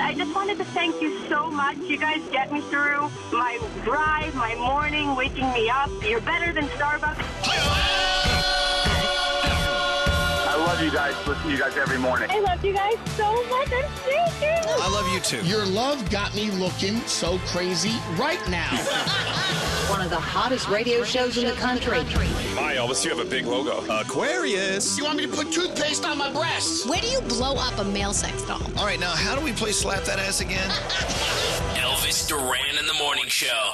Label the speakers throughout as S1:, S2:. S1: I just wanted to thank you so much. You guys get me through my drive, my morning, waking me up. You're better than Starbucks.
S2: I love you guys. Listen to you guys every morning.
S1: I love you guys so much. I'm shaking.
S3: I love you too.
S4: Your love got me looking so crazy right now.
S5: One of the hottest radio shows in the country.
S6: My Elvis, you have a big logo.
S3: Aquarius.
S4: you want me to put toothpaste on my breasts?
S7: Where do you blow up a male sex doll?
S3: All right, now how do we play slap that ass again?
S8: Elvis Duran in the Morning Show.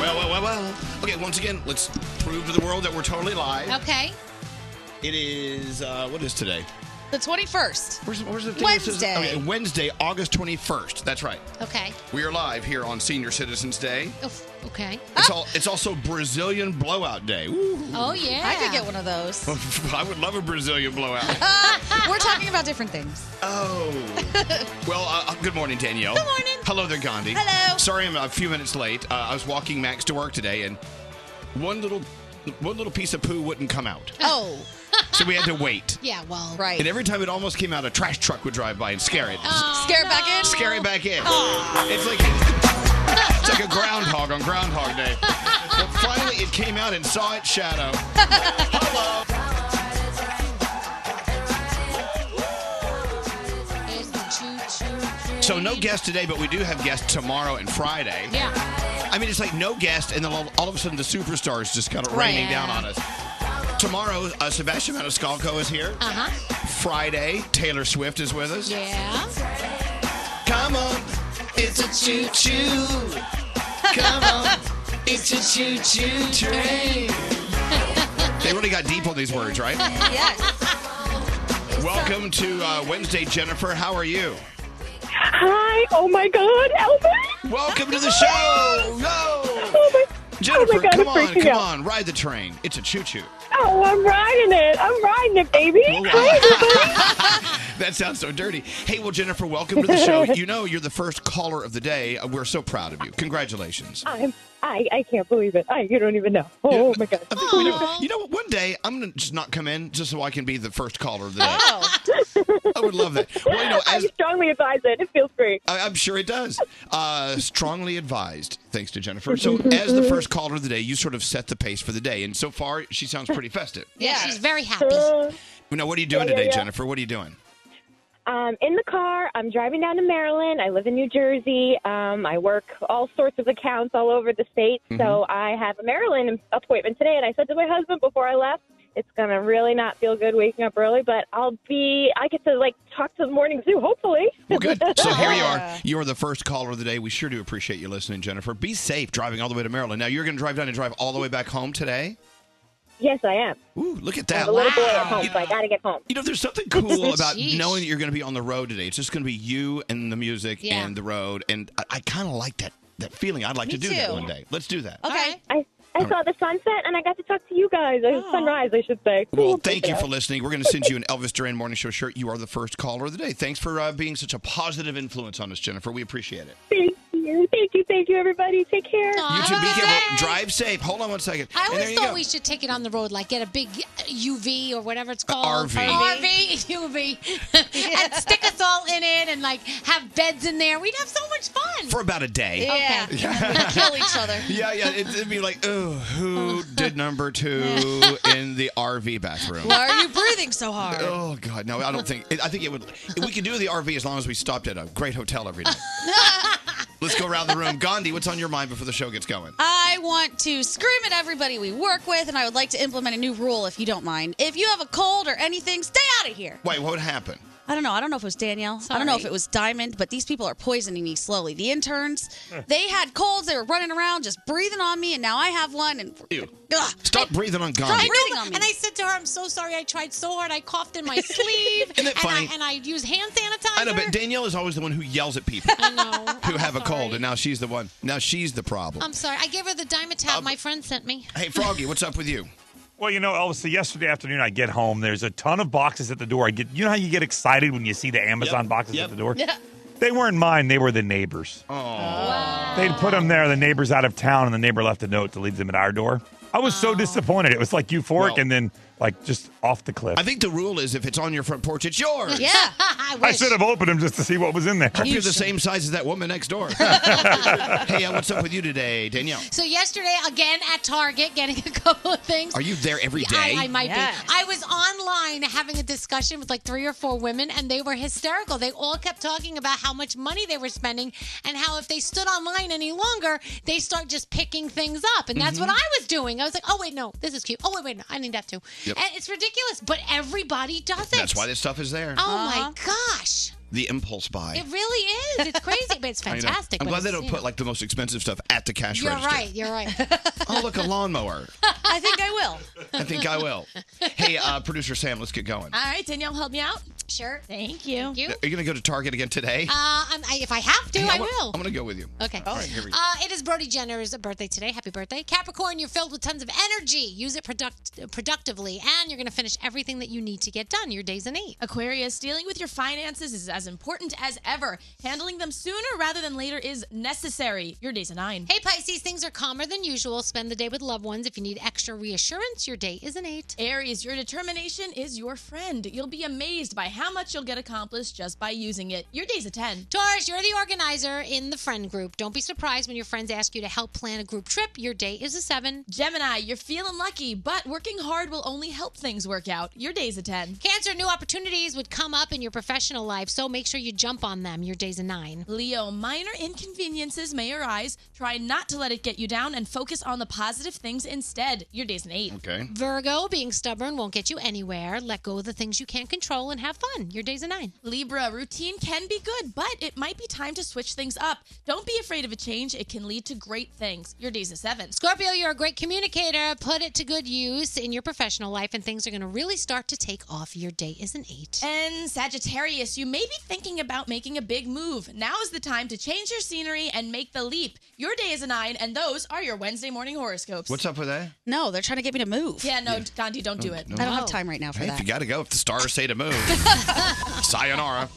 S3: well, well, well, well. Okay, once again, let's prove to the world that we're totally live.
S7: Okay.
S3: It is uh, what is today?
S7: The 21st.
S3: Where's, where's the thing that says-
S7: Wednesday.
S3: okay, Wednesday, August twenty first. That's right.
S7: Okay.
S3: We are live here on Senior Citizens Day.
S7: Oof, okay.
S3: It's all. It's also Brazilian Blowout Day. Woo.
S7: Oh, yeah. I could get one of those.
S3: I would love a Brazilian blowout.
S9: Ah,
S7: We're talking about different things.
S3: Oh. well, uh, uh, good morning, Danielle. Good
S7: morning.
S3: Hello there, Gandhi.
S7: Hello.
S3: Sorry, I'm a few minutes late. Uh, I was walking Max to work today, and one little one little piece of poo wouldn't come out,
S7: Oh.
S3: so we had to wait.
S7: Yeah, well. Right.
S3: And every time it almost came out, a trash truck would drive by and scare it.
S7: Scare it back in.
S3: Scare it back
S7: Oh.
S3: in. It's like it's like a groundhog on Groundhog Day. But finally, it came out and saw its shadow.
S7: There's the choo-choo
S3: So no guest today, but we do have guests tomorrow and Friday.
S7: Yeah.
S3: I mean, it's like no guest, and then all, all of a sudden the superstars just got it raining
S7: Right.
S3: down on us. Tomorrow, uh, Sebastian Maniscalco is here.
S7: Uh-huh.
S3: Friday, Taylor Swift is with us.
S7: Yeah.
S3: Come on, it's a choo choo. Come on, it's a choo choo train. they really got deep on these words, right?
S7: Yes.
S3: Welcome to uh, Wednesday, Jennifer. How are you?
S1: Hi. Oh my God, Elvis.
S3: Welcome to the show. No.
S1: Oh my.
S3: Jennifer,
S1: God,
S3: come
S1: I'm
S3: on,
S1: freaking
S3: come
S1: out.
S3: on, ride the train. It's a choo choo.
S1: Oh, I'm riding it. I'm riding it, baby. Hi, everybody.
S3: That sounds so dirty. Hey, well, Jennifer, welcome to the show. You know, you're the first caller of the day. Uh, We're so proud of you. Congratulations.
S1: I'm. I, I can't believe it. I you don't even know. Oh, my god.
S3: I think we know, you know what? One day I'm gonna just not come in just so I can be the first caller of the day.
S7: Oh.
S3: I would love that. Well, you know,
S1: I
S3: as
S1: strongly advise it. It feels great.
S3: I- I'm sure it does. Uh, strongly advised, thanks to Jennifer. So, as the first caller of the day, you sort of set the pace for the day, and so far she sounds pretty festive.
S7: Yeah, she's very happy.
S1: Uh,
S3: Now, what are you doing
S1: Yeah, yeah,
S3: today,
S1: yeah.
S3: Jennifer? What are you doing?
S1: Um, in the car, I'm driving down to Maryland. I live in New Jersey. Um, I work all sorts of accounts all over the state.
S3: Mm-hmm.
S1: So I have a Maryland appointment today. And I said to my husband before I left, it's going to really not feel good waking up early, but I'll be, I get to like talk to the morning zoo, hopefully.
S3: Well, good. So here you are. You are the first caller of the day. We sure do appreciate you listening, Jennifer. Be safe driving all the way to Maryland. Now you're going to drive down and drive all the way back home today.
S1: Yes, I am.
S3: Ooh, look at
S1: I
S3: that!
S1: have a little boy at
S7: Wow.
S1: home, so I got to get home.
S3: You know, there's something cool about
S7: Sheesh.
S3: knowing that you're going to be on the road today. It's just going to be you and the music
S7: Yeah.
S3: and the road, and I, I kind of like that that feeling. I'd like
S7: Me
S3: to do that
S7: too. Oh,
S3: one day. Let's do that.
S7: Okay.
S1: I, I saw the sunset and I got to talk to you guys. Or sunrise, I should say.
S3: Well, thank you for listening. We're going to send you an Elvis Duran Morning Show shirt. You are the first caller of the day. Thanks for uh, being such a positive influence on us, Jennifer. We appreciate it.
S1: Thank you. Thank you. Thank you, everybody. Take care.
S7: Aw.
S3: You
S7: Have
S3: too.
S7: a
S3: Be
S7: good
S3: careful.
S7: day.
S3: Drive safe. Hold on one second.
S7: I
S3: and there
S7: always
S3: you
S7: thought
S3: go.
S7: we should take it on the road, like get a big UV or whatever it's called.
S3: RV.
S7: RV, UV. and stick us all in it and like have beds in there. We'd have so much fun.
S3: for about a day.
S7: yeah.
S9: kill each other.
S3: Yeah, yeah. It, it'd be like, oh, who did number two in the RV bathroom?
S9: Why are you breathing so hard?
S3: Oh God, no! I don't think. I think it would. We could do the RV as long as we stopped at a great hotel every day. Let's go around the room. Gandhi, what's on your mind before the show gets going?
S9: I want to scream at everybody we work with, and I would like to implement a new rule if you don't mind. If you have a cold or anything, stay out of here.
S3: Wait, what would happen?
S9: I don't know. I don't know if it was Danielle. I don't know if it was Diamond, but these people are poisoning me slowly. The interns, they had colds. They were running around just breathing on me, and now I have one. And
S3: Ew.
S9: Ugh.
S3: Stop breathing on
S7: I
S3: Gandhi.
S9: breathing
S7: know,
S9: on me.
S7: and I said to her, "I'm so sorry. I tried so hard. I coughed in my sleeve,
S3: Isn't it
S7: and
S3: funny?
S7: I and I used hand sanitizer."
S3: I know, but Danielle is always the one who yells at people
S7: I know.
S3: who
S7: I'm
S3: have a cold,
S7: sorry.
S3: and now she's the one. Now she's the problem.
S9: Um,
S7: I'm sorry. I gave her the Dimetap my friend sent me.
S3: Um, hey, Froggy, what's up with you?
S10: Well, you know, Elvis, so yesterday afternoon I get home. There's a ton of boxes at the door. I get, you know how you get excited when you see the Amazon
S3: Yep,
S10: boxes
S3: yep.
S10: at the door? They weren't mine, they were the neighbors. They'd put them there, the neighbor's out of town, and the neighbor left a note to leave them at our door. I was so disappointed. It was like euphoric
S3: Well-
S10: and then like just off the cliff.
S3: I think the rule is if it's on your front porch, it's yours.
S7: Yeah. I,
S10: I should have opened him just to see what was in there.
S3: Hope you're the same size as that woman next door. hey, uh, what's up with you today, Danielle?
S7: So yesterday, again at Target, getting a couple of things.
S3: Are you there every
S7: Yeah,
S3: day?
S7: I, I might be. I was online having a discussion with like three or four women, and they were hysterical. They all kept talking about how much money they were spending and how if they stood online any longer, they start just picking things up. And that's what
S11: Mhm.
S3: Mm-hmm.
S7: I was doing. I was like, oh, wait, no, this is cute. Oh, wait, wait, no, I need that too.
S3: Yep.
S7: And it's ridiculous, but everybody does it.
S3: That's why this stuff is there.
S7: Oh, my gosh.
S3: The impulse buy.
S7: It really is. It's crazy, but it's
S3: I know.
S7: fantastic.
S3: I'm
S7: but
S3: glad they
S7: it's,
S3: don't
S7: you
S3: put
S7: know.
S3: like the most expensive stuff at the cash
S7: You're
S3: register.
S7: right. You're right.
S3: Oh, look, a lawnmower.
S12: I think I will.
S3: I think I will. Hey, uh, producer Sam, let's get going.
S12: All right, Danielle, help me out.
S7: Sure.
S12: Thank you.
S7: Thank you.
S3: Are you going to go to Target again today?
S7: Uh, I'm, I, if I have to,
S3: Hey,
S7: I
S3: wa-
S7: will.
S3: I'm going to go with you.
S7: Okay.
S3: All right, here we go.
S7: Uh, it is Brody Jenner's birthday today. Happy birthday. Capricorn, you're filled with tons of energy. Use it product- productively, and you're going to finish everything that you need to get done. Your day's an eight.
S12: Aquarius, dealing with your finances is as important as ever. Handling them sooner rather than later is necessary. Your day's a nine.
S7: Hey, Pisces, things are calmer than usual. Spend the day with loved ones. If you need extra reassurance, your day is an eight.
S12: Aries, your determination is your friend. You'll be amazed by how much you'll get accomplished just by using it. Your day's a 10.
S7: Taurus, you're the organizer in the friend group. Don't be surprised when your friends ask you to help plan a group trip. Your day is a seven.
S12: Gemini, you're feeling lucky, but working hard will only help things work out. Your day's a 10.
S7: Cancer, new opportunities would come up in your professional life, so make sure you jump on them. Your day's a nine.
S12: Leo, minor inconveniences may arise. Try not to let it get you down and focus on the positive things instead. Your day's an 8.
S3: Okay.
S7: Virgo, being stubborn won't get you anywhere. Let go of the things you can't control and have fun. Your day's a nine.
S12: Libra, routine can be good, but it might be time to switch things up. Don't be afraid of a change, it can lead to great things. Your day's a seven.
S7: Scorpio, you're a great communicator. Put it to good use in your professional life, and things are going to really start to take off. Your day is an eight.
S12: And Sagittarius, you may be thinking about making a big move. Now is the time to change your scenery and make the leap. Your day is a nine, and those are your Wednesday morning horoscopes.
S3: What's up with that?
S9: No, they're trying to get me to move.
S12: Yeah, Oh, no, Gandhi, don't do it.
S9: I don't have time right now for
S3: Hey, if
S9: that.
S3: you got to go, if the stars say to move, sayonara.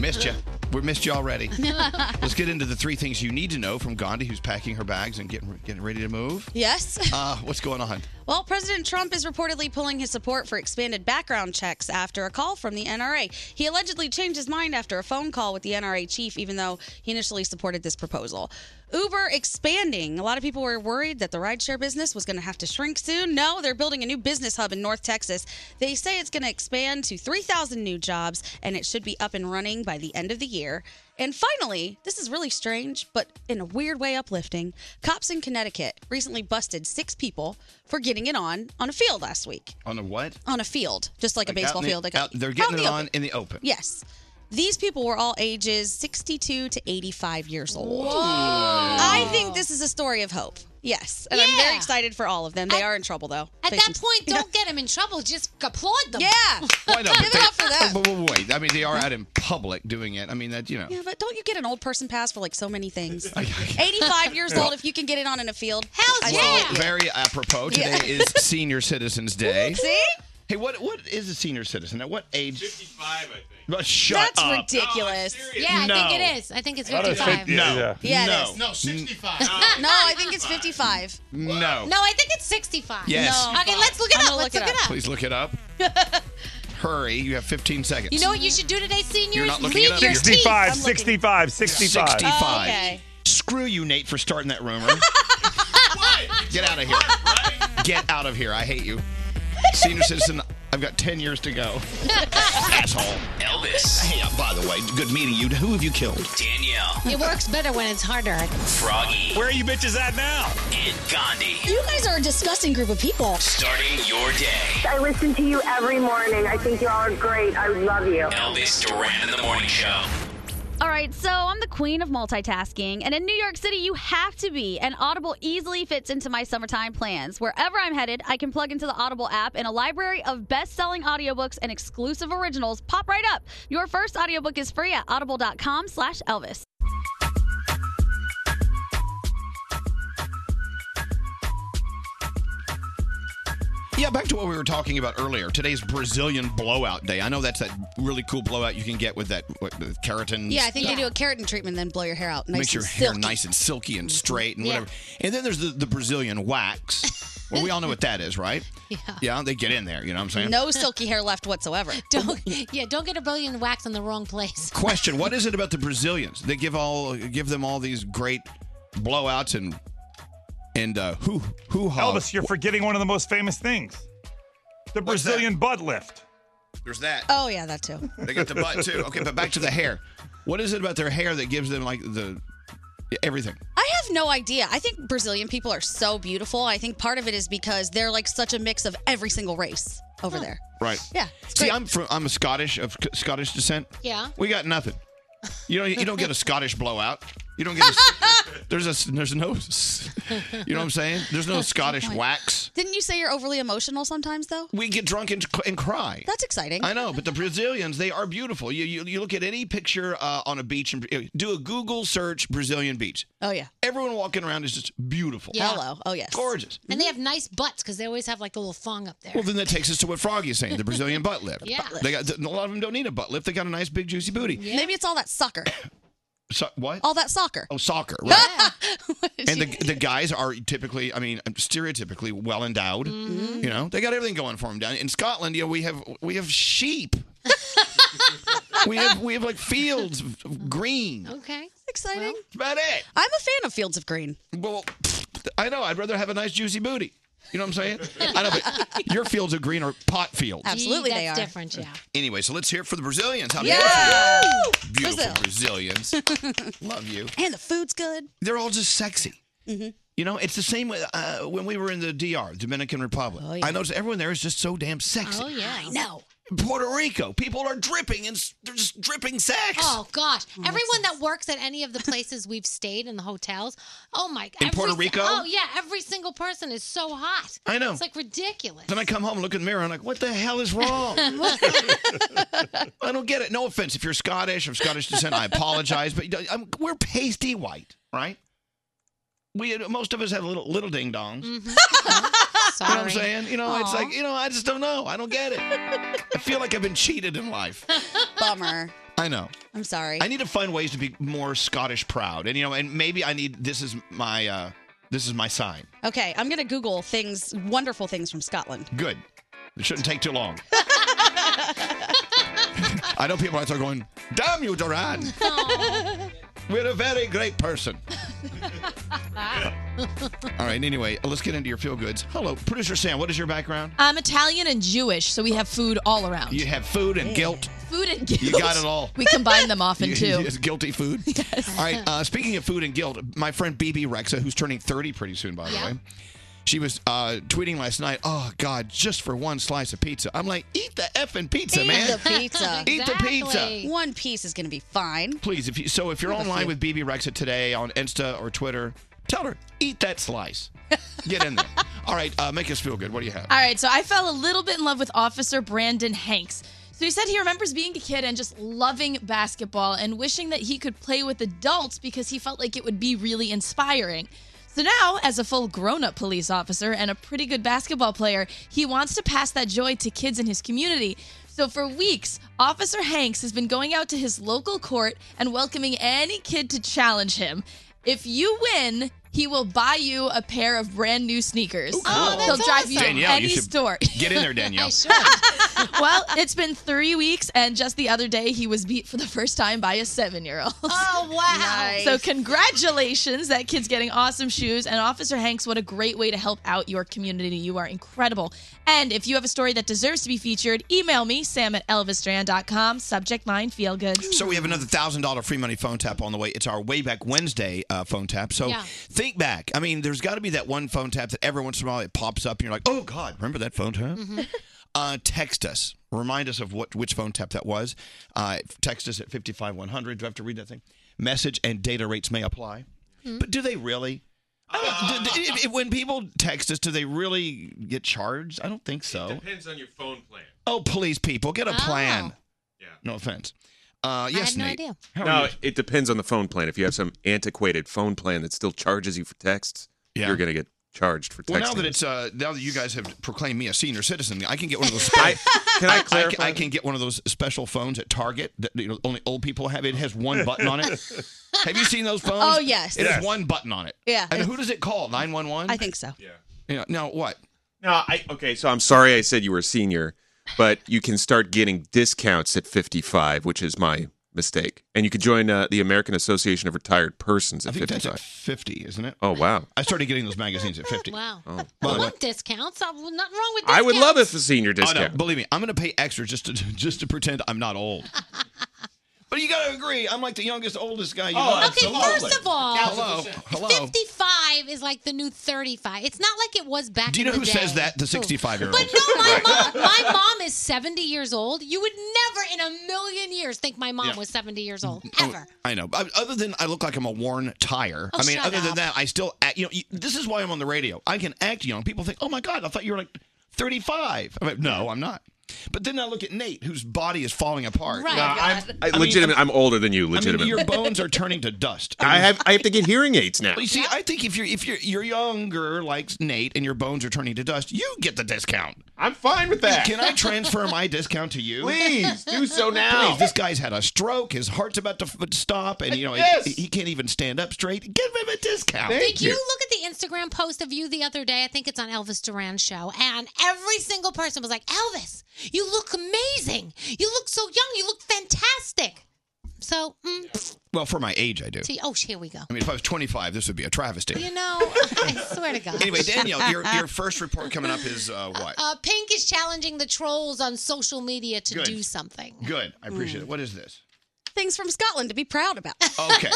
S3: Missed you. We missed you already. Let's get into the three things you need to know from Gandhi, who's packing her bags and getting getting ready to move.
S9: Yes.
S3: Uh, what's going on?
S9: Well, President Trump is reportedly pulling his support for expanded background checks after a call from the NRA. He allegedly changed his mind after a phone call with the NRA chief, even though he initially supported this proposal. Uber expanding. A lot of people were worried that the rideshare business was going to have to shrink soon. No, they're building a new business hub in North Texas. They say it's going to expand to 3,000 new jobs, and it should be up and running by the end of the year. And finally, this is really strange, but in a weird way uplifting. Cops in Connecticut recently busted six people for getting it on on a field last week.
S3: On a what?
S9: On a field, just like, a
S3: out
S9: baseball
S3: in the-
S9: field. Like
S3: out-
S9: a,
S3: they're
S9: out in
S3: getting it
S9: the
S3: on
S9: open.
S3: in the open.
S9: Yes. These people were all ages 62 to 85 years old.
S3: Whoa.
S9: I think this is a story of hope. Yes. And I'm very excited for all of them. They are in trouble, though.
S7: At that point, don't get him in trouble. Just applaud them.
S9: Yeah.
S3: Why not?
S9: Give it up for that.
S3: But, but wait, I mean, they are out in public doing it. I mean, that you know.
S9: Yeah, but don't you get an old person pass for like so many things? 85 years old, if you can get it on in a field. Hell
S3: Well, very apropos. Today
S9: Yeah.
S3: is Senior Citizens Day.
S9: See?
S3: Hey, what what is a senior citizen? At what age? Fifty-five, I think. shut
S9: That's
S12: Uh-uh.
S3: up.
S9: ridiculous.
S7: Yeah, I think
S3: No.
S7: it is. I think it's
S3: I thought it was
S7: 55.
S3: 50, yeah.
S9: Yeah, it
S3: Oh, No.
S9: is.
S3: No,
S9: 65. no, I think it's 55.
S3: No.
S7: No, I think it's 65.
S3: Oh. Yes.
S7: No. Okay, let's look it
S9: I'm
S7: up.
S9: gonna
S7: Let's look,
S9: look it
S7: it up.
S3: Please look it up. Hurry, you have 15 seconds.
S7: You know what you should do today, senior?
S3: You're
S7: Is
S3: not looking
S7: read
S3: it up. Oh,
S7: your teeth.
S10: 65, 65, 65.
S3: 65. Screw you, Nate, for starting that rumor. Get out of here. Get out of here. I hate you. Senior citizen, I've got 10 years to go. Asshole.
S8: Elvis,
S3: Hey, uh, by the way, good meeting you. Who have you killed?
S8: Danielle,
S7: It works better when it's harder.
S8: Froggy. Where are you bitches at now? And Gandhi.
S7: You guys are a disgusting group of people.
S8: Starting your day.
S13: I listen to you every morning. I think you all are great. I love you.
S8: Elvis Duran in the morning show.
S14: All right, so I'm the queen of multitasking, and in New York City, you have to be. And Audible easily fits into my summertime plans. Wherever I'm headed, I can plug into the Audible app, and a library of best selling audiobooks and exclusive originals pop right up. Your first audiobook is free at audible.com slash Elvis.
S3: Yeah, back to what we were talking about earlier. Today's Brazilian blowout day. I know that's that really cool blowout you can get with that what, with keratin.
S9: Yeah, I think you do a keratin treatment, then blow your hair out. Nice
S3: makes your
S9: and
S3: hair
S9: silky. Mm-hmm.
S3: nice and silky and straight and
S9: Yeah.
S3: whatever. And then there's the, the Brazilian wax. Well, we all know what that is, right?
S7: Yeah.
S3: Yeah, they get in there. You know what I'm saying?
S9: No silky hair left whatsoever.
S7: Don't yeah, don't get a brilliant wax in the wrong place.
S3: Question: What is it about the Brazilians? They give all give them all these great blowouts and and uh, hoo hoo ha.
S10: Elvis, you're forgetting one of the most famous things. The Brazilian butt lift.
S3: There's that.
S9: Oh yeah, that too.
S3: They got the butt too. Okay, but back to the hair. What is it about their hair that gives them like the everything?
S9: I have no idea. I think Brazilian people are so beautiful. I think part of it is because they're like such a mix of every single race over there.
S3: Right.
S9: Yeah.
S3: See, I'm from I'm a Scottish of Scottish descent.
S9: Yeah.
S3: We got nothing. You don't you don't get a Scottish blowout. You don't get a, there's a there's no you know what I'm saying? There's no
S9: That's a good
S3: Scottish
S9: point.
S3: wax.
S9: Didn't you say you're overly emotional sometimes though?
S3: We get drunk and, and cry.
S9: That's exciting.
S3: I know, but the Brazilians, they are beautiful. You you, you look at any picture uh, on a beach and do a Google search Brazilian beach.
S9: Oh yeah.
S3: Everyone walking around is just beautiful.
S7: Yeah. Hello.
S9: Oh yes.
S3: Gorgeous.
S7: And they have nice butts because they always have like the little thong up there.
S3: Well, then that takes us to what Froggy is saying, the Brazilian butt lift.
S7: Yeah.
S3: They got a lot of them don't need a butt lift. They got a nice big juicy booty.
S9: Maybe it's all that soccer.
S3: So, what?
S9: All that soccer.
S3: Oh, soccer. Right. and the, the guys are typically, I mean, um, stereotypically well endowed.
S9: Mhm.
S3: You know, they got everything going for them down in Scotland. You know, we have we have sheep. we have we have like fields of- of green.
S7: Okay.
S9: Exciting.
S3: That's about it.
S9: I'm a fan of fields of green.
S3: Well, I know. I'd rather have a nice juicy booty. You know what I'm saying? I know, but your fields of green are pot fields.
S9: Absolutely
S7: That's
S9: they are.
S7: different, yeah.
S3: Anyway, so let's hear it for the Brazilians. How
S9: Yeah.
S3: beautiful,
S9: Brazil.
S3: beautiful Brazilians. Love you.
S9: And the food's good.
S3: They're all just sexy.
S9: Mhm.
S3: You know, it's the same with, uh, when we were in the DR, Dominican Republic. I noticed everyone there is just so damn sexy.
S7: Oh yeah. I know.
S3: Puerto Rico, people are dripping and s- they're just dripping sex.
S7: Oh gosh! Everyone that works at any of the places we've stayed in the hotels, oh my!
S3: In
S7: every
S3: Puerto
S7: si-
S3: Rico?
S7: oh yeah, every single person is so hot.
S3: I know.
S7: It's like ridiculous.
S3: Then I come home, look in the mirror, and I'm like, what the hell is wrong? I don't get it. No offense. If you're Scottish, of Scottish descent, I apologize, but you don't- I'm, we're pasty white, right? We Most of us have little, little ding dongs.
S7: Mm-hmm.
S3: You know what I'm saying? You know, it's
S9: Aw.
S3: like, you know, I just don't know. I don't get it. I feel like I've been cheated in life.
S9: Bummer.
S3: I know.
S9: I'm sorry.
S3: I need to find ways to be more Scottish proud. And you know, and maybe I need this is my uh this is my sign.
S9: Okay, I'm gonna Google things, wonderful things from Scotland.
S3: Good. It shouldn't take too long. I know people out there going, damn you, Duran. We're a very great person. All right, anyway, let's get into your feel goods. Hello, producer Sam, what is your background?
S12: I'm Italian and Jewish, so we have food all around.
S3: You have food and guilt.
S12: Food and guilt.
S3: You got it all.
S12: We combine them often
S3: You-
S12: too.
S3: It's guilty food. All right. Uh, speaking of food and guilt, my friend BB Rexa, who's turning 30 pretty soon, by the way, she was uh, tweeting last night, oh, God, just for one slice of pizza. I'm like, eat the effing pizza,
S9: Eat
S3: man.
S9: the pizza.
S3: Eat the pizza.
S9: One piece is gonna be fine.
S3: Please, if you, so if you're
S9: Have a
S3: online
S9: few.
S3: with BB Rexa today on Insta or Twitter, tell her, eat that slice. Get in there. All right. Uh, make us feel good. What do you have?
S12: All right, so I fell a little bit in love with Officer Brandon Hanks. So he said he remembers being a kid and just loving basketball and wishing that he could play with adults because he felt like it would be really inspiring. So now, as a full grown up police officer and a pretty good basketball player, he wants to pass that joy to kids in his community. So for weeks, Officer Hanks has been going out to his local court and welcoming any kid to challenge him. If you win, he will buy you a pair of brand new sneakers.
S3: Oh, that's
S12: He'll drive you to
S3: awesome. Danielle,
S12: any
S3: you should
S12: store.
S3: get in there, Danielle. I
S12: well, it's been three weeks, and just the other day, he was beat for the first time by a seven-year-old.
S7: Oh wow!
S12: So congratulations, that kid's getting awesome shoes. And Officer Hanks, what a great way to help out your community. You are incredible. And if you have a story that deserves to be featured, email me, sam at elvisstrand.com, subject line feel good.
S3: So we have another thousand dollar free money phone tap on the way. It's our way back Wednesday uh, phone tap. So
S12: Yeah.
S3: think back. I mean, there's got to be that one phone tap that every once in a while it pops up and you're like, oh God, remember that phone tap?
S11: Mm-hmm.
S3: Uh, text us. Remind us of what which phone tap that was. Uh, text us at fifty five one hundred. Do I have to read that thing? Message and data rates may apply.
S11: Hmm.
S3: But do they really? I don't, do- do- if- if- when people text us, do they really get charged? I don't think so.
S11: Depends on your phone plan.
S3: Oh, please, people, get a
S11: Oh.
S3: plan. Yeah. No offense. Uh, yes,
S11: no
S3: Nate.
S11: idea.
S3: How are
S11: No,
S3: you?
S11: it depends on the phone plan. If you have some antiquated phone plan that still charges you for texts, you're going to get charged for texting.
S3: Well, now that it's uh, now that you guys have proclaimed me a senior citizen, I can get one of those. I,
S11: can I
S3: clarify? I, can get one of those special phones at Target that you know, only old people have. It has one button on it. have you seen those phones?
S9: Oh, yes.
S3: It
S9: Yes.
S3: has one button on it.
S9: Yeah.
S3: And who does it call? Nine one one.
S9: I think so.
S11: Yeah.
S3: Yeah. Now what?
S11: No, I okay. So I'm sorry I said you were a senior, but you can start getting discounts at 55, which is my mistake. And you can join uh, the American Association of Retired Persons
S3: I
S11: at
S3: think that's
S11: 55.
S3: at 50, isn't it?
S11: Oh wow.
S3: I started getting those magazines at 50.
S7: Wow.
S11: Oh.
S7: I want discounts. I, well, nothing wrong with discounts.
S11: I would love if a senior
S3: Oh,
S11: discount.
S3: no, believe me, I'm going to pay extra just to just to pretend I'm not old. but you got to agree, I'm like the youngest, oldest guy. You know.
S7: okay, first of all,
S3: Oh, hello, hello.
S7: 55 is like the new 35. It's not like it was back
S3: Do you know
S7: in the
S3: who
S7: day.
S3: says that? The 65 year old.
S7: But no, my mom, my mom is 70 years old. You would never in a million years think my mom
S3: Yeah.
S7: was 70 years old.
S3: Oh,
S7: Ever.
S3: I know. But Other than I look like I'm a worn tire.
S7: Oh,
S3: I mean,
S7: shut
S3: other than
S7: up.
S3: that, I still act, you know. you- This is why I'm on the radio. I can act young. People think, "Oh my God, I thought you were like 35." I'm like, no, I'm not. But then I look at Nate, whose body is falling apart.
S11: Right. Yeah,
S3: I'm,
S11: I, legitimate. I'm older than you.
S3: I mean,
S11: Legitimate.
S3: your bones are turning to dust.
S11: I have. I have to get hearing aids now.
S3: Well, you see, I think if you're if you're you're younger like Nate and your bones are turning to dust, you get the discount.
S11: I'm fine with that.
S3: Can I transfer my discount to you?
S11: Please, do so now.
S3: Please, this guy's had a stroke. His heart's about to f- stop, and you know
S7: Yes.
S3: he, he can't even stand up straight. Give him a discount.
S7: Did you. look at the Instagram post of you the other day? I think it's on Elvis Duran's show. And every single person was like, Elvis, you look amazing. You look so young. You look fantastic. So, mm, pff,
S3: Well, for my age, I do.
S7: to- oh, here we go.
S3: I mean, if I was 25, this would be a travesty.
S7: You know, I swear to God.
S3: Anyway, Danielle, your your first report coming up is uh, what?
S7: Uh, Pink is challenging the trolls on social media to
S3: Good.
S7: do something.
S9: uh,
S3: Good. I
S9: mm.
S3: appreciate it. What is this?
S9: Things from Scotland to be proud about.
S3: Okay.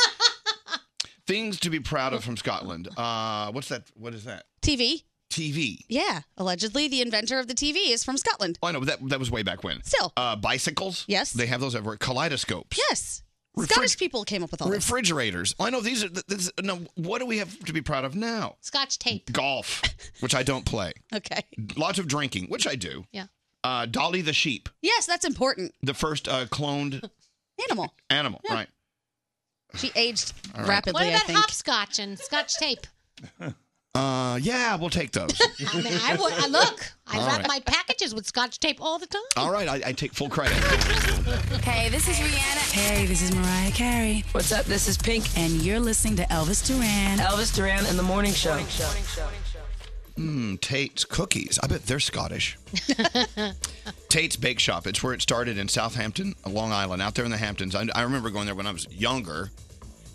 S3: Things to be proud of from Scotland. Uh, what's that? What is that?
S9: TV.
S3: TV.
S9: Yeah. Allegedly, the inventor of the TV is from Scotland.
S3: Oh, I know, but that, that was way back when.
S9: Still.
S3: Uh, bicycles.
S9: Yes.
S3: They have those everywhere. Kaleidoscopes.
S9: Yes. Scottish people came up with all this.
S3: Refrigerators. I know these are. th- This, no, what do we have to be proud of now?
S7: Scotch tape.
S3: Golf, which I don't play.
S9: Okay.
S3: Lots of drinking, which I do.
S7: Yeah.
S3: Uh, Dolly the sheep,
S9: Yes, that's important.
S3: the first uh, cloned
S9: Animal.
S3: animal. Right.
S9: She aged
S3: All right.
S9: rapidly,
S7: What
S9: I
S7: about
S9: think.
S7: hopscotch and scotch tape?
S3: Uh, yeah, we'll take those.
S7: I mean, I would, I look, I
S3: All
S7: wrap
S3: right.
S7: my packages with scotch tape all the time.
S3: All right, I, I take full credit.
S15: Hey, this is Rihanna. Hey, this is Mariah Carey. What's up? This is Pink, and you're listening to Elvis Duran. Elvis Duran and the Morning Show.
S3: Mmm, Tate's cookies. I bet they're Scottish. Tate's Bake Shop. It's where it started in Southampton, Long Island, out there in the Hamptons. I, I remember going there when I was younger,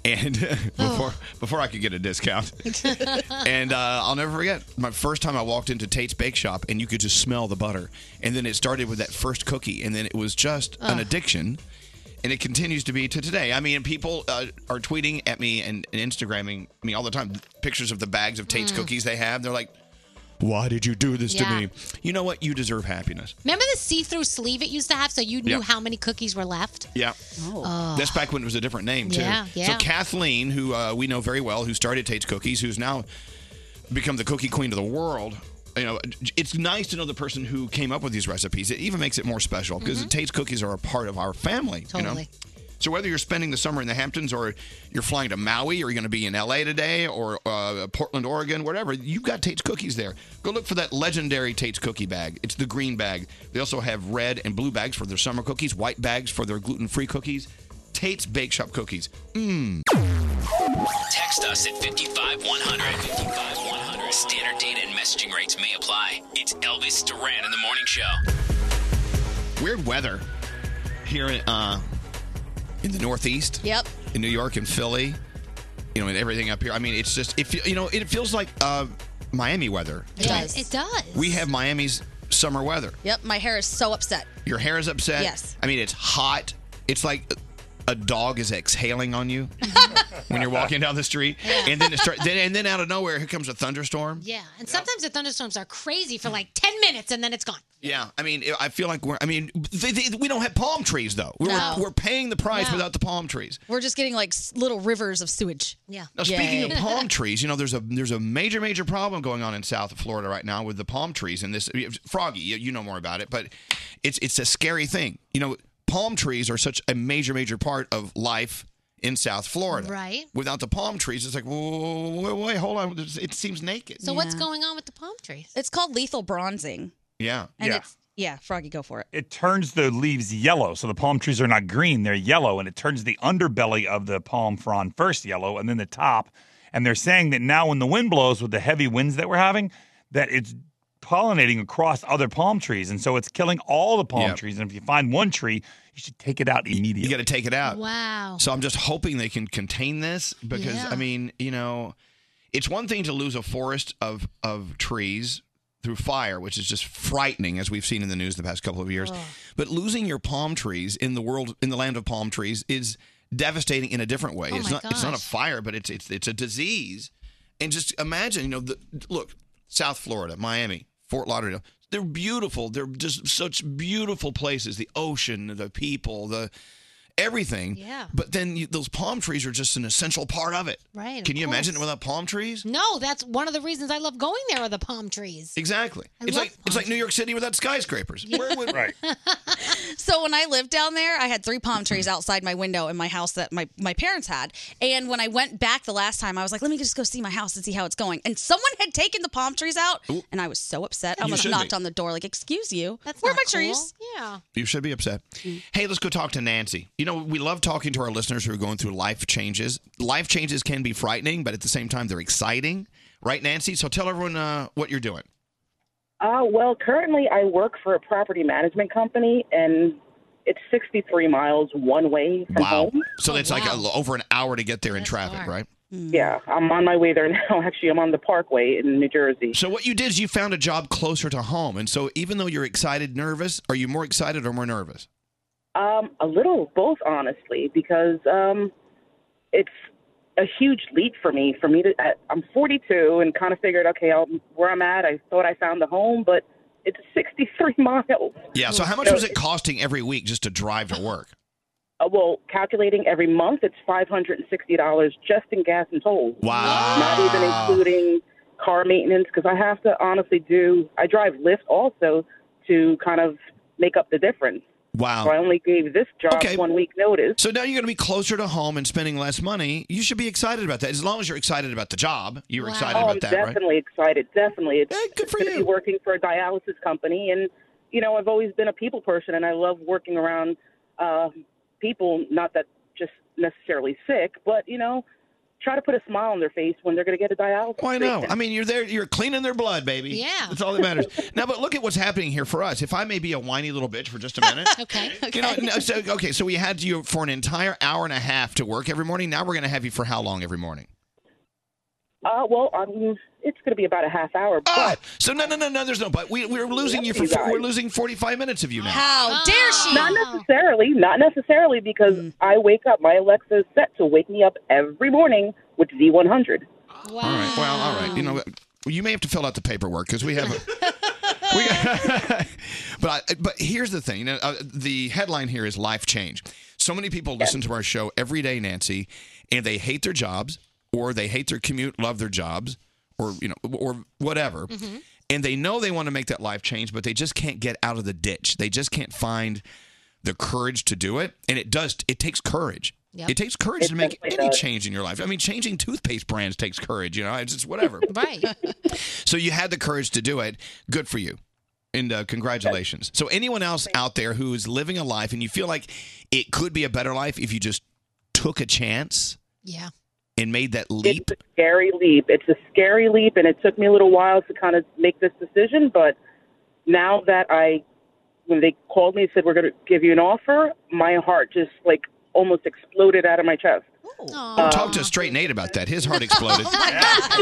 S3: and before before I could get a discount. and uh, I'll never forget my first time I walked into Tate's Bake Shop, and you could just smell the butter. And then it started with that first cookie, and then it was just an
S16: Ugh.
S3: addiction. And it continues to be to today. I mean, people uh, are tweeting at me and, and Instagramming me all the time pictures of the bags of Tate's
S7: Mm.
S3: cookies they have. They're like, why did you do this
S7: Yeah.
S3: to me? You know what? You deserve happiness.
S7: Remember the see-through sleeve it used to have, so you knew
S3: Yeah.
S7: how many cookies were left.
S3: Yeah.
S7: Ugh.
S3: That's back when it was a different name, too.
S7: Oh. Yeah, yeah.
S3: So Kathleen, who uh, we know very well, who started Tate's Cookies, who's now become the cookie queen of the world. You know, it's nice to know the person who came up with these recipes. It even makes it more special because Tate's cookies are a part of our family. You know?
S7: Totally.
S3: So whether you're spending the summer in the Hamptons or you're flying to Maui or you're going to be in LA today or uh, Portland, Oregon, whatever, you've got Tate's cookies there. Go look for that legendary Tate's cookie bag. It's the green bag. They also have red and blue bags for their summer cookies, white bags for their gluten-free cookies. Tate's Bake Shop cookies. Mmm.
S17: Text us at 55100. 55100. Standard data and messaging rates may apply. It's Elvis Duran in the Morning Show.
S3: Weird weather here in, uh, in the Northeast.
S9: Yep.
S3: in New York and Philly, you know, and everything up here. I mean, it's just it. feel- You know, it feels like uh, Miami weather.
S9: It does. It
S7: does.
S3: We have Miami's summer weather.
S9: Yep, my hair is so upset.
S3: Your hair is upset.
S9: Yes.
S3: I mean, it's hot. It's like a dog is exhaling on you when you're walking down the street, and then it starts. Then and then out of nowhere, here comes a thunderstorm.
S7: Yeah, and sometimes the thunderstorms are crazy for like ten minutes, and then it's gone.
S3: Yeah, I mean, I feel like we're. I mean, they, they, we don't have palm trees though. We're,
S9: No.
S3: we're paying the price
S9: No.
S3: without the palm trees.
S9: We're just getting like s- little rivers of sewage.
S7: Yeah.
S3: Now, speaking of palm trees, you know, there's a there's a major major problem going on in South Florida right now with the palm trees and this Froggy. You, you know more about it, but it's it's a scary thing. You know, palm trees are such a major major part of life in South Florida.
S7: Right.
S3: Without the palm trees, it's like whoa, whoa, whoa, whoa, wait, hold on, It's- it seems naked.
S7: So what's going on with the palm trees?
S9: It's called lethal bronzing.
S3: Yeah.
S9: And it's yeah, Froggy, go for it.
S10: It turns the leaves yellow, so the palm trees are not green; they're yellow, and it turns the underbelly of the palm frond first yellow, and then the top. And they're saying that now, when the wind blows with the heavy winds that we're having, that it's pollinating across other palm trees, and so it's killing all the palm trees. And if you find one tree, you should take it out immediately. You
S3: got to take it out.
S7: Wow.
S3: So I'm just hoping they can contain this because
S7: Yeah.
S3: I mean, you know, it's one thing to lose a forest of of trees through fire, which is just frightening as we've seen in the news the past couple of years.
S16: Ugh.
S3: But losing your palm trees in the world in the land of palm trees is devastating in a different way.
S16: Oh
S3: it's
S16: my
S3: not it's not a
S16: gosh.
S3: fire, but it's it's it's a disease. And just imagine, you know, the, look, South Florida, Miami, Fort Lauderdale. They're beautiful. They're just such beautiful places. The ocean, the people, the everything.
S7: Yeah.
S3: But then you, those palm trees are just an essential part of it.
S7: Right, of
S3: Can you imagine it
S7: course.
S3: without palm trees?
S7: No, that's one of the reasons I love going there are the palm trees.
S3: Exactly.
S7: I
S3: it's
S7: love
S3: like it's like New York City without skyscrapers. Where would right?
S9: So when I lived down there, I had three palm trees outside my window in my house that my, my parents had. And when I went back the last time, I was like, let me just go see my house and see how it's going. And someone had taken the palm trees out, and I was so upset. I
S3: You
S9: almost
S3: should
S9: knocked
S3: be.
S9: on the door, like, excuse you, where are my trees?
S7: Yeah.
S3: You should be upset.
S7: Mm.
S3: Hey, let's go talk to Nancy. You know, we love talking to our listeners who are going through life changes. Life changes can be frightening, but at the same time, they're exciting, right, Nancy? So tell everyone uh, what you're doing.
S18: Uh, well, currently I work for a property management company, and it's 63 miles one way from
S3: Wow.
S18: home.
S3: So
S7: Oh,
S3: that's like a, over an hour to get there in traffic, right?
S18: Yeah, I'm on my way there now. Actually, I'm on the Parkway in New Jersey.
S3: So what you did is you found a job closer to home, and so even though you're excited, nervous, are you more excited or more nervous?
S18: Um, a little of both, honestly, because um, it's a huge leap for me. For me to, I- I'm 42 and kind of figured, okay, i where I'm at, I thought I found a home, but it's 63 miles.
S3: Yeah.
S18: Mm.
S3: So how much was it costing every week just to drive to work?
S18: Uh, well, calculating every month, it's five hundred and sixty dollars just in gas and tolls.
S3: Wow!
S18: Not even
S3: Ah.
S18: including car maintenance because I have to honestly do. I drive Lyft also to kind of make up the difference.
S3: Wow.
S18: So I only gave this job one week notice.
S3: So now you're going to be closer to home and spending less money. You should be excited about that. As long as you're excited about the job, you were excited
S18: oh,
S3: about
S18: I'm
S3: that, right?
S18: definitely excited. Definitely, it's good for you. Be working for a dialysis company, and you know, I've always been a people person, and I love working around uh, people. Not that just necessarily sick, but you know, try to put a smile on their face when they're going to get a dialysis.
S3: Why no?
S18: treatment.
S3: I mean, you're there. You're cleaning their blood, baby.
S18: Yeah.
S3: that's all that matters. now, but look at what's happening here for us. If I may be a whiny little bitch for just a minute,
S7: Okay.
S3: You know, no, so, okay, so we had you for an entire hour and a half to work every morning. Now we're going to have you for how long every morning?
S18: Uh, well, I mean, it's going to be about a half hour. But
S3: So no, no, no, no. There's no but. We we're losing you for
S18: You guys.
S3: we're losing 45 minutes of you now.
S9: How dare she?
S18: Not necessarily. Not necessarily because I wake up. My Alexa is set to wake me up every morning with Z100.
S3: All right. Well, all right. You know, what? you may have to fill out the paperwork because we have. A, we got- but I, but here's the thing. You know, uh, the headline here is life change. So many people listen to our show every day, Nancy, and they hate their jobs, or they hate their commute, love their jobs, or you know, or whatever.
S19: Mm-hmm.
S3: And they know they want to make that life change, but they just can't get out of the ditch. They just can't find the courage to do it. And it does. It takes courage.
S16: Yep.
S3: It takes courage
S16: It
S3: to make
S16: definitely
S3: any
S16: does.
S3: change in your life. I mean, changing toothpaste brands takes courage. You know, it's just whatever.
S7: right.
S3: So you had the courage to do it. Good for you. And uh, congratulations. So, anyone else out there who is living a life and you feel like it could be a better life if you just took a chance
S7: Yeah.
S3: and made that leap?
S18: scary leap. It's a scary leap, and it took me a little while to kind of make this decision. But now that I, when they called me and said we're going to give you an offer, my heart just like almost exploded out of my chest.
S9: Um,
S3: Oh, talk to Straight Nate about that. His heart
S9: Oh
S3: exploded.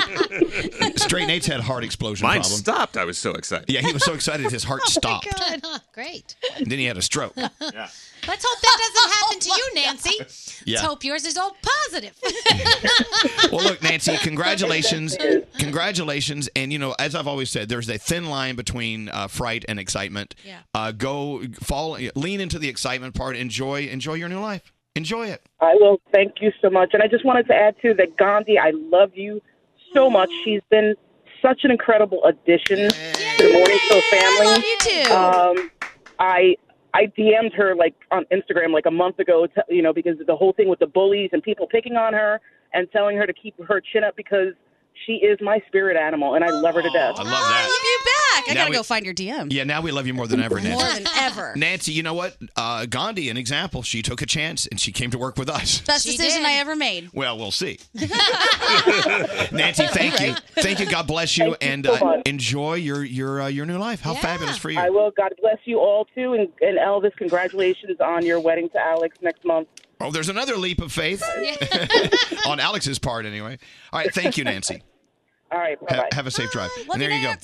S3: Straight Nate's had a heart explosion
S11: Mine
S3: problem.
S11: stopped. I was so excited.
S3: Yeah, he was so excited his
S9: Oh
S3: heart stopped.
S7: Great.
S3: And then he had a stroke.
S7: Let's hope that doesn't happen to
S9: Oh
S7: you, Nancy.
S3: Yeah.
S7: Let's hope yours is all positive.
S3: well, look, Nancy, congratulations, congratulations, and you know, as I've always said, there's a thin line between uh, fright and excitement.
S7: Yeah.
S3: Uh, go fall, lean into the excitement part. Enjoy, enjoy your new life. Enjoy it.
S18: I will thank you so much. And I just wanted to add too that Gandhi, I love you so much. She's been such an incredible addition to the Morning Show family. I love you too. Um, I I DM'd her like on Instagram like a month ago, t- you know, because of the whole thing with the bullies and people picking on her and telling her to keep her chin up because she is my spirit animal and I love her to death.
S3: I love that.
S9: back. I
S3: Now
S9: gotta
S3: we-
S9: go find your DM.
S3: Yeah, now we love you more than ever, Nancy.
S9: More than ever.
S3: Nancy, you know what? Uh, Gandhi, an example. She took a chance and she came to work with us.
S9: Best decision I ever made.
S3: Well, we'll see. Nancy, thank you, thank you. God bless you, and
S18: so
S3: uh,
S18: much.
S3: enjoy your your uh, your new life. How fabulous for you!
S18: I will. God bless you all too, and, and Elvis, congratulations on your wedding to Alex next month.
S3: Oh, there's another leap of faith on Alex's part, anyway. All right, thank you, Nancy.
S18: All right,
S3: Ha- have a safe drive.
S9: look
S3: and there
S9: at
S3: you go.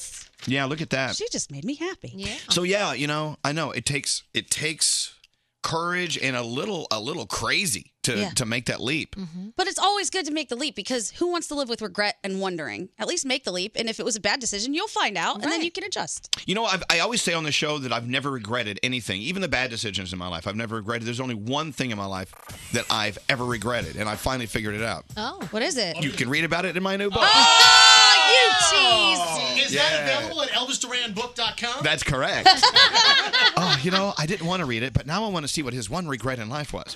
S3: Yeah, look at that.
S9: She just made me happy. Yeah.
S3: So yeah, you know, I know it takes it takes courage and a little a little crazy to
S9: Yeah.
S3: to make that leap.
S9: But it's always good to make the leap because who wants to live with regret and wondering? At least make the leap. And if it was a bad decision, you'll find out and then you can adjust.
S3: You know, I've, I always say on the show that I've never regretted anything, even the bad decisions in my life. I've never regretted. There's only one thing in my life that I've ever regretted, and I finally figured it out.
S9: Oh. What is it?
S3: You can read about it in my new book.
S9: Oh,
S3: you tease.
S16: Is
S3: Yeah.
S16: that available at elvisduranbook.com?
S3: That's correct. oh, you know, I didn't want to read it, but now I want to see what his one regret in life was.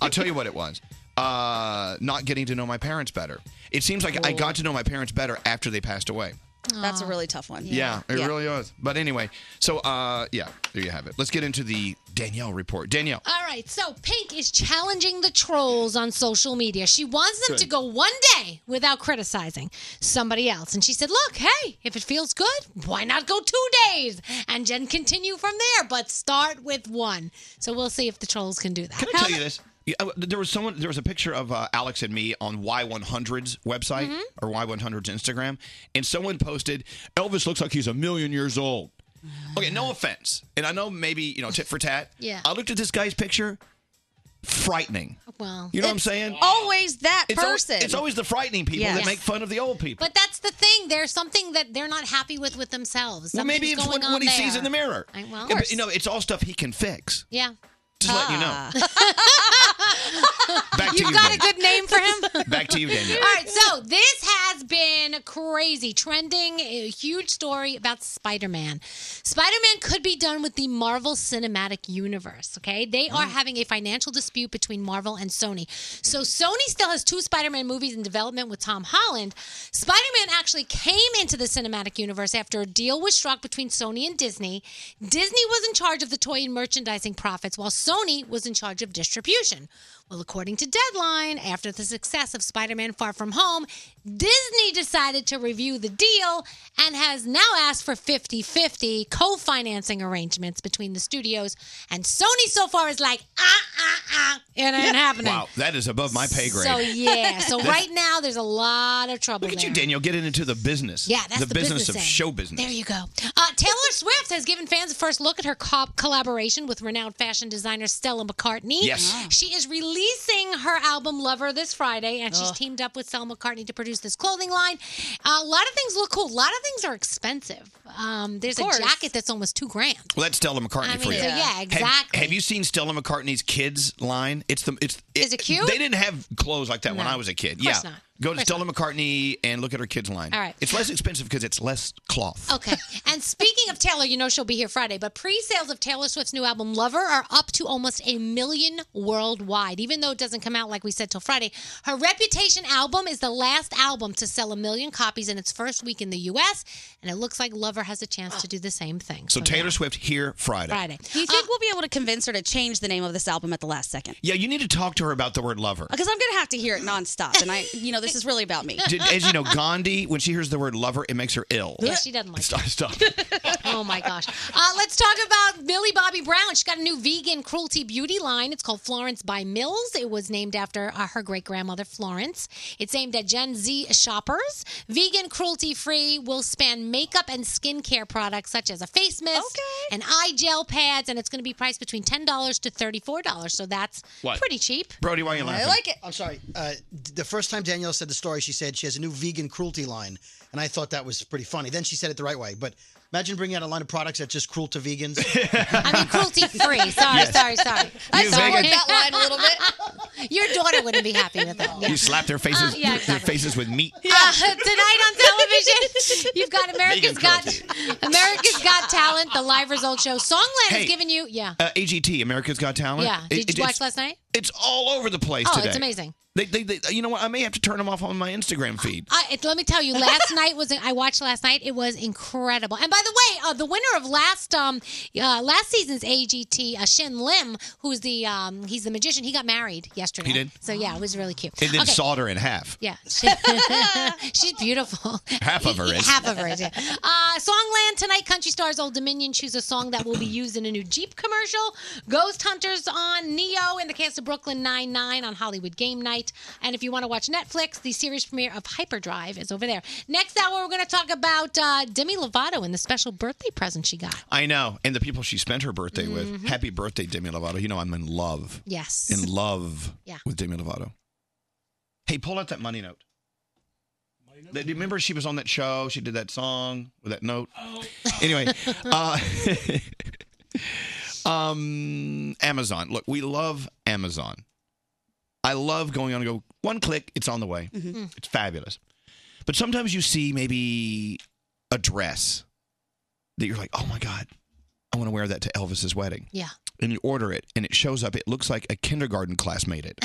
S3: I'll tell you what it was. Uh, not getting to know my parents better. It seems like I got to know my parents better after they passed away.
S9: That's a really tough one.
S3: Yeah, it really was. But anyway, so uh, yeah, there you have it. Let's get into the Danielle report. Danielle,
S7: All right, so Pink is challenging the trolls on social media. She wants them
S3: Good.
S7: to go one day without criticizing somebody else. And she said, Look, hey, if it feels good, why not go two days and then continue from there, but start with one. So we'll see if the trolls can do that.
S3: Can I tell you this? Yeah, uh, There was someone. There was a picture of uh, Alex and me on Y100's website
S7: Mhm.
S3: or Y100's Instagram, and someone posted, "Elvis looks like he's a million years old." Okay, no offense, and I know maybe you know tit for tat.
S7: Uh-huh. Yeah. Oh,
S3: I looked at this guy's picture, frightening.
S7: Well,
S3: You know what I'm saying?
S9: Always that
S3: It's al-
S9: person.
S3: it's always the frightening people
S9: Yes.
S3: that make fun of the old people.
S7: But that's the thing. There's something that they're not happy with with themselves.
S3: well, maybe
S7: Something's
S3: it's what,
S7: going
S3: what he
S7: on
S3: sees
S7: there.
S3: in the mirror.
S7: I, well,
S3: Yeah, but, you know, it's all stuff he can fix.
S7: yeah.
S3: Just letting you know. Back to
S7: you
S3: you,
S7: got
S3: Danielle.
S7: a good name for him?
S3: Back to you, Danielle.
S7: All right, so this has been crazy, trending, a huge story about Spider Man. Spider Man could be done with the Marvel Cinematic Universe, okay? They are
S3: Mm.
S7: having a financial dispute between Marvel and Sony. So Sony still has two Spider Man movies in development with Tom Holland. Spider Man actually came into the Cinematic Universe after a deal was struck between Sony and Disney. Disney was in charge of the toy and merchandising profits, while Sony was in charge of distribution. Well, according to Deadline, after the success of Spider Man Far From Home, Disney decided to review the deal and has now asked for 50 50 co financing arrangements between the studios. And Sony so far is like, ah, ah, ah, it ain't happening.
S3: Wow, that is above my pay grade.
S7: So, yeah. So,
S3: This-
S7: right now, there's a lot of trouble.
S3: Look at
S7: there.
S3: you, Daniel, getting into the business.
S7: Yeah, that's the,
S3: business, of
S7: end.
S3: show business.
S7: There you go. Uh, Taylor Swift has given fans a first look at her co- collaboration with renowned fashion designer Stella McCartney.
S20: Yes. Wow.
S7: She is releasing her album Lover this Friday, and she's
S20: Ugh.
S7: teamed up with Stella McCartney to produce this clothing line. a lot of things look cool. A lot of things are expensive. Um, there's a
S20: course.
S7: jacket that's almost two grand.
S3: Well, that's Stella McCartney
S7: I
S3: for you.
S7: mean, so yeah,
S3: Have-
S7: exactly.
S3: Have, you seen Stella McCartney's kids line? It's the it's.
S7: Is it cute?
S3: They didn't have clothes like that when
S7: No.
S3: I was a kid.
S7: Of course
S3: yeah.
S7: not.
S3: Go to Stella McCartney and look at her kids line.
S7: All right.
S3: It's less expensive because it's less cloth.
S7: Okay. And speaking of Taylor, you know she'll be here Friday, but pre sales of Taylor Swift's new album, Lover, are up to almost a million worldwide. Even though it doesn't come out, like we said, till Friday, her Reputation album is the last album to sell a million copies in its first week in the U.S., and it looks like Lover has a chance to do the same thing. Uh,
S3: So Taylor Swift here Friday.
S9: Do you think we'll be able to convince her to change the name of this album at the last second?
S3: Yeah, you need to talk to her about the word lover.
S9: Because I'm gonna have to hear it nonstop, and I, you know, this is really about me.
S3: Did, as you know, Gandhi, when she hears the word lover, it makes her ill.
S7: Yeah, she doesn't like
S3: Stop. stop.
S7: oh my gosh. Uh, let's talk about Millie Bobby Brown. She's got a new vegan cruelty beauty line. It's called Florence by Mills. It was named after uh, her great grandmother, Florence. It's aimed at Gen Z shoppers. Vegan cruelty free will span makeup and skincare products such as a face mist and eye gel pads, and it's going to be priced between $10 to $34. So that's
S3: What?
S7: pretty cheap.
S3: Brody, why are you laughing?
S7: it.
S16: I'm sorry. Uh, d- the first time Danielle said the story, she said she has a new vegan cruelty line, and I thought that was pretty funny. Then she said it the right way, but imagine bringing out a line of products that's just cruel to vegans. I
S7: mean, cruelty free. Sorry,
S16: Yes.
S7: sorry, sorry.
S16: I You support vegan-
S7: that line a little bit. Your daughter wouldn't be happy with that.
S3: You slap their faces,
S7: Uh, yeah,
S3: their faces with meat.
S7: Uh, tonight on television, you've got America's Got America's Got Talent, the live result show. Songland
S3: Hey.
S7: has given you, yeah,
S3: Uh, AGT, America's Got Talent.
S7: yeah.
S3: It-
S7: Did
S3: it-
S7: you
S3: it's-
S7: watch last night?
S3: It's all over the place
S7: Oh,
S3: today.
S7: it's amazing.
S3: They, they, they, you know what? I may have to turn them off on my Instagram feed.
S7: I, it, let me tell you, last night was I watched last night. It was incredible. And by the way, uh, the winner of last um uh, last season's AGT, uh, Shin Lim, who's the um he's the magician, he got married yesterday.
S3: He did?
S7: So yeah, it was really cute.
S3: And then
S7: Okay.
S3: sawed her in half.
S7: Yeah, she- she's beautiful.
S3: Half of her is.
S7: Half of her is. Yeah. Uh, Songland tonight. Country stars Old Dominion choose a song that will be used in a new Jeep commercial. Ghost Hunters on Neo in the cast of Brooklyn Nine Nine on Hollywood Game Night. And if you want to watch Netflix, the series premiere of Hyperdrive is over there. Next hour, we're going to talk about uh, Demi Lovato and the special birthday present she got.
S3: I know. And the people she spent her birthday with.
S7: Mhm.
S3: Happy birthday, Demi Lovato. You know, I'm in love.
S7: Yes.
S3: In love
S7: Yeah.
S3: with Demi Lovato. Hey, pull out that money note. That- Do you remember she was on that show? She did that song with that note. Anyway, uh, um, Amazon. Look, we love Amazon. I love going on and go one click, it's on the way.
S7: Mm-hmm.
S4: Hmm.
S3: It's fabulous. But sometimes you see maybe a dress that you're like, oh my God, I want to wear that to Elvis's wedding.
S7: Yeah.
S3: And you order it and it shows up. It looks like a kindergarten class made it.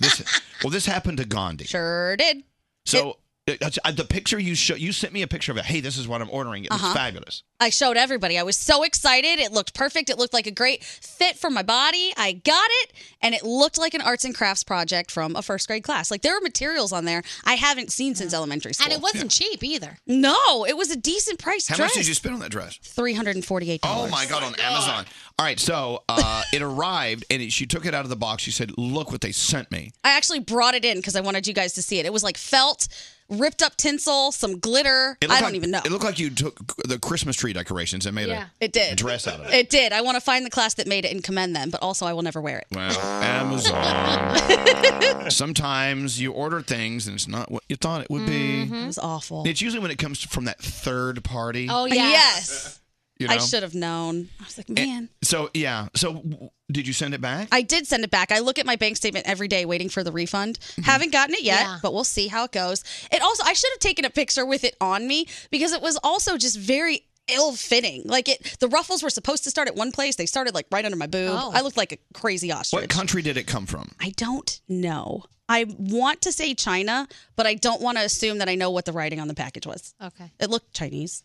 S3: This, well, this happened to Gandhi.
S9: Sure did.
S3: So it- uh, the picture you show, you sent me a picture of it. Hey, this is what I'm ordering. It looks
S9: Uh-huh.
S3: fabulous.
S9: I showed everybody. I was so excited. It looked perfect. It looked like a great fit for my body. I got it, and it looked like an arts and crafts project from a first grade class. Like there were materials on there I haven't seen since elementary school.
S7: And it wasn't cheap either.
S9: No, it was a decent price.
S3: How
S9: dress.
S3: much did you spend on that dress?
S9: Three hundred and forty-eight
S3: Oh
S9: dollars.
S3: my God, on Amazon. All right, so uh, it arrived and it, she took it out of the box. She said, Look what they sent me.
S9: I actually brought it in because I wanted you guys to see it. It was like felt, ripped up tinsel, some glitter.
S3: It
S9: I
S3: looked
S9: don't
S3: like-
S9: even know.
S3: It looked like you took the Christmas tree decorations and made
S9: Yeah.
S3: a
S9: It did.
S3: dress out of it.
S9: It did. I want to find the class that made it and commend them, but also I will never wear it.
S3: Wow. Amazon. Sometimes you order things and it's not what you thought it would be.
S9: It Mm-hmm. was awful.
S3: It's usually when it comes from that third party.
S9: Oh, yes. Yes.
S3: You know?
S9: I should have known. I was like, man.
S3: So, yeah. So, w- did you send it back?
S9: I did send it back. I look at my bank statement every day waiting for the refund.
S3: Mm-hmm.
S9: Haven't gotten it yet,
S7: Yeah.
S9: but we'll see how it goes. It also I should have taken a picture with it on me because it was also just very ill fitting. Like it the ruffles were supposed to start at one place. They started like right under my boob. I looked like a crazy ostrich.
S3: What country did it come from?
S9: I don't know. I want to say China, but I don't want to assume that I know what the writing on the package was.
S7: Okay.
S9: It looked Chinese.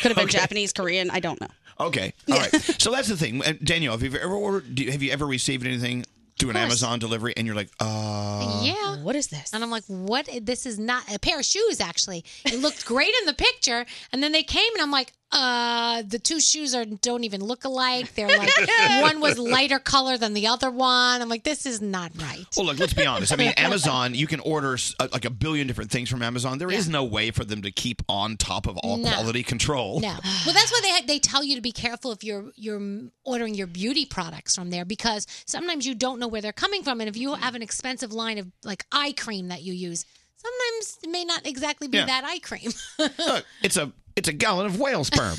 S9: Could have been Japanese, Korean. I don't know.
S3: Okay. All right. so that's the thing, Uh, Danielle. Have you ever ordered, do you- have you ever received anything through an
S7: course.
S3: Amazon delivery and you're like, uh,
S7: yeah.
S9: What is this?
S7: And I'm like, what? This is not a pair of shoes, actually. It looked great in the picture. And then they came and I'm like, uh, the two shoes are don't even look alike. They're like, one was lighter color than the other one. I'm like, this is not right.
S3: Well, look, let's be honest. I mean, Amazon, you can order uh, like a billion different things from Amazon. There is no way for them to keep on top of all
S7: No.
S3: quality control.
S7: No. Well, that's why they they tell you to be careful if you're you're ordering your beauty products from there because sometimes you don't know where they're coming from, and if you have an expensive line of like eye cream that you use, sometimes it may not exactly be
S3: Yeah. Hmm.
S7: that eye cream.
S3: Look, it's a it's a gallon of whale sperm.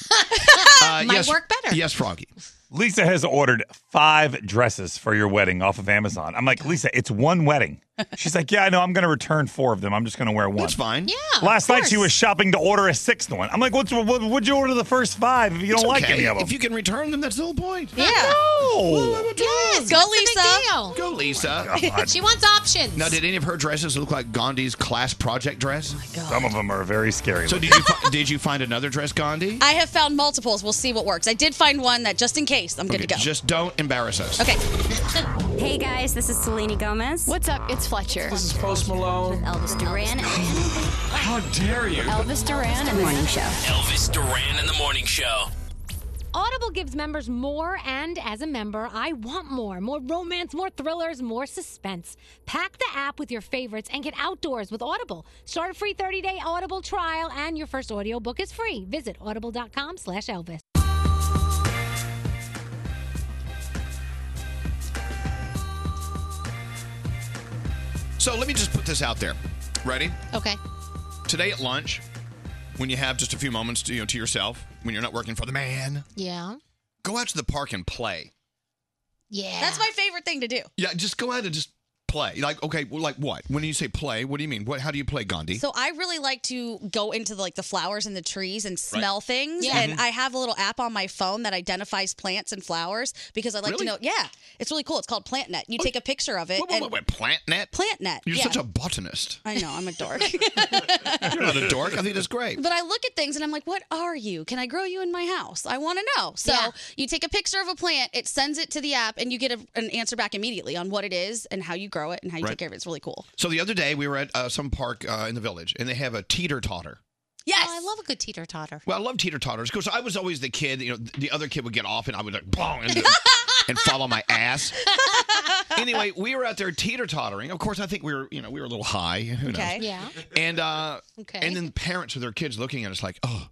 S3: uh,
S7: Might work better.
S3: Yes, Froggy.
S10: Lisa has ordered five dresses for your wedding off of Amazon. I'm like, Lisa, it's one wedding. She's like, Yeah, I know. I'm going to return four of them. I'm just going to wear one. That's
S3: fine.
S10: Yeah. Last night she was shopping to order a sixth one. I'm like, What's, what, What'd you order the first five if you don't
S3: It's
S10: like
S3: okay.
S10: any of them?
S3: If you can return them, that's the whole point.
S7: Yeah.
S10: No. Oh,
S7: yes,
S9: go
S7: Lisa.
S3: Go Lisa.
S7: she wants Oh, options.
S3: Now, did any of her dresses look like Gandhi's class project dress?
S10: Some of them are very scary.
S3: So, did you fi- did you find another dress, Gandhi?
S9: I have found multiples. We'll see what works. I did find one that just in case, I'm good
S3: Okay,
S9: to go.
S3: Just don't embarrass us.
S9: okay.
S20: Hey guys, this is Selene Gomez. What's up? It's Fletcher. This is Post Malone. With Elvis Duran.
S17: How dare you?
S20: Elvis Duran and the Morning Show.
S17: Elvis Duran in the morning show.
S21: Audible gives members more, and as a member, I want more. More romance, more thrillers, more suspense. Pack the app with your favorites and get outdoors with Audible. Start a free 30-day Audible trial, and your first audiobook is free. Visit audible.com slash Elvis.
S3: So let me just put this out there. Ready?
S7: Okay.
S3: Today at lunch, when you have just a few moments to, you know, to yourself, when you're not working for the man,
S7: Yeah.
S3: go out to the park and play.
S7: Yeah.
S9: That's my favorite thing to do.
S3: Yeah, just go out and just play? Like, okay, well, like what? When you say play, what do you mean? What? How do you play Gandhi?
S9: So I really like to go into the, like the flowers and the trees and smell things.
S3: Yeah.
S9: And
S3: Mhm.
S9: I have a little app on my phone that identifies plants and flowers because I like
S3: Really?
S9: to know. Yeah, it's really cool. It's called PlantNet. You take a picture of it.
S3: wait, wait,
S9: and-
S3: wait, wait, plant net.
S9: Plant net,
S3: You're
S9: yeah.
S3: such a botanist.
S9: I know I'm a dork,
S3: You're not a dork. I think that's great.
S9: but I look at things and I'm like, "What are you? Can I grow you in my house? I want to know." So you take a picture of a plant, it sends it to the app, and you get a, an answer back immediately on what it is and how you grow it and how you
S3: Right.
S9: take care of it. It's really cool.
S3: So the other day we were at uh, some park uh, in the village, and they have a teeter totter.
S9: Yes,
S7: Oh, I love a good teeter totter.
S3: Well, I love teeter totters because I was always the kid. You know, th- the other kid would get off, and I would like boom, and, and fall on my ass. anyway, we were out there teeter tottering. Of course, I think we were, you know, we were a little high. Who knows?
S9: Okay. Yeah.
S3: And uh,
S9: Okay.
S3: and then parents with their kids looking at us like, oh,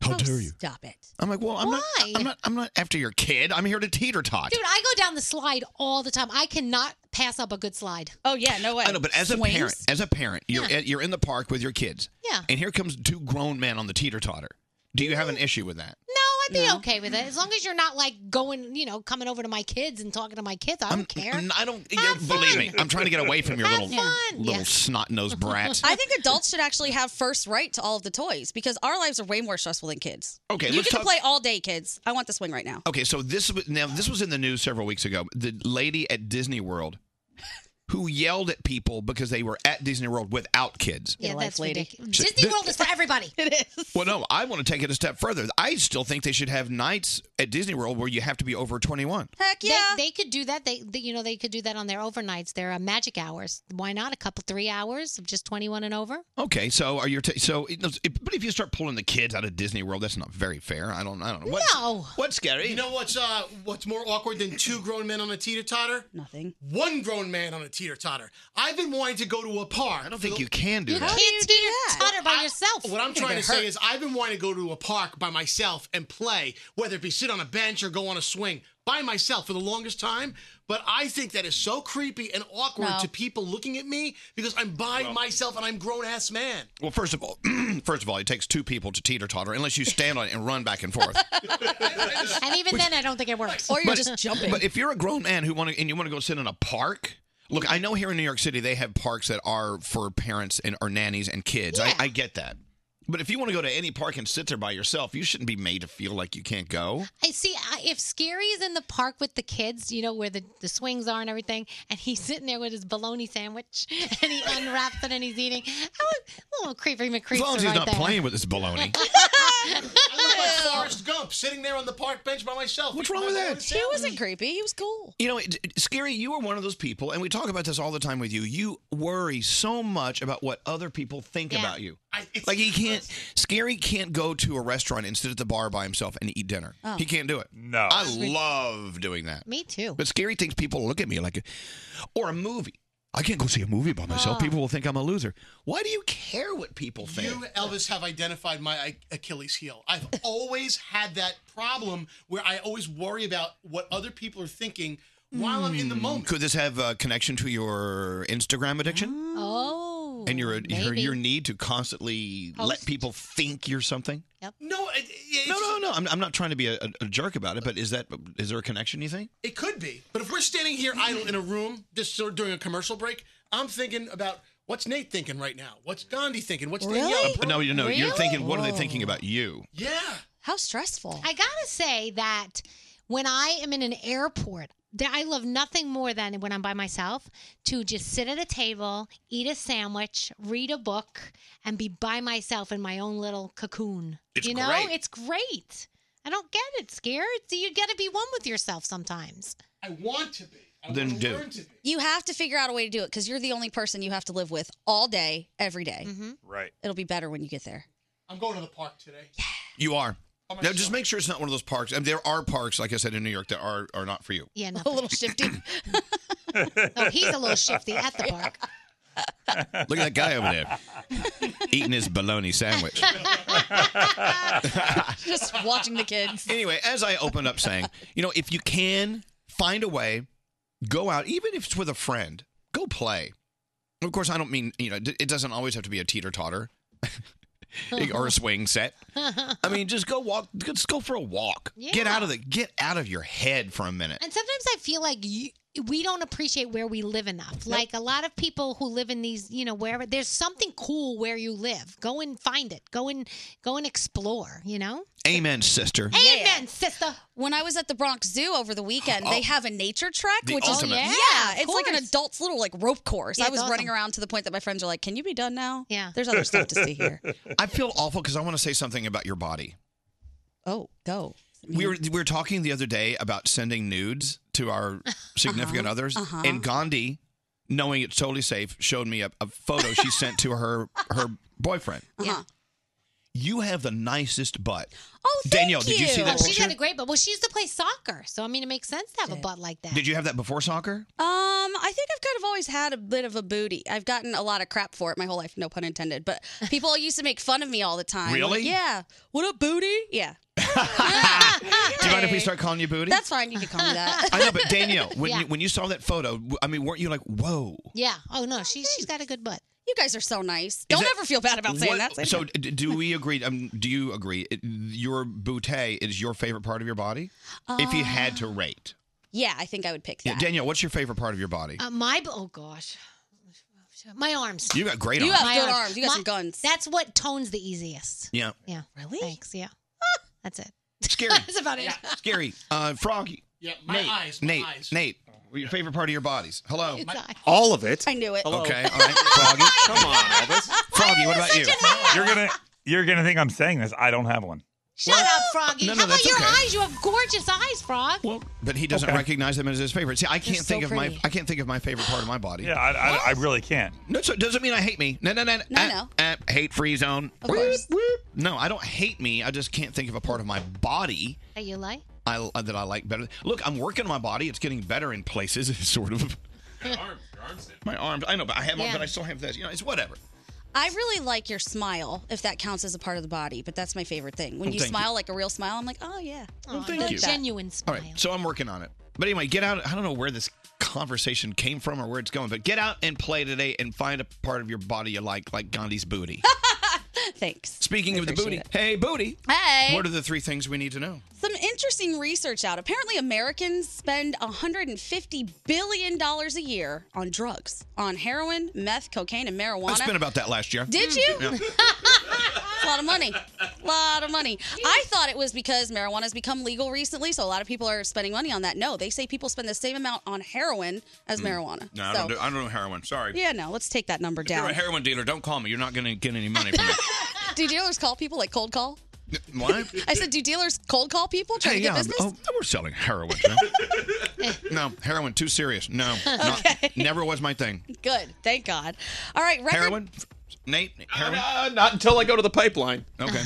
S3: how dare you?
S9: Stop it.
S3: I'm like, well, I'm not, I'm not, I'm not after your kid. I'm here to teeter tot.
S7: Dude, I go down the slide all the time. I cannot pass up a good slide.
S9: Oh yeah, no way.
S3: I know, but as a parent, as a parent, you're at, you're in the park with your kids.
S7: Yeah.
S3: And here comes two grown men on the teeter totter. Do you have an issue with that?
S7: No, I'd be okay with it as long as you're not like going, you know, coming over to my kids and talking to my kids. I don't care.
S3: N- I don't. you- believe me, I'm trying to get away from your
S7: Have
S3: little
S7: fun.
S3: little
S7: Yeah.
S3: snot nosed brat.
S9: I think adults should actually have first right to all of the toys because our lives are way more stressful than kids.
S3: Okay,
S9: you
S3: let's
S9: get
S3: talk-
S9: to play all day, kids. I want the swing right now.
S3: Okay, so this was now this was in the news several weeks ago. The lady at Disney World who yelled at people because they were at Disney World without kids.
S7: Yeah, that's ridiculous.
S3: She-
S7: Disney
S3: th-
S7: World is for everybody.
S9: it is.
S3: Well, no, I want to take it a step further. I still think they should have nights at Disney World where you have to be over 21.
S9: Heck
S7: yeah. They, they could do that. They, they- you know, they could do that on their overnights, their uh, magic hours. Why not a couple three hours of just 21 and over?
S3: Okay, so are you t- so? It, it- but if you start pulling the kids out of Disney World, that's not very fair. I don't. I don't know. What's,
S7: no.
S3: What's scary?
S4: You know what's uh, what's more awkward than two grown men on a teeter totter?
S9: Nothing.
S4: One grown man on a teeter totter. I've been wanting to go to a park. I don't
S3: think you can do
S4: You
S3: that.
S4: can't
S7: Kids teeter totter by yourself.
S4: What I'm trying to
S7: It
S4: say
S7: hurts.
S4: is, I've been wanting to go to a park by myself and play, whether it be sit on a bench or go on a swing by myself for the longest time. But I think that is so creepy and awkward
S3: No.
S4: to people looking at me because I'm by myself and I'm grown ass man.
S3: Well, first of all, first of all, it takes two people to teeter totter unless you stand on it and run back and forth.
S7: and even then, I don't think it works.
S3: But if you're a grown man who want to and you want to go sit in a park, look, I know here in New York City they have parks that are for parents and or nannies and kids.
S7: Yeah.
S3: I, I get that. But if you want to go to any park and sit there by yourself, you shouldn't be made to feel like you can't go.
S7: I see. I, if Scary is in the park with the kids, you know where the, the swings are and everything, and he's sitting there with his bologna sandwich and he unwraps it and he's eating. I was a little creepy McCreepy
S3: As long as he's
S7: right
S3: not
S7: there.
S3: playing with this baloney.
S4: I look like Forrest Gump sitting there on the park bench by myself. What's wrong with that?
S9: He wasn't creepy. He was cool.
S3: You know, it- it- Scary, you are one of those people, and we talk about this all the time with you. You worry so much about what other people think
S4: Yeah.
S3: about you. like, he can't, Scary can't go to a restaurant and sit at the bar by himself and eat dinner.
S7: Oh.
S3: He can't do it. No. I love doing that.
S7: Me too.
S3: But Scary thinks people look at me like, or a movie. I can't go see a movie by myself. People will think I'm a loser. Why do you care what people think?
S4: You, Elvis, have identified my Ach- Achilles heel. I've always had that problem where I always worry about what other people are thinking while I'm in the moment.
S3: Could this have a connection to your Instagram addiction?
S7: Oh.
S3: and your, your
S4: maybe.
S3: your need to constantly let
S4: Post.
S3: people think you're something?
S4: No, it, it,
S3: No, no, no. I'm, I'm not trying to be a, a jerk about it, but is that is there a connection? You think?
S4: it could be. But if we're standing here idle in a room just sort of during a commercial break, I'm thinking about what's Nate thinking right now? What's Gandhi thinking? What's Danielle?
S3: Uh, no, you know, you're
S7: Really?
S3: thinking. What are they
S7: Whoa.
S3: thinking about you?
S4: Yeah.
S9: How stressful.
S7: I gotta say that when I am in an airport, that I love nothing more than when I'm by myself to just sit at a table, eat a sandwich, read a book, and be by myself in my own little cocoon.
S3: It's
S7: you know,
S3: great.
S7: it's great. I don't get it, Scare. It's- You gotta be one with yourself sometimes.
S4: I want to be.
S3: Then do.
S9: You have to figure out a way to do it because you're the only person you have to live with all day, every day.
S3: Right.
S9: It'll be better when you get there.
S4: I'm going to the park today.
S3: You are. Now, just make sure it's not one of those parks. I mean, there are parks, like I said, in New York that are are not for you.
S7: Yeah,
S9: a little shifty.
S7: Oh, he's a little shifty at the park.
S3: Look at that guy over there eating his bologna sandwich.
S9: Just watching the kids.
S3: anyway, as I opened up saying, you know, if you can find a way, go out, even if it's with a friend, go play. Of course, I don't mean you know, it doesn't always have to be a teeter totter or a swing set. I mean, just go walk. Just go for a walk. Get out of the. Get out of your head for a minute.
S7: And sometimes I feel like you, we don't appreciate where we live enough. Like a lot of people who live in these, you know, wherever there's something cool where you live. Go and find it. Go and go and explore. You know.
S3: Amen, sister.
S9: Amen,
S7: sister.
S9: When I was at the Bronx Zoo over the weekend, they have a nature trek,
S3: Oh. The
S9: which
S3: ultimate.
S9: is
S3: Yeah,
S9: yeah
S3: of
S9: it's like an
S7: course.
S9: adult's little like rope course.
S7: Yeah,
S9: I
S7: it's
S9: was running
S7: awesome.
S9: around to the point that my friends are like, "Can you be done now?" Yeah, there's other stuff to see here.
S3: I feel awful because I want to say something about your body.
S9: Oh, go.
S3: We were we were talking the other day about sending nudes to our significant
S9: Uh-huh,
S3: others,
S9: uh-huh.
S3: and Gandhi, knowing it's totally safe, showed me a, a photo she sent to her her boyfriend.
S9: Yeah.
S3: You have the nicest butt.
S7: Oh,
S3: thank Danielle, did you see that
S7: She's
S3: picture?
S7: got a great butt. Well, she used to play soccer, so I mean, it makes sense to have a butt like that.
S3: Did you have that before soccer?
S9: Um, I think I've kind of always had a bit of a booty. I've gotten a lot of crap for it my whole life, no pun intended. But people used to make fun of me all the time. Like,
S3: Really?
S9: yeah. What a booty? Yeah.
S3: Do you mind if we start calling you booty?
S9: That's fine. You can call me that.
S3: I know, but Danielle, when
S9: Yeah.
S3: you, when you saw that photo, I mean, weren't you like, whoa?
S9: Yeah.
S7: Oh no, she's she's got a good butt.
S9: You guys are so nice. Don't
S3: that-
S9: ever feel bad about saying
S3: What-
S9: that. Say
S3: So,
S9: that.
S3: d- do we agree? Um, do you agree? It, your bootay is your favorite part of your body. if you had to rate,
S9: Uh, yeah, I think I would pick that.
S3: yeah, Danielle, what's your favorite part of your body?
S4: Um,
S7: Uh, my b- oh gosh, my arms.
S3: You got great You arms. have good arms. You got
S7: My-
S3: some
S9: guns.
S7: That's what tones the easiest.
S3: yeah,
S7: Yeah. Really? Thanks. Yeah. that's it.
S3: Scary.
S7: that's about it.
S3: scary. Uh, Froggy.
S4: Yeah,
S7: my
S3: Nate,
S7: eyes,
S4: my
S3: Nate,
S4: eyes.
S3: Nate, your favorite part of your bodies. Hello,
S4: His eyes.
S11: all of it.
S9: I knew it.
S3: Okay, all right,
S7: Oh
S3: Froggy.
S11: Come on, Elvis.
S3: Froggy, what about you?
S10: You're gonna you're gonna think I'm saying this. I don't have one.
S7: Shut up, Froggy.
S3: No, no,
S7: How about
S3: that's
S7: your
S3: okay.
S7: eyes? You have gorgeous eyes, Frog.
S3: But he doesn't
S10: Okay.
S3: recognize them as his favorite. See, I can't
S7: so
S3: think of my
S7: pretty.
S3: I can't think of my favorite part of my body.
S10: Yeah, I, I, I really can't.
S3: No, so it doesn't mean I hate me. No, no, no, no.
S9: No, no.
S3: Uh, hate free zone.
S9: Of course.
S3: No, I don't hate me. I just can't think of a part of my body
S7: That you like?
S3: I, uh, that I like better. Look, I'm working on my body. It's getting better in places, sort of. My arms. I know, but I have,
S9: Yeah.
S3: but I still have this. You know, it's whatever.
S9: I really like your smile, if that counts as a part of the body, but that's my favorite thing. When
S3: Well,
S9: you
S3: thank
S9: smile like a real smile, I'm like, oh yeah.
S7: Well,
S9: I
S7: thank
S9: like
S3: you.
S9: that.
S7: Genuine
S3: All right, so I'm working on it. But anyway, get out. I don't know where this conversation came from or where it's going, but get out and play today and find a part of your body you like, like Gandhi's booty.
S9: Thanks.
S3: Speaking of the booty, hey booty.
S9: Hey.
S3: What are the three things we need to know?
S9: Some interesting research out. Apparently, Americans spend $150 billion a year on drugs, on heroin, meth, cocaine, and marijuana.
S3: I spent about that last year.
S9: Did you?
S3: Yeah.
S9: It's a lot of money. A lot of money. I thought it was because marijuana has become legal recently, so a lot of people are spending money on that. No, they say people spend the same amount on heroin as
S3: Mm.
S9: marijuana.
S3: No, I
S9: so,
S3: don't do, I don't do heroin. Sorry.
S9: yeah, no, let's take that number
S3: If you're
S9: down.
S3: a heroin dealer, don't call me. You're not going to get any money from
S9: do dealers call people like cold call?
S3: me. what?
S9: I said, do dealers cold call people trying
S3: Hey,
S9: to get
S3: yeah,
S9: business? Eh.
S3: oh, we're selling heroin. no. no, heroin too serious. No, not, never was my thing.
S9: Good, thank God. All right, record.
S3: Heroin, Nate. Heroin.
S11: Uh, not until I go to the pipeline.
S3: Okay.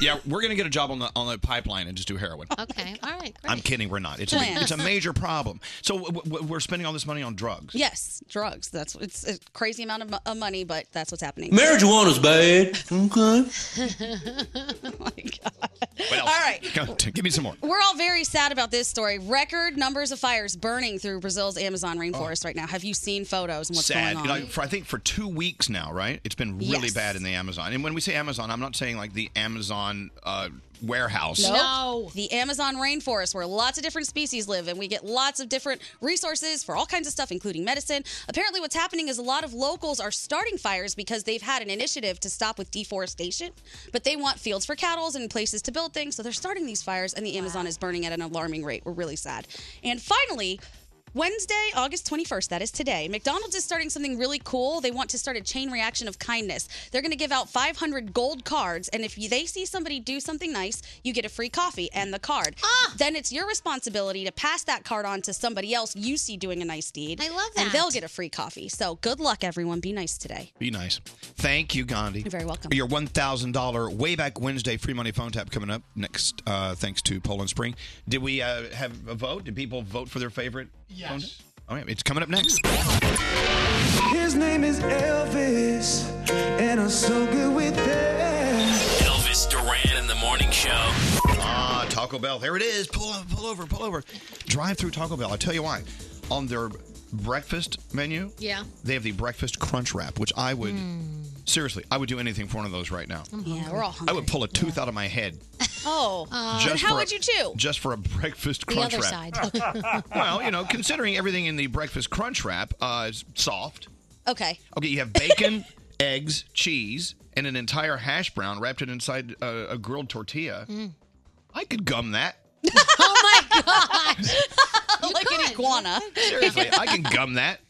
S3: yeah, we're gonna get a job on the on the pipeline and just do heroin.
S7: Okay. All right. Great.
S3: I'm kidding. We're not. It's a big,
S9: Oh, Plans.
S3: it's a major problem. So w- w- we're spending all this money on drugs.
S9: Yes, drugs. That's it's a crazy amount of, mo- of money, but that's what's happening.
S8: Marijuana's bad. Okay.
S3: What else?
S9: All right.
S3: Go- t- give me some more.
S9: We're all very sad about this story. Record numbers of fires burning through Brazil's Amazon rainforest right now. Have you seen photos and what's
S3: Oh. Sad.
S9: going on?
S3: Like, for, I think for two weeks now, right? It's been really
S9: Yes.
S3: bad in the Amazon. And when we say Amazon, I'm not saying like the Amazon uh, warehouse.
S9: No. The Amazon rainforest, where lots of different species live, and we get lots of different resources for all kinds of stuff, including medicine. Apparently, what's happening is a lot of locals are starting fires because they've had an initiative to stop with deforestation, but they want fields for cattle and places to build things. So they're starting these fires, and the Amazon is burning at an alarming rate. We're really sad. And finally, Wednesday, August 21st, that is today, McDonald's is starting something really cool. They want to start a chain reaction of kindness. They're going to give out 500 gold cards, and if you, they see somebody do something nice, you get a free coffee and the card. Then it's your responsibility to pass that card on to somebody else you see doing a nice deed. I love that. And they'll get a free coffee. So good luck, everyone. Be nice today.
S3: Be nice. Thank you, Gandhi.
S9: You're very welcome.
S3: Your one thousand dollar way back Wednesday free money phone tap coming up next. Uh, thanks to Poland Spring. Did we uh, have a vote? Did people vote for their favorite? Yes. Phone tap? All right, it's coming up next.
S8: His name is Elvis, and I'm so good with that.
S17: Elvis Duran in the morning show.
S3: Ah, Taco Bell. There it is. Pull over, pull over, pull over. Drive through Taco Bell. I'll tell you why. On their breakfast menu,
S7: Yeah.
S3: they have the breakfast crunch wrap, which I would seriously, I would do anything for one of those right now.
S9: Yeah, we're all Hmm. hungry.
S3: I would pull a tooth out of my head
S9: Oh. then
S3: Just
S9: how
S3: for a-
S9: would you chew?
S3: Just for a breakfast
S9: The
S3: crunch
S9: other
S3: wrap.
S9: side.
S3: well, you know, considering everything in the breakfast crunch wrap uh, is soft.
S9: Okay.
S3: Okay, you have bacon, eggs, cheese, and an entire hash brown wrapped it inside uh, a, a grilled tortilla.
S9: Mm.
S3: I could gum that.
S9: like an iguana.
S3: Seriously, I can gum that.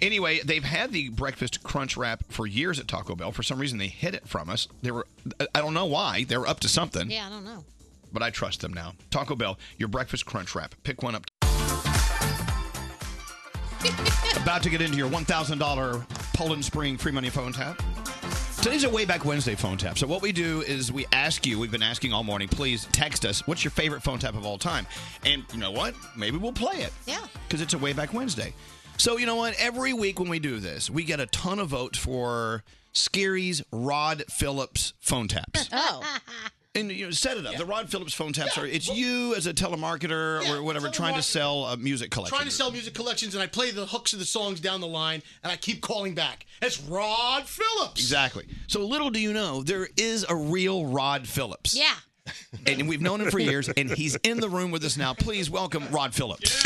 S3: Anyway, they've had the breakfast crunch wrap for years at Taco Bell. For some reason, they hid it from us. They were, I don't know why, they were up to something.
S7: Yeah, I don't know.
S3: But I trust them now. Taco Bell, your breakfast crunch wrap. Pick one up. About to get into your $1,000 Poland Spring free money phone tap. Today's a way back Wednesday phone tap. So what we do is we ask you, we've been asking all morning, please text us, what's your favorite phone tap of all time? And you know what? Maybe we'll play it. Yeah. Because it's a way back Wednesday. So you know what? Every week when we do this, we get a ton of votes for Scary's Rod Phillips phone taps.
S9: Oh.
S3: And you know, set it up. The Rod Phillips phone taps are it's you as a telemarketer or whatever trying to
S4: telemarketer.
S3: sell a music collection.
S4: Trying to sell music collections, and I play the hooks of the songs down the line, and I keep calling back. It's Rod Phillips.
S3: exactly. So little do you know, there is a real Rod Phillips.
S7: Yeah.
S3: And we've known him for years, and he's in the room with us now. Please welcome Rod Phillips.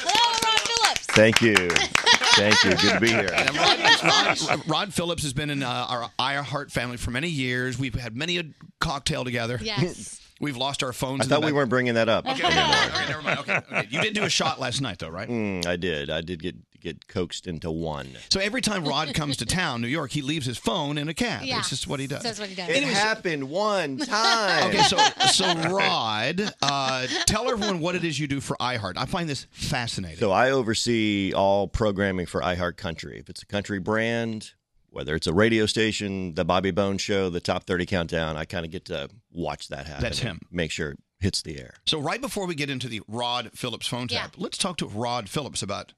S22: Thank you. Thank you. Good to be here.
S3: And Rod, Rod- Rod Phillips has been in uh, our Iron Heart family for many years. We've had many a cocktail together.
S22: Yes.
S3: We've lost our phones.
S22: I thought we weren't bringing that up.
S3: never mind. Okay, okay. You did do a shot last night, though, right?
S22: Mm, I did. I did get get coaxed into one.
S3: So every time Rod comes to town, New York, he leaves his phone in a cab.
S22: Yeah.
S3: It's just what he does.
S22: That's what he does. It
S3: Anyway, uh, so-
S22: happened one time.
S3: Okay, so so Rod, uh, tell everyone what it is you do for iHeart. I find this fascinating.
S22: So I oversee all programming for iHeartCountry. If it's a country brand, whether it's a radio station, the Bobby Bones Show, the Top 30 Countdown, I kind of get to watch that happen.
S3: That's
S22: and
S3: him.
S22: Make sure it hits the air.
S3: So right before we get into the Rod Phillips phone tap, let's talk to Rod Phillips about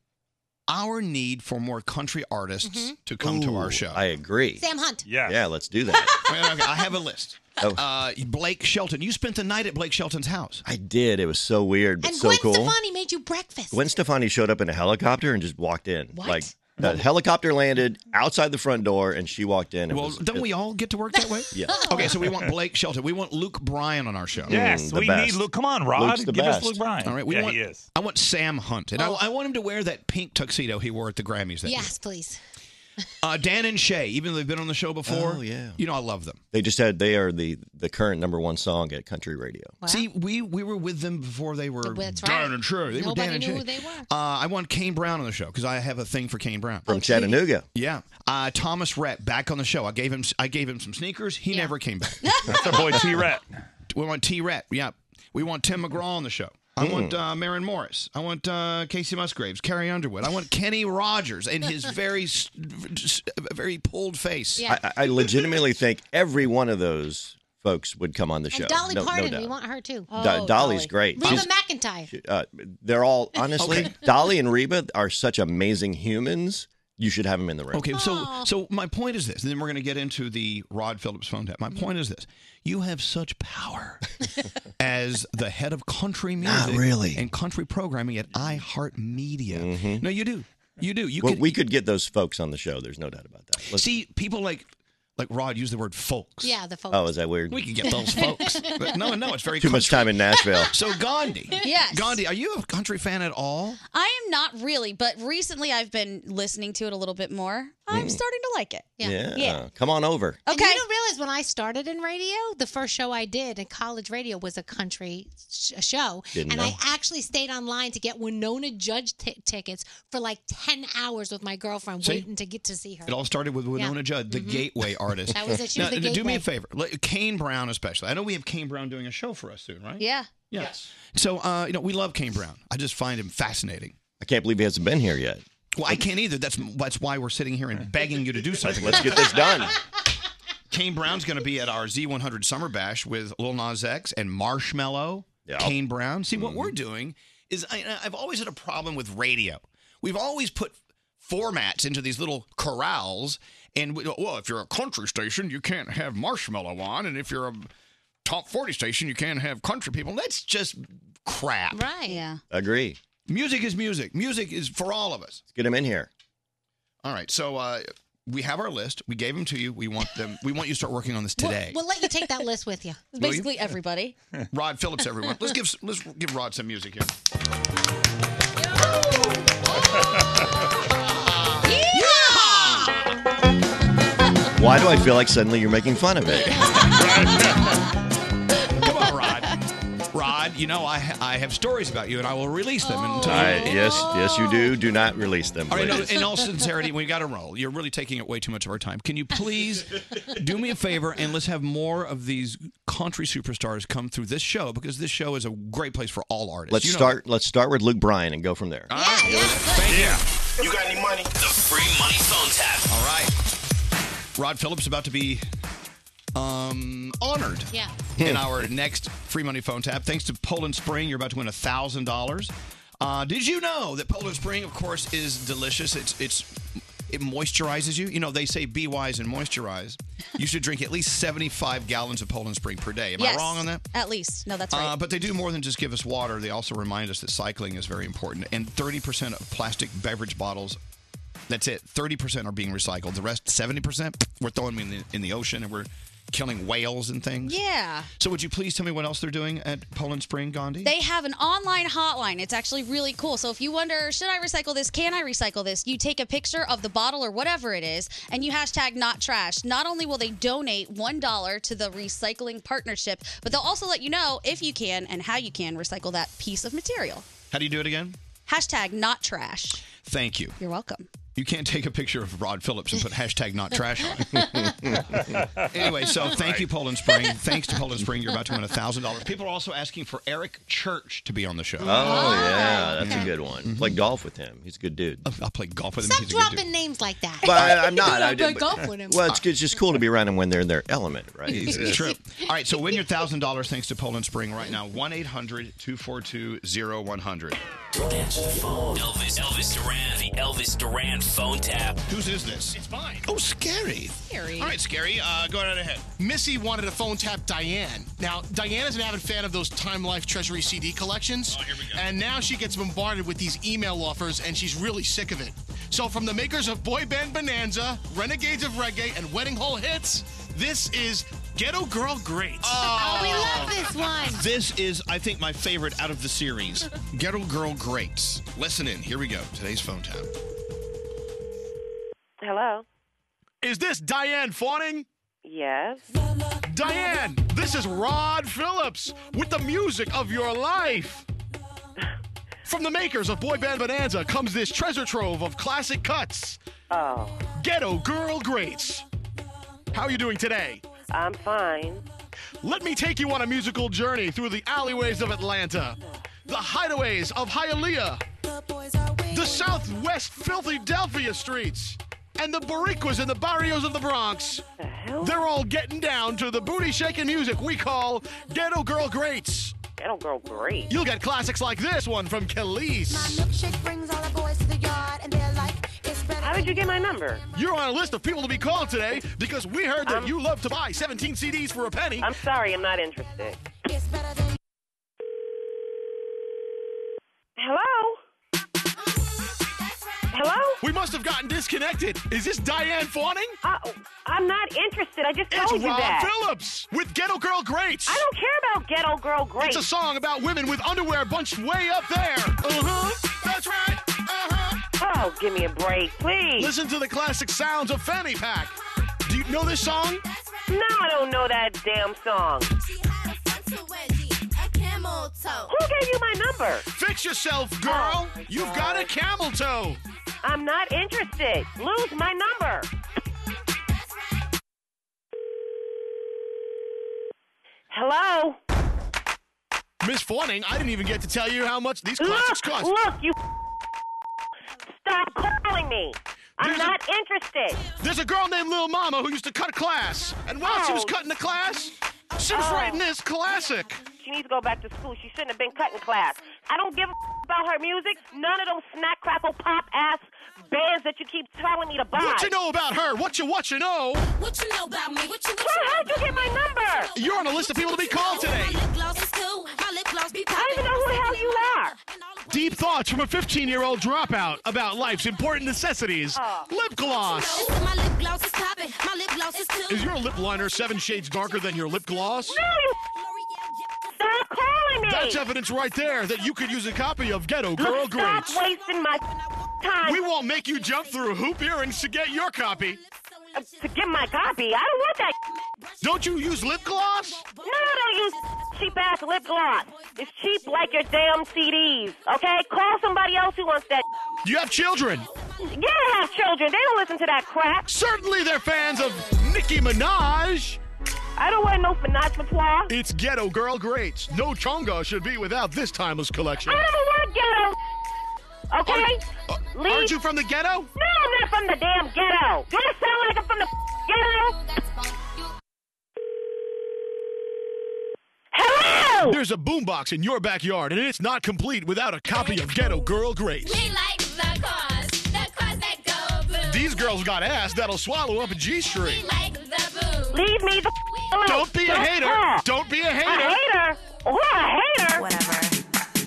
S3: our need for more country artists to come to our
S22: Ooh,
S3: show.
S22: I agree.
S7: Sam Hunt.
S22: Yeah. Yeah, let's do that.
S3: Well, okay, I have a list.
S22: Oh.
S3: Uh, Blake Shelton. You spent the night at Blake Shelton's house.
S22: I did. It was so weird, but
S7: And
S22: so
S7: Gwen
S22: cool.
S7: Stefani made you breakfast.
S22: Gwen Stefani showed up in a helicopter and just walked in.
S7: What?
S22: Like the helicopter landed outside the front door and she walked in. It
S3: Well,
S22: was-
S3: don't we all get to work that way?
S22: Yeah.
S3: Okay, so we want Blake Shelton. We want Luke Bryan on our show.
S22: Yes, Mm, the we need best. Luke. Come on, Rod. Luke's the Give us best. Luke Bryan.
S3: All right, we
S22: Yeah,
S3: want,
S22: he
S3: is. I want Sam Hunt, and I, I want him to wear that pink tuxedo he wore at the Grammys. That year.
S7: Yes, please.
S3: Uh, Dan and Shay, even though they've been on the show before.
S22: Oh, yeah.
S3: You know I love them.
S22: They just had. They are the the current number one song at country radio.
S3: See, we we were with them before they were
S7: That's right.
S3: Dan and Shay. They were
S7: Nobody
S3: Dan and
S7: knew
S3: Shay.
S7: who they were.
S3: Uh, I want Kane Brown on the show because I have a thing for Kane Brown
S22: From Chattanooga.
S3: Yeah, uh, Thomas Rhett back on the show. I gave him I gave him some sneakers. He never came back. Uh,
S10: That's our boy T Rhett.
S3: We want T Rhett. Yeah, we want Tim McGraw on the show. I want uh, Marin Morris. I want uh, Casey Musgraves, Carrie Underwood. I want Kenny Rogers and his very, s- s- very pulled face.
S7: Yeah.
S22: I, I legitimately think every one of those folks would come on the show.
S7: And Dolly
S22: no, no
S7: Parton,
S22: doubt.
S7: we want her too.
S22: Do- Dolly's great.
S7: Reba
S22: She's-
S7: McIntyre.
S22: uh, they're all honestly. Dolly and Reba are such amazing humans. You should have them in the room.
S3: Okay, so so my point is this. And then we're going to get into the Rod Phillips phone tap. My
S7: Mm-hmm.
S3: point is this: you have such power as the head of country music, really, and country programming at iHeartMedia.
S7: Mm-hmm.
S3: No, you do, you do. You
S22: well,
S3: could
S22: we could get those folks on the show. There's no doubt about that. Let's-
S3: see people like like Rod use the word folks.
S7: Yeah, the folks.
S22: Oh, is that weird?
S3: We could get those folks. But no, no, it's very
S22: Too much time in Nashville.
S3: So Gandhi.
S9: Yes.
S3: Gandhi, are you a country fan at all?
S7: Uh-huh.
S9: I am not really, but recently I've been listening to it a little bit more. I'm
S22: Mm.
S9: starting to like it.
S22: Come on over.
S7: Okay. And you don't realize when I started in radio, the first show I did in college radio was a country sh- show,
S22: Didn't
S7: and
S22: know.
S7: I actually stayed online to get Winona Judge t- tickets for like ten hours with my girlfriend,
S3: See?
S7: waiting to get to see her.
S3: It all started with Winona
S7: Yeah. Mm-hmm.
S3: Judd, the gateway artist.
S7: That was it. She
S3: now,
S7: was the
S3: d- Do me
S7: gateway.
S3: a favor. Let- Kane Brown, especially. I know we have Kane Brown doing a show for us soon, right?
S9: Yeah.
S3: Yeah. So, uh, you know, we love Kane Brown. I just find him fascinating.
S22: I can't believe he hasn't been here yet.
S3: Well, I can't either. That's that's why we're sitting here and begging you to do something.
S22: Let's get this done.
S3: Kane Brown's going to be at our Z100 Summer Bash with Lil Nas X and Marshmello. Kane Brown. See, what we're doing is I, I've always had a problem with radio. We've always put formats into these little corrals, and we, well, if you're a country station, you can't have Marshmello on, and if you're a top 40 station, you can't have country people. That's just crap.
S7: Right.
S9: Yeah.
S22: Agree.
S3: Music is music. Music is for all of us.
S22: Let's get him in here.
S3: All right, so uh, we have our list. We gave them to you. We want them. We want you to start working on this today.
S7: We'll let you take that list with you.
S3: Will you? basically
S9: everybody.
S3: Rod Phillips, everyone. Let's give let's give Rod some music here.
S22: Why do I feel like suddenly you're making fun of it?
S3: Come on, Rod. Rod, you know I I have stories about you, and I will release them. in
S22: I,
S3: time.
S22: yes, yes, you do. Do not release them,
S3: All right, no,
S22: please.
S3: in all sincerity, we got to roll. You're really taking up way too much of our time. Can you please do me a favor and let's have more of these country superstars come through this show because this show is a great place for all artists.
S22: Let's
S3: You know-
S22: start. Let's start with Luke Bryan and go from there.
S17: You got any money? The free money phone tap.
S3: All right. Rod Phillips about to be um, honored
S17: Yeah.
S3: in our next free money phone tap. Thanks to Poland Spring, you're about to win thousand dollars. Uh, did you know that Poland Spring, of course, is delicious? It's it's it moisturizes you. You know they say be wise and moisturize. You should drink at least seventy five gallons of Poland Spring per day. Am
S9: yes.
S3: I wrong on that?
S9: At least. No, that's right.
S3: Uh, but they do more than just give us water. They also remind us that cycling is very important. And 30% of plastic beverage bottles, that's it, 30% are being recycled. The rest, 70%, we're throwing them in the, in the ocean and we're killing whales and things.
S9: yeah.
S3: So would you please tell me what else they're doing at Poland Spring, Gandhi?
S9: They have an online hotline. It's actually really cool. So if you wonder, should I recycle this? Can I recycle this? You take a picture of the bottle or whatever it is and you hashtag not trash. Not only will they donate $1 to the recycling partnership, but they'll also let you know if you can and how you can recycle that piece of material.
S3: How do you do it again?
S9: Hashtag not trash.
S3: Thank you.
S9: You're welcome.
S3: You can't take a picture of Rod Phillips and put hashtag not trash on it. anyway, so thank you, Poland Spring. Thanks to Poland Spring, you're about to win $1,000. People are also asking for Eric Church to be on the show.
S22: Oh, yeah, that's a good one. Play golf with him. He's a good dude.
S3: I'll play golf with him.
S7: Stop dropping names like that.
S22: But I, am not. I
S7: Play
S22: did,
S7: golf with him.
S22: Well, it's, it's just cool to be around them when they're in their element, right?
S3: It's, it's true. All right, so win your thousand dollars thanks to Poland Spring right now. 1 800 242 0100.
S17: Don't answer the phone. Elvis, Elvis Duran, the Elvis Duran phone tap.
S3: Whose is this? It's mine. Oh, scary.
S4: Scary.
S3: All right, Scary, uh, go right ahead.
S4: Missy wanted to phone tap Diane. Now, Diane is an avid fan of those Time Life Treasury CD collections. Oh, here we go. And now she gets bombarded with these email offers, and she's really sick of it. So, from the makers of Boy Band Bonanza, Renegades of Reggae, and Wedding Hall Hits, this is Ghetto Girl Great.
S3: Oh,
S4: we love
S7: this one.
S3: This is, I think, my favorite out of the series Ghetto Girl Greats. Listen in. Here we go. Today's phone tap.
S2: Hello.
S4: Is this Diane Fawning?
S2: Yes.
S4: Diane, this is Rod Phillips with the music of your life. From the makers of Boy Band Bonanza comes this treasure trove of classic cuts.
S2: Oh.
S4: Ghetto Girl Greats. How are you doing today?
S2: I'm fine.
S4: Let me take you on a musical journey through the alleyways of Atlanta, the hideaways of Hialeah, the southwest filthy Delphia streets, and the barriquas and the barrios of the Bronx. They're all getting down to the booty shaking music we call Ghetto Girl Greats.
S2: Ghetto Girl Great.
S4: You'll get classics like this one from Khalees.
S2: How did you get my number? Um,
S4: You're on a list of people to be called today because we heard that you love to buy 17 CDs for a penny.
S2: I'm sorry, I'm not interested. Hello? Hello?
S4: We must have gotten disconnected. Is this Diane Fawning?
S2: Uh, I'm not interested. I just
S4: It's
S2: told you
S4: Rob
S2: that.
S4: Phillips with Ghetto Girl Greats.
S2: I don't care about Ghetto Girl Greats.
S4: It's a song about women with underwear bunched way up there. Uh-huh. That's right. Uh-huh.
S2: Oh, give me a break, please.
S4: Listen to the classic sounds of Fanny Pack. Do you know this song?
S2: No, I don't know that damn song. Who gave you my number? Oh,
S4: Fix yourself, girl. You've got a camel toe.
S2: I'm not interested. Lose my number. Hello?
S4: Miss Fawning, I didn't even get to tell you how much these classics cost.
S2: Look, you stop calling me. I'm
S4: There's a-
S2: not interested.
S4: There's a girl named Lil Mama who used to cut class. And while she was
S2: Oh.
S4: cutting the class, she was
S2: Oh.
S4: writing this classic.
S2: She needs to go back to school. She shouldn't have been cutting class. I don't give a about her music. None of those snack, crackle, pop ass bands that you keep telling me to buy.
S4: What you know about her? What you what you know?
S2: What you know about me? What you? Where how'd you get my number?
S4: You're on a list of people to be called today.
S16: I don't even know who the hell you are.
S4: Deep thoughts from a 15 year old dropout about life's important necessities.
S16: Oh.
S4: Lip gloss. Is your lip liner seven shades darker than your lip gloss? No, you
S16: stop calling me.
S4: That's evidence right there that you could use a copy of Ghetto Oh, Girl
S16: Look, stop
S4: Greats.
S16: wasting my time.
S4: We won't make you jump through hoop earrings to get your copy.
S16: to get my copy. I don't want that.
S4: Don't you use lip gloss?
S16: No, I don't use cheap ass lip gloss. It's cheap like your damn CDs. Okay, call somebody else who wants that.
S4: You have children.
S16: Yeah, I have children. They don't listen to that crap.
S4: Certainly, they're fans of Nicki Minaj.
S16: I don't want no Minaj Patois.
S4: It's Ghetto Girl Greats. No chonga should be without this timeless collection.
S16: I don't want ghetto. Okay, leave.
S4: Aren't you from the ghetto?
S16: No, I'm not from the damn ghetto. Do I sound like I'm from the ghetto?
S4: There's a boombox in your backyard, and it's not complete without a copy of Ghetto Girl Greats.
S23: like the cause, the cause that go boom.
S4: These girls got ass that'll swallow up a G string.
S23: like the boom.
S16: Leave me the f- alone.
S4: Don't be a hater.
S16: call.
S4: Don't be a hater.
S16: hater. Or a hater.
S23: Whatever.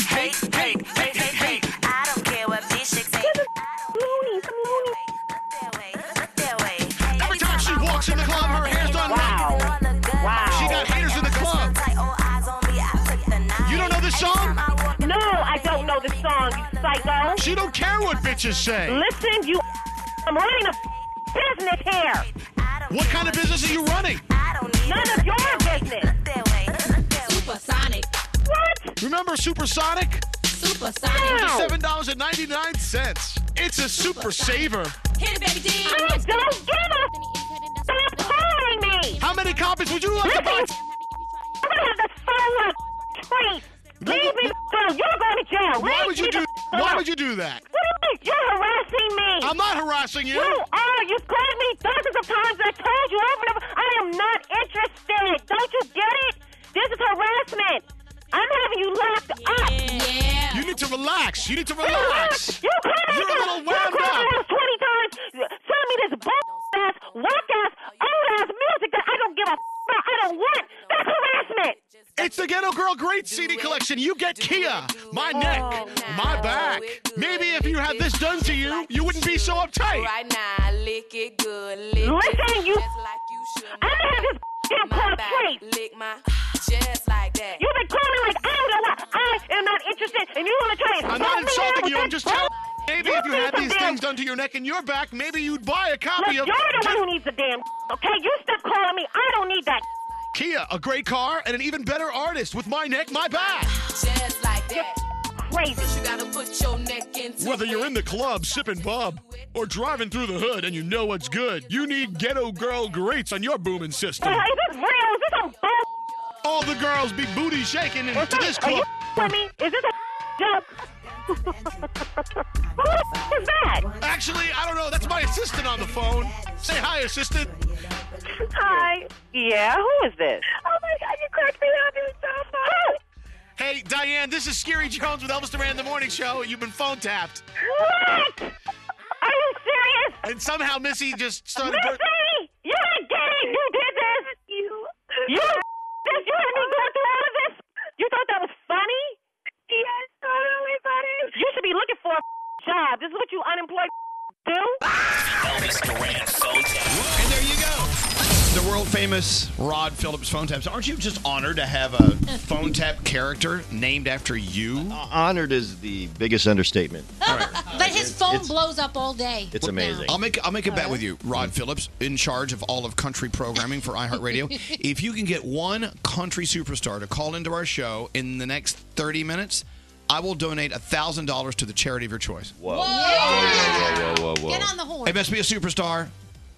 S16: Hate, hate, hate, hate, hate.
S23: I don't care what these chicks say.
S16: Loony, some loony.
S4: Every time she walks in the club, her hair's done
S16: wow. Wow.
S4: She got haters in the club. You don't know this song?
S16: No, I don't know the song, you psycho.
S4: She don't care what bitches say.
S16: Listen, you. I'm running a business here.
S4: What kind of business are you running?
S16: None of your business.
S23: Supersonic.
S16: What?
S4: Remember Supersonic?
S23: Supersonic.
S4: Seven dollars and ninety nine cents. It's a super saver.
S23: Hit it, baby D.
S16: I don't give a. Stop calling me.
S4: How many copies would you like to buy?
S16: I'm gonna have the phone up. Treat. Leave me the f- alone. You're going to jail.
S4: Why
S16: Leave
S4: would
S16: me
S4: you
S16: the
S4: do?
S16: f-
S4: Why
S16: alone.
S4: would you do that?
S16: What do you mean? You're harassing me.
S4: I'm not harassing you.
S16: You are. You called me dozens of times. I told you over and over. I am not interested. Don't you get it? This is harassment. I'm having you locked up. Yeah.
S4: You need to relax. You need to relax.
S16: You come out
S4: You're a little
S16: here.
S4: wound
S16: You come out
S4: up.
S16: here twenty times. Send me this bull ass, whack ass, old ass music that I don't give a f- about. I don't want. That's harassment.
S4: It's the Ghetto Girl Great CD Collection. You get Kia, my neck,
S23: Oh,
S4: my back. Maybe if you had this done to you, you wouldn't be so uptight.
S23: Right now, lick it good. Lick
S16: Listen,
S23: it
S16: you.
S23: Just like you should.
S16: I'm gonna have this damn
S23: My
S16: club
S23: back,
S16: straight.
S23: Lick my just like that.
S16: You've been calling me like I don't know what. I am not interested, and you want to try and
S4: I'm not
S16: insult me now
S4: insulting
S16: with
S4: you. I'm
S16: that
S4: just
S16: bull-
S4: telling. you, Maybe
S16: You
S4: if you
S16: need
S4: had
S16: some
S4: these
S16: damn-
S4: things done to your neck and your back, maybe you'd buy a copy
S16: Look,
S4: of
S16: you're the one who needs the damn. Okay, you stop calling me. I don't need that.
S4: Kia, a great car and an even better artist with my neck, my back.
S23: Just like that.
S16: Crazy.
S23: You gotta put your neck into
S4: Whether you're in the club sipping bub or driving through the hood and you know what's good, you need Ghetto Girl Greats on your booming system.
S16: Well, uh, is this real? Is this some bull?
S4: All the girls be booty shaking
S16: Is
S4: into this
S16: Are you with
S4: club.
S16: me? Is this a joke? Who the f- is that?
S4: Actually, I don't know. That's my assistant on the phone. Say hi, assistant.
S16: Hi. Yeah, who is this? Oh my God, you cracked me up. It was so funny.
S4: Hey, Diane, this is Scary Jones with Elvis Duran in the Morning Show. You've been phone tapped.
S16: What? Are you serious?
S4: And somehow Missy just started. bur-
S16: Missy, you did it. You did this. You. You. This, you had me go through all of this. You thought that was funny? Yes, totally funny. You should be looking for a job. This is what you unemployed do.
S17: Elvis Duran phone tap.
S3: And there you go. The world famous Rod Phillips phone taps. Aren't you just honored to have a phone tap character named after you?
S22: Honored is the biggest understatement.
S7: But his phone
S3: it's-
S7: blows up all day.
S22: It's amazing.
S3: I'll make I'll make a bet with you, Rod Phillips, in charge of all of country programming for iHeartRadio. if you can get one country superstar to call into our show in the next 30 minutes, I will donate thousand dollars to the charity of your choice.
S22: Whoa. Whoa, whoa, whoa, whoa, whoa.
S7: the horn.
S3: It must be a superstar.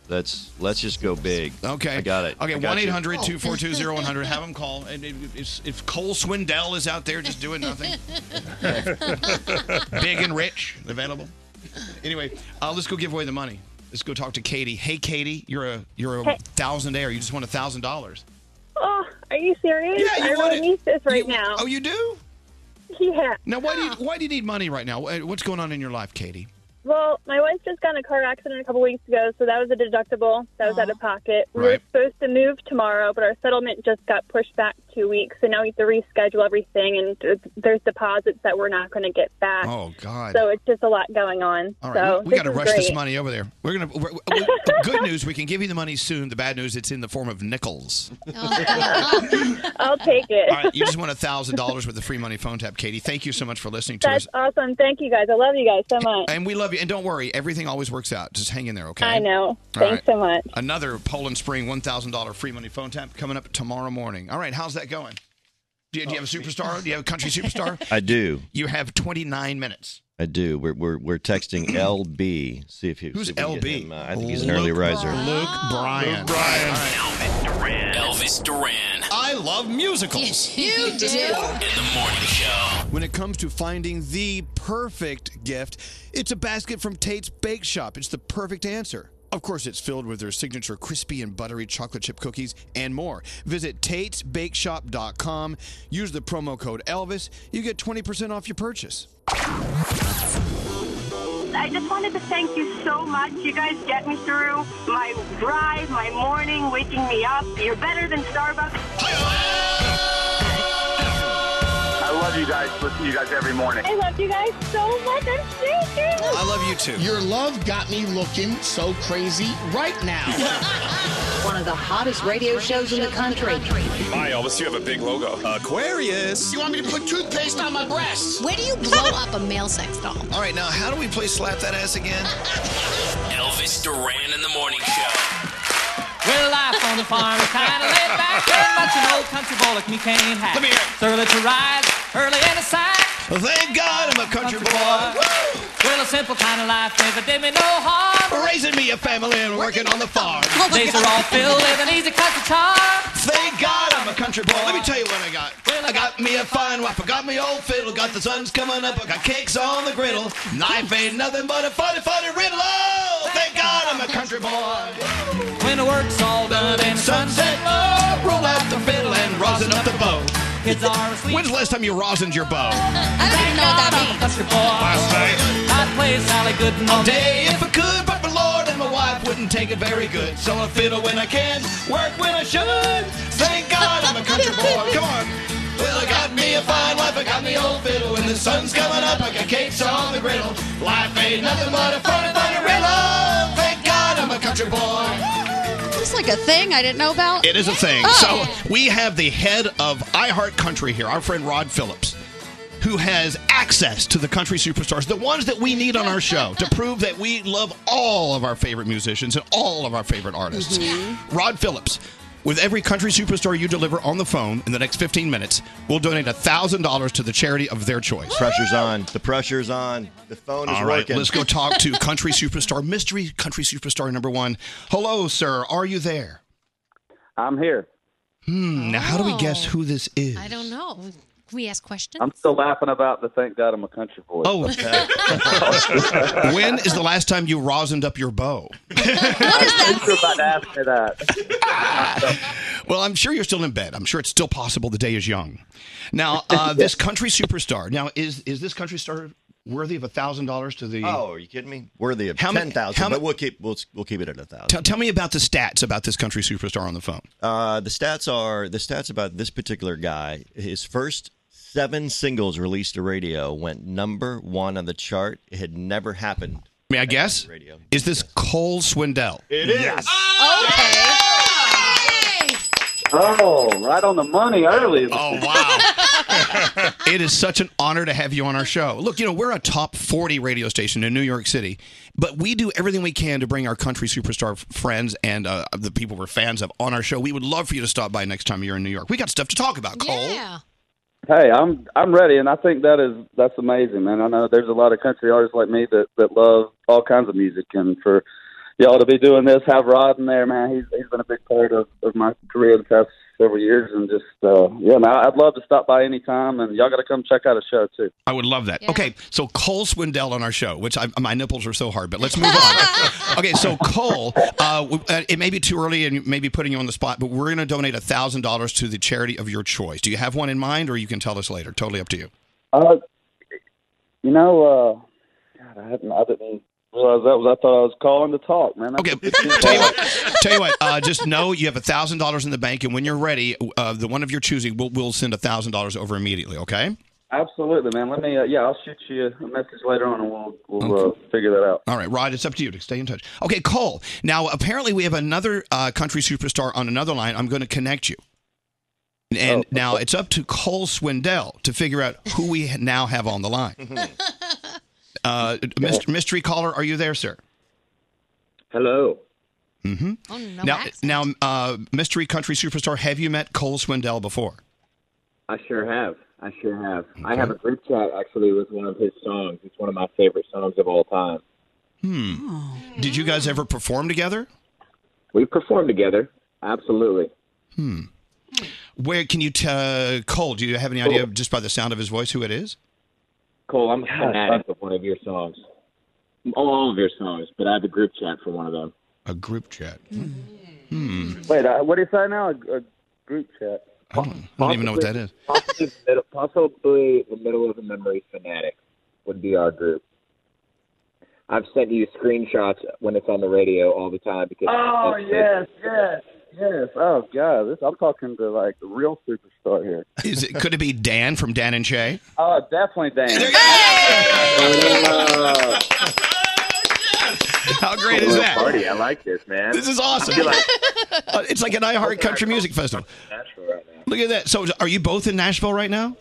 S22: Let's let's just go big.
S3: Okay.
S22: I got it.
S3: Okay,
S22: I got
S3: 1
S22: you.
S3: 800 242 100. Have them call. And if- if- If Cole Swindell is out there just doing nothing, big and rich, available. Anyway, uh, let's go give away the money. Let's go talk to Katie. Hey, Katie, you're a you're a
S1: Hey.
S3: thousand air. You just won a thousand dollars.
S1: Oh, are you serious?
S3: Yeah, you
S1: I
S3: want
S1: really
S3: it.
S1: need this right
S3: You-
S1: now.
S3: Oh, you do?
S1: Yeah.
S3: Now, why do you, why do you need money right now? Uh, What's going on in your life, Katie?
S1: Well, my wife just got in a car accident a couple weeks ago, so that was a deductible. That was out of pocket. We
S3: Ah. Right.
S1: were supposed to move tomorrow, but our settlement just got pushed back
S6: two weeks, so now we have to reschedule everything, and th- there's deposits that we're not going to get back.
S3: Oh, God.
S6: Uh, So it's just a lot going on.
S3: All
S6: so
S3: right, we, we
S6: got to
S3: rush this money over there. We're gonna. We're, we the good news, we can give you the money soon. The bad news, it's in the form of nickels.
S6: I'll take it.
S3: All right, you just won a thousand dollars with the free money phone tap, Katie. Thank you so much for listening to
S6: That's
S3: us,
S6: awesome. Thank you guys. I love you guys so much.
S3: and we love you. And don't worry, everything always works out. Just hang in there, okay?
S6: I know.
S3: All
S6: Thanks
S3: right.
S6: so much.
S3: Another Poland Spring one thousand dollar free money phone tap coming up tomorrow morning. All right, how's that going? Do you, do you have a superstar? Do you have a country superstar?
S22: I do.
S3: You have twenty nine minutes.
S22: I do. We're we're, we're texting LB. See if he
S3: Who's
S22: see if we can get
S3: LB?
S22: him. Uh, I think he's an early
S3: Luke
S22: riser.
S3: Luke Bryan. Luke Bryan.
S17: Elvis Duran.
S3: I love musicals.
S17: You do. In the morning show.
S24: When it comes to finding the perfect gift, it's a basket from Tate's Bake Shop. It's the perfect answer. Of course, it's filled with their signature crispy and buttery chocolate chip cookies and more. Visit tatesbakeshop.com. Use the promo code Elvis. You get 20% off your purchase.
S13: I just wanted to thank you so much. You guys get me through my drive, my morning, waking me up. You're better than Starbucks.
S19: I love you guys. Listen to you guys every morning.
S13: I love you guys so much. I'm shaking.
S19: I love you too.
S25: Your love got me looking so crazy right now. One of the hottest radio shows in the country.
S19: Hi, Elvis. You have a big logo. Aquarius.
S25: You want me to put toothpaste on my breasts?
S7: Where do you blow up a male sex doll?
S19: All right, now how do we play slap that ass again?
S17: Elvis Duran in the morning show.
S26: Well, life on the farm is kind of laid back. Very much an old country boy like me can't hack.
S3: Let me hear it.
S26: Thoroughly to ride, early in the sight.
S3: Thank God I'm a country boy.
S26: Well, a simple kind of life never did me no harm.
S3: Raising me a family and working on the farm.
S26: Days are all filled with an easy country charm.
S3: Thank God I'm a country boy. Let me tell you what I got. I got me a fine wife. I got me old fiddle. Got the sun's coming up. I got cakes on the griddle. Knife ain't nothing but a funny, funny riddle. Oh, thank God I'm a country boy.
S26: When the work's all done and the sunset
S3: low, oh, roll out the fiddle and rosin up the bow.
S26: Kids are sweet.
S3: When's the last time you rosined your bow?
S26: I don't even know what that means. Country boy. Last night. I'd play Sally Gooden all
S3: All day if I could, but my Lord and my wife wouldn't take it very good. So I fiddle when I can, work when I should. Thank God I'm a country boy. Come on. Well, I got me a fine wife, I got me old fiddle. When the sun's coming up, I got cakes on the griddle. Life ain't nothing but a funny, funny riddle. Thank God I'm a country boy.
S9: It's like a thing I didn't know about.
S3: It is a thing.
S9: Oh.
S3: So we have the head of iHeart Country here, our friend Rod Phillips, who has access to the country superstars, the ones that we need on our show to prove that we love all of our favorite musicians and all of our favorite artists.
S27: Mhm.
S3: Rod Phillips. With every country superstar you deliver on the phone in the next 15 minutes, we'll donate $1,000 to the charity of their choice.
S22: Pressure's on. The pressure's on. The phone is
S3: All right,
S22: working.
S3: let's go talk to country superstar, mystery country superstar number one. Hello, sir. Are you there?
S28: I'm here.
S3: Hmm. Now, how do we guess who this is?
S7: I don't know. Can we ask questions?
S28: I'm still laughing about the thank God I'm a country boy.
S3: Oh. when is the last time you rosined up your bow?
S28: I'm sure about to ask me that.
S3: Well, I'm sure you're still in bed. I'm sure it's still possible. The day is young. Now, uh, this country superstar. Now, is is this country star worthy of a thousand dollars to the?
S22: Oh, are you kidding me? Worthy of
S3: How ma-
S22: ten thousand,
S3: how ma-
S22: but we'll keep we'll we'll keep it at a thousand.
S3: Tell, tell me about the stats about this country superstar on the phone.
S22: Uh, the stats are the stats about this particular guy. His first seven singles released to radio went number one on the chart. It had never happened.
S3: May I guess? Is this Cole Swindell?
S22: It is.
S28: Oh, right on the money early.
S3: Oh, wow. it is such an honor to have you on our show. Look, you know, we're a top 40 radio station in New York City, but we do everything we can to bring our country superstar f- friends and uh, the people we're fans of on our show. We would love for you to stop by next time you're in New York. We got stuff to talk about, Cole. Yeah.
S28: Hey, I'm I'm ready, and I think that is that's amazing, man. I know there's a lot of country artists like me that that love all kinds of music, and for y'all to be doing this, have Rod in there, man. He's he's been a big part of, of my career the past several years, and just uh, yeah, man. I'd love to stop by anytime, and y'all got to come check out a show too.
S3: I would love that. Okay, so Cole Swindell on our show, which I, my nipples are so hard, but let's move on. okay, so Cole, uh, w- uh, it may be too early and maybe putting you on the spot, but we're going to donate $1,000 to the charity of your choice. Do you have one in mind or you can tell us later? Totally up to you.
S28: Uh, you know, uh, God, I hadn't, I didn't realize that was I thought I was calling to talk, man. Okay,
S3: Tell you what, uh, just know you have a thousand dollars in the bank, and when you're ready, uh, the one of your choosing, we'll, we'll send a thousand dollars over immediately. Okay.
S28: absolutely, man. Let me, uh, yeah, I'll shoot you a message later on, and we'll we'll uh, figure that out.
S3: All right, Rod, it's up to you to stay in touch. Okay, Cole. Now, apparently, we have another uh, country superstar on another line. I'm going to connect you. And now it's up to Cole Swindell to figure out who we now have on the line. Uh, myst- mystery caller, are you there, sir?
S26: Hello.
S3: Mm-hmm.
S26: Oh, no
S3: now, now, uh, mystery country superstar, have you met Cole Swindell before?
S26: I sure have. I sure have. I have a group chat actually with one of his songs. It's one of my favorite songs of all time.
S3: Hmm. Did you guys ever perform together?
S26: We performed together. Absolutely.
S3: Hmm. Where can you tell Cole? Do you have any idea just by the sound of his voice who it is?
S26: Cole, I'm a fanatic of one of your songs. All of your songs, but I have a group chat for one of them.
S3: A group chat.
S28: Wait, uh, what do you say now? A, a group chat.
S3: I don't, I don't even know what that is.
S26: Possibly, middle, possibly the middle of the memory fanatic would be our group. I've sent you screenshots when it's on the radio all the time because.
S28: Oh
S26: that's-
S28: yes, yes, yes. Oh god, this, I'm talking to like the real superstar here.
S3: Is it? Could it be Dan from Dan and Shay?
S28: Oh, definitely Dan.
S3: How great is
S26: We're a
S3: that?
S26: Party! I like this, man.
S3: This is awesome.
S26: I feel like
S3: Uh, it's like an iHeart Country Music Festival.
S26: natural right now.
S3: Look at that. So, are you both in Nashville right now?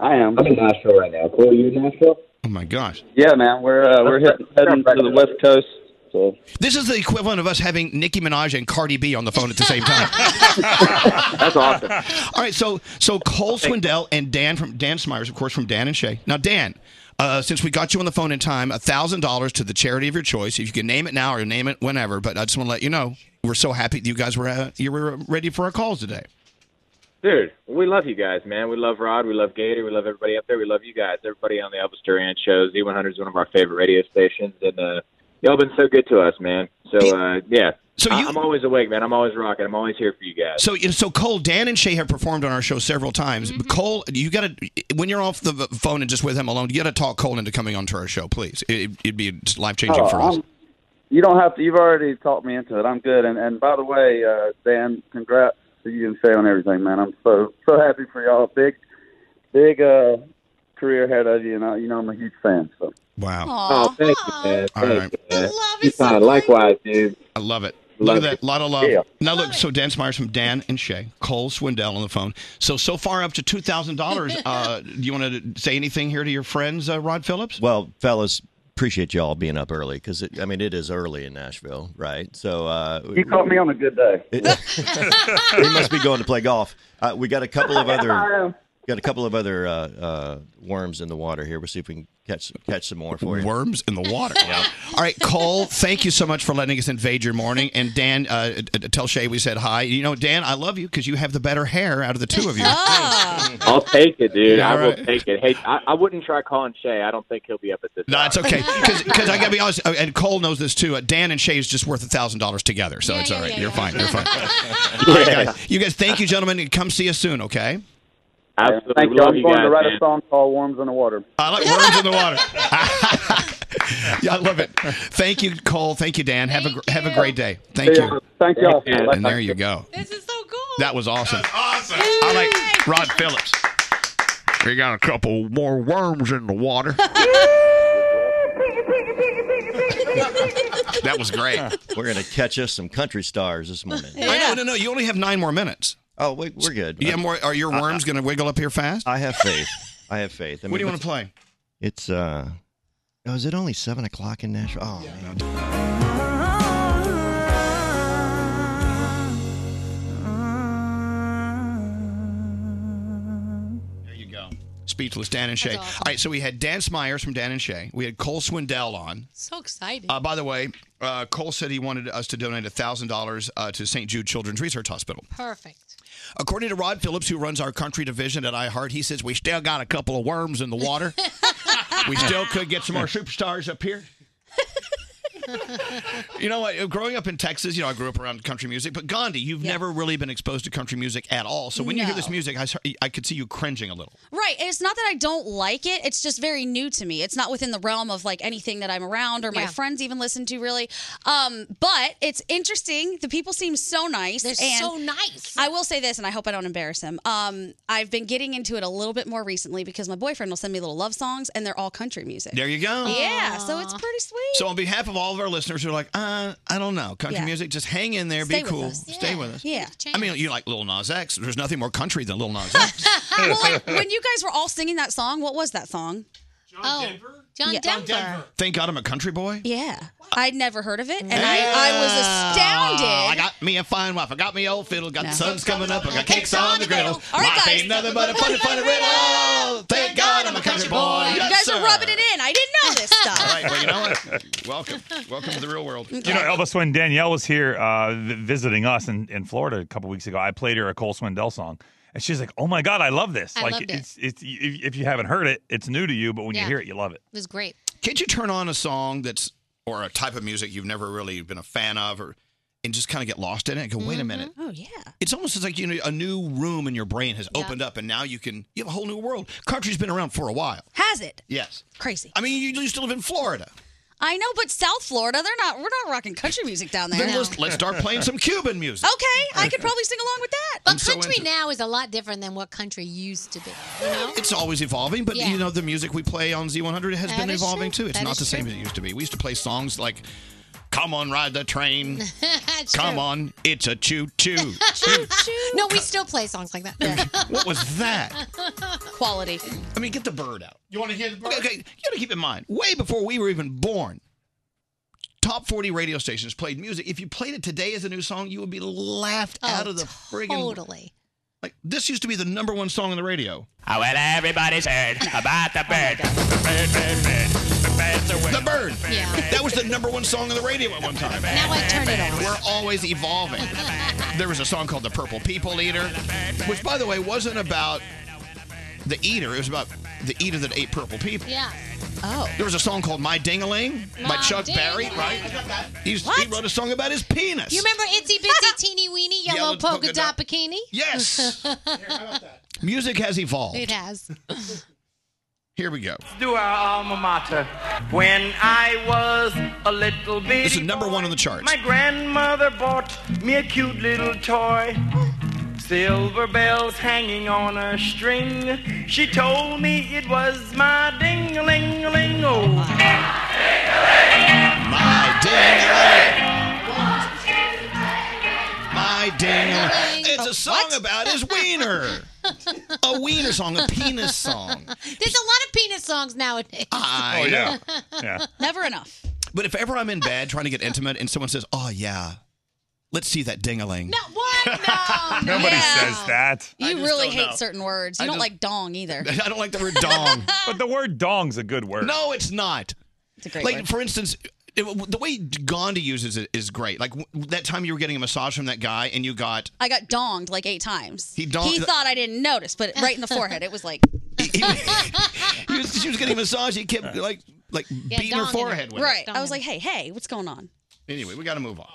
S26: I am. I'm in Nashville right now. Cole, you in Nashville?
S3: Oh my gosh.
S28: Yeah, man. We're uh, we're heading, heading to the West Coast. So.
S3: This is the equivalent of us having Nicki Minaj and Cardi B on the phone at the same time.
S26: That's awesome.
S3: All right, so so Cole Swindell and Dan from Dan Smyers, of course, from Dan and Shay. Now, Dan, uh, since we got you on the phone in time, thousand dollars to the charity of your choice. If you can name it now or name it whenever, but I just want to let you know we're so happy that you guys were uh, you were ready for our calls today.
S26: Dude, we love you guys, man. We love Rod. We love Gator. We love everybody up there. We love you guys. Everybody on the Elvis Duran show. Z100 is one of our favorite radio stations, and uh, y'all been so good to us, man. So uh, yeah,
S3: so
S26: you, I'm always awake, man. I'm always rocking. I'm always here for you guys.
S3: So so Cole, Dan and Shay have performed on our show several times. Cole, you got to when you're off the phone and just with him alone, you got to talk Cole into coming onto our show, please. It, it'd be life changing
S28: Oh,
S3: for us.
S28: I'm- You don't have to. You've already talked me into it. I'm good. And and by the way, uh, Dan, congrats to you and Shay on everything, man. I'm so so happy for y'all. Big big uh, career ahead of you, and I, you know I'm a huge fan. So
S3: wow.
S26: Oh, thank you, man.
S3: All
S26: Thank
S3: right.
S26: you, man. You fine. Likewise, dude.
S3: I love it.
S26: Love
S3: Look at that.
S26: it.
S3: lot of love.
S26: Yeah.
S3: Now, look, so Dan Smyers from Dan and Shay, Cole Swindell on the phone. So, so far up to $2,000. uh, do you want to say anything here to your friends, uh, Rod Phillips?
S22: Well, fellas, appreciate y'all being up early because I mean it is early in Nashville, right? So uh,
S28: you caught me on a good day.
S22: we must be going to play golf. Uh, we got a couple of
S28: I
S22: other
S28: am.
S22: got a couple of other uh, uh, worms in the water here. We'll see if we can catch catch some more for you.
S3: Worms in the water. All right, Cole, thank you so much for letting us invade your morning. And Dan, uh, uh, tell Shay we said hi. You know, Dan, I love you because you have the better hair out of the two of you.
S26: I'll take it, dude.
S3: Yeah,
S26: I will
S3: right.
S26: take it. Hey, I, I wouldn't try calling Shay. I don't think he'll be up at this.
S3: No, it's okay because I gotta be honest, uh, and Cole knows this too. Uh, Dan and Shay is just worth a thousand dollars together, so it's all right. You're fine. You're fine. All right, guys. You guys, thank you, gentlemen. and Come see us soon, okay?
S28: Absolutely. Thank you.
S3: Love
S28: I'm
S3: you
S28: going to
S3: guys,
S28: write
S3: man.
S28: a song called "Worms in the Water."
S3: I like worms in the water. yeah, I love it. Thank you, Cole. Thank you, Dan. have a gr- have a great day. Thank
S28: Yeah,
S3: you.
S28: thank y'all.
S3: And there you go. This is so cool. That was awesome. awesome. I like Rod Phillips. We got a couple more worms in the water. that was great.
S22: We're gonna catch us some country stars this morning.
S3: I know, no, no. You only have nine more minutes.
S22: Oh, wait, we're good.
S3: Yeah, more. Are your
S22: I-
S3: worms going to wiggle up here fast?
S22: I have faith. I have faith. I
S3: what do you
S22: mean,
S3: want to play?
S22: It's uh, oh, is it only seven o'clock in Nashville? Oh man.
S3: There you go. Speechless, Dan and Shay. All right, so we had Dan Smyers from Dan and Shay. We had Cole Swindell on.
S7: So excited.
S3: Uh, by the way, uh, Cole said he wanted us to donate $1,000 uh, to St. Jude Children's Research Hospital.
S7: Perfect.
S3: According to Rod Phillips, who runs our country division at iHeart, he says we still got a couple of worms in the water. we still could get some more superstars up here. You know what? Growing up in Texas, you know, I grew up around country music, but Gandhi, you've never really been exposed to country music at all. So when you hear this
S9: No.
S3: music, I, s- I could see you cringing a little.
S9: Right. And it's not that I don't like it. It's just very new to me. It's not within the realm of like anything that I'm around or my
S7: Yeah.
S9: friends even listen to really. Um, but it's interesting. The people seem so nice.
S7: They're
S9: and
S7: so nice.
S9: I will say this, and I hope I don't embarrass him. Um, I've been getting into it a little bit more recently because my boyfriend will send me little love songs and they're all country music.
S3: There you go.
S9: Yeah. So it's pretty sweet.
S3: So on behalf of all of our listeners who are like, uh, I don't know, country
S9: Yeah.
S3: music, just hang in there,
S9: Stay
S3: be
S9: with
S3: cool,
S9: us.
S3: stay with us.
S9: Yeah.
S3: I mean, you like Lil Nas X. There's nothing more country than Lil Nas X.
S9: well, like, when you guys were all singing that song, what was that song? John oh, Denver. John Denver.
S3: Thank God I'm a country boy.
S9: Yeah. I'd never heard of it, and I, I was astounded.
S3: Ah, I got me a fine wife. I got me old fiddle. Got the sun's coming up. I got cakes on the griddle.
S9: All right,
S3: Life
S9: guys.
S3: ain't nothing but a funny, funny riddle. Thank God I'm a country boy.
S9: you
S3: Yes,
S9: guys
S3: sir.
S9: are rubbing it in. I didn't know this stuff.
S3: All right, well, you know what? Welcome. Welcome to the real world.
S10: You know, Elvis, when Danielle was here uh, vi- visiting us in, in Florida a couple weeks ago, I played her a Cole Swindell song. And she's like, "Oh my God, I love this!
S7: I
S10: like,
S7: loved it.
S10: it's it's if, if you haven't heard it, it's new to you, but when
S7: Yeah.
S10: you hear it, you love it."
S7: was great.
S3: Can't you turn on a song that's or a type of music you've never really been a fan of or and just kind of get lost in it and go, wait a minute.
S7: Mm-hmm.
S9: Oh yeah.
S3: It's almost as like you know a new room in your brain has opened up and now you can you have a whole new world. Country's been around for a while.
S9: Has it?
S3: Yes.
S9: Crazy.
S3: I mean, you used to live in Florida.
S9: I know, but South Florida, they're not. We're not rocking country music down there.
S3: Then let's, let's start playing some Cuban music.
S9: Okay, I could probably sing along with that.
S7: But
S3: I'm so
S7: country
S3: into it.
S7: now is a lot different than what country used to be. Oh, You know?
S3: It's always evolving, but
S7: Yeah.
S3: you know the music we play on Z100 has
S7: That
S3: been
S7: is
S3: evolving
S7: true.
S3: too. It's
S7: That
S3: not
S7: is
S3: the same as it used to be. We used to play songs like "Come on, ride the train,"
S7: That's
S3: "Come
S7: true.
S3: on, it's a choo choo."
S7: No, we still play songs like that.
S3: what was that?
S9: Quality.
S3: I mean, get the bird out. You want to hear the bird? Okay, okay. you got to keep in mind, way before we were even born, top 40 radio stations played music. If you played it today as a new song, you would be laughed
S14: Oh,
S3: out of the friggin'
S7: totally.
S3: Like this used to be the number one song on the radio.
S14: Oh, well, everybody's heard about the bird. The bird, bird, bird. The bird's a
S3: The bird.
S14: Yeah.
S3: That was the number one song on the radio at one time.
S14: Now I turn it on.
S3: We're always evolving. There was a song called "The Purple People Eater," which, by the way, wasn't about the eater. It was about the eater that ate purple people.
S7: Yeah.
S9: Oh.
S3: There was a song called "My Dingaling" by
S7: My
S3: Chuck Berry,
S7: Ding-a-ling.
S3: right? He's, he wrote a song about his penis.
S7: You remember Itsy Bitsy Teeny Weeny Yellow,
S3: Yellow
S7: polka,
S3: polka
S7: Dot Bikini?
S3: Yes. Music has evolved.
S7: it has.
S3: Here we go.
S15: do our alma mater. When I was a little bitty
S3: This is number one on the charts.
S15: my grandmother bought me a cute little toy. Silver bells hanging on a string. She told me it was my ding-a-ling-a-ling. Oh,
S3: My ding-a-ling. My ding-a-ling. It's a song about his wiener. A wiener song, a penis song.
S7: There's a lot of penis songs nowadays.
S3: I know. Oh, Yeah.
S9: Never enough.
S3: But if ever I'm in bed trying to get intimate and someone says, "Oh yeah, let's see that ding-a-ling," no,
S9: what? No,
S10: Nobody
S9: yeah.
S10: says that.
S9: You really hate certain words. You
S10: I
S9: don't
S10: just-
S9: like dong either.
S3: I don't like the word dong.
S10: but the word dong's a good word.
S3: No, it's not.
S9: It's a great
S3: like
S9: word.
S3: for instance it- the way gandhi uses it is great like w- that time you were getting a massage from that guy and you got
S9: I got donged like eight times.
S3: He dong-
S9: He thought I didn't notice, but right in the forehead, it was like
S3: he was, she was getting a massage he kept like like beating her forehead with
S9: Right.
S3: it
S9: I was like, hey, hey, what's going on?
S3: anyway we got to move on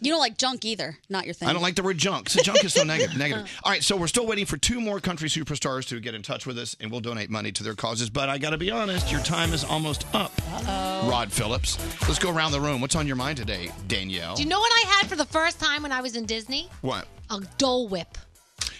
S9: You don't like junk either. Not your thing.
S3: I don't like the word junk. So junk is so negative. Negative. All right, so we're still waiting for two more country superstars to get in touch with us, and we'll donate money to their causes. But I got to be honest, your time is almost up. Rod Phillips, let's go around the room. What's on your mind today, Danielle?
S7: Do you know what I had for the first time when I was in Disney?
S3: what?
S7: A Dole Whip.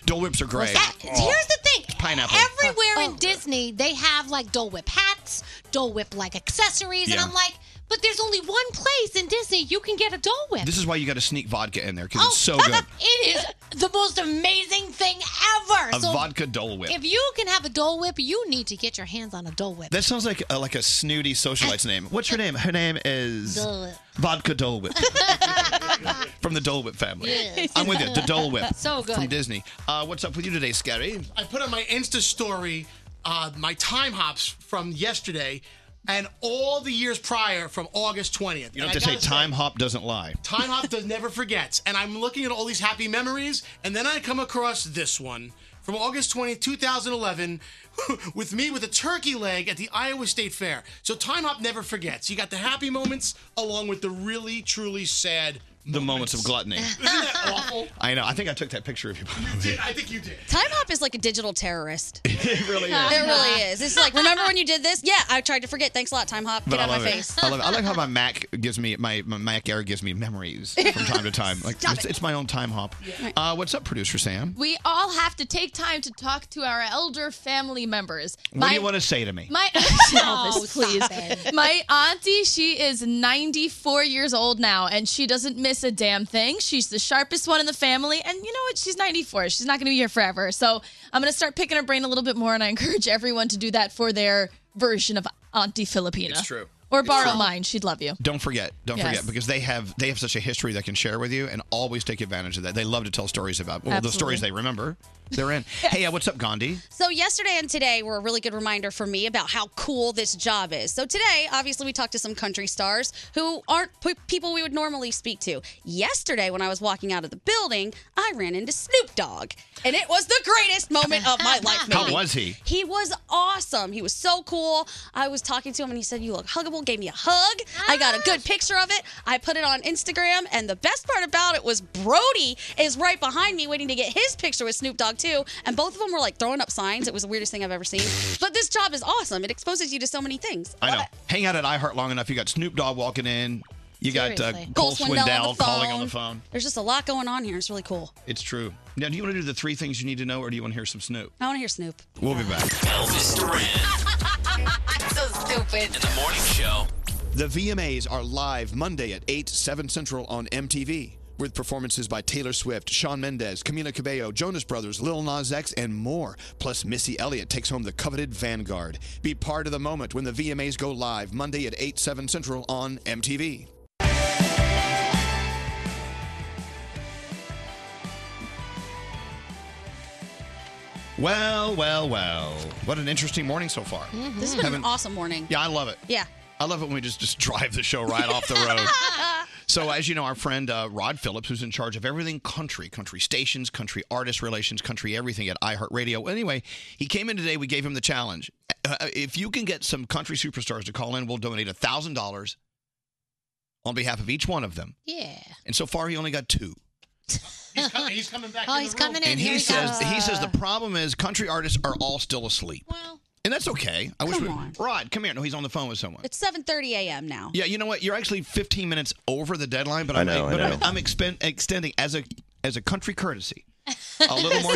S3: Dole whips are great. Oh.
S7: Here's the thing.
S3: pineapple.
S7: Everywhere
S3: Oh.
S7: in Disney, they have like Dole Whip hats, Dole Whip like accessories,
S3: Yeah.
S7: and I'm like, but there's only one place in Disney you can get a Dole Whip. Oh,
S3: This is why you got to sneak vodka in there because it's so good.
S7: It is the most amazing thing ever.
S3: A vodka Dole Whip.
S7: If you can have a Dole Whip, you need to get your hands on a Dole Whip.
S3: That sounds like a, like a snooty socialite's name. What's her name? Her name is
S7: Dole Whip.
S3: Vodka Dole Whip from the Dole Whip family.
S16: Yes.
S3: I'm with you. The Dole Whip.
S16: So good.
S3: from Disney. Uh, what's up with you today, Scary?
S16: I put on my Insta story uh, my time hops from yesterday.
S8: and all the years prior from August 20th.
S3: You don't have to say time hop doesn't lie.
S8: Time Hop does never forgets. And I'm looking at all these happy memories, and then I come across this one from August 20th, 2011, with me with a turkey leg at the Iowa State Fair. So Time Hop never forgets. You got the happy moments along with the really, truly sad.
S3: The moments of gluttony.
S8: Isn't that awful?
S3: I know. I think I took that picture of you.
S8: I think you did.
S9: Time Hop is like a digital terrorist.
S3: it really is.
S9: It really is. It's like, remember when you did this? Yeah, I tried to forget. Thanks a lot, Time Hop.
S3: But
S9: Get
S3: I
S9: out of
S3: love
S9: my
S3: it.
S9: face.
S3: I love it. I like how my Mac gives me my, my Mac Air gives me memories from time to time. Like
S11: Stop
S3: it's,
S11: it.
S3: it's my own time hop.
S11: Yeah.
S3: Uh, what's up, producer Sam?
S11: We all have to take time to talk to our elder family members.
S3: What do you want to say to me?
S11: My
S3: Elvis,
S7: Oh,
S11: no, please. My auntie, she is 94 years old now, and she doesn't miss a damn thing. She's the sharpest one in the family, and you know what? She's 94. She's not going to be here forever. So I'm going to start picking her brain a little bit more, and I encourage everyone to do that for their version of Auntie Filipina.
S3: It's true.
S11: Or
S3: It's
S11: borrow
S3: true.
S11: mine. She'd love you.
S3: Don't forget, don't
S11: Yes.
S3: forget, because they have they have such a history they can share with you, and always take advantage of that. They love to tell stories about well, the
S9: Absolutely.
S3: stories they remember. They're in. Hey, uh, what's up, Gandhi?
S9: So yesterday and today were a really good reminder for me about how cool this job is. So today, obviously, we talked to some country stars who aren't p- people we would normally speak to. Yesterday, when I was walking out of the building, I ran into Snoop Dogg, and it was the greatest moment of my life.
S3: How
S9: maybe.
S3: was he?
S9: He was awesome. He was so cool. I was talking to him, and he said, "You look huggable." Gave me a hug. I got a good picture of it. I put it on Instagram, and the best part about it was Brody is right behind me, waiting to get his picture with Snoop Dogg too. And both of them were like throwing up signs. It was the weirdest thing I've ever seen. But this job is awesome. It exposes you to so many things.
S3: I know. Hang out at iHeart long enough. You got Snoop Dogg walking in. You got uh,
S9: Seriously.
S3: Cole
S9: Swindell on the
S3: Swindell calling on the phone.
S9: There's just a lot going on here. It's really cool.
S3: It's true. Now, do you want to do the three things you need to know, or do you want to hear some Snoop?
S9: I want to hear Snoop.
S3: We'll be back.
S17: Elvis Duran
S9: so stupid.
S17: in the morning show.
S24: The VMAs are live Monday at 8, 7 Central on MTV with performances by Taylor Swift, Sean Mendez, Camila Cabello, Jonas Brothers, Lil Nas X, and more. Plus, Missy Elliott takes home the coveted Vanguard. Be part of the moment when the VMAs go live Monday at 8, 7 Central on MTV.
S3: Well, well, well. What an interesting morning so far.
S9: Mm-hmm. This has been an
S3: Haven't-
S9: awesome morning.
S3: Yeah, I love it.
S9: Yeah.
S3: I love it when we just, just drive the show right off the road. So, as you know, our friend uh, Rod Phillips, who's in charge of everything country, country stations, country artist relations, country everything at iHeartRadio. Anyway, he came in today. We gave him the challenge. Uh, if you can get some country superstars to call in, we'll donate $1,000 on behalf of each one of them.
S7: Yeah.
S3: And so far, he only got two.
S8: He's coming, he's coming back.
S7: Oh,
S8: in
S7: he's
S8: the room.
S7: coming in.
S3: And
S7: Here
S3: he
S7: he
S3: says,
S7: comes.
S3: he says the problem is country artists are all still asleep.
S9: Well,
S3: and that's okay. I wish
S9: come
S3: we,
S9: on.
S3: Rod, come here. No, he's on the phone with someone.
S9: It's 7:30 a.m. now.
S3: Yeah, you know what? You're actually 15 minutes over the deadline, but
S22: I
S3: I'm,
S22: know, I
S3: but
S22: know.
S3: I'm, I'm expen- extending as a as a country courtesy. A little more,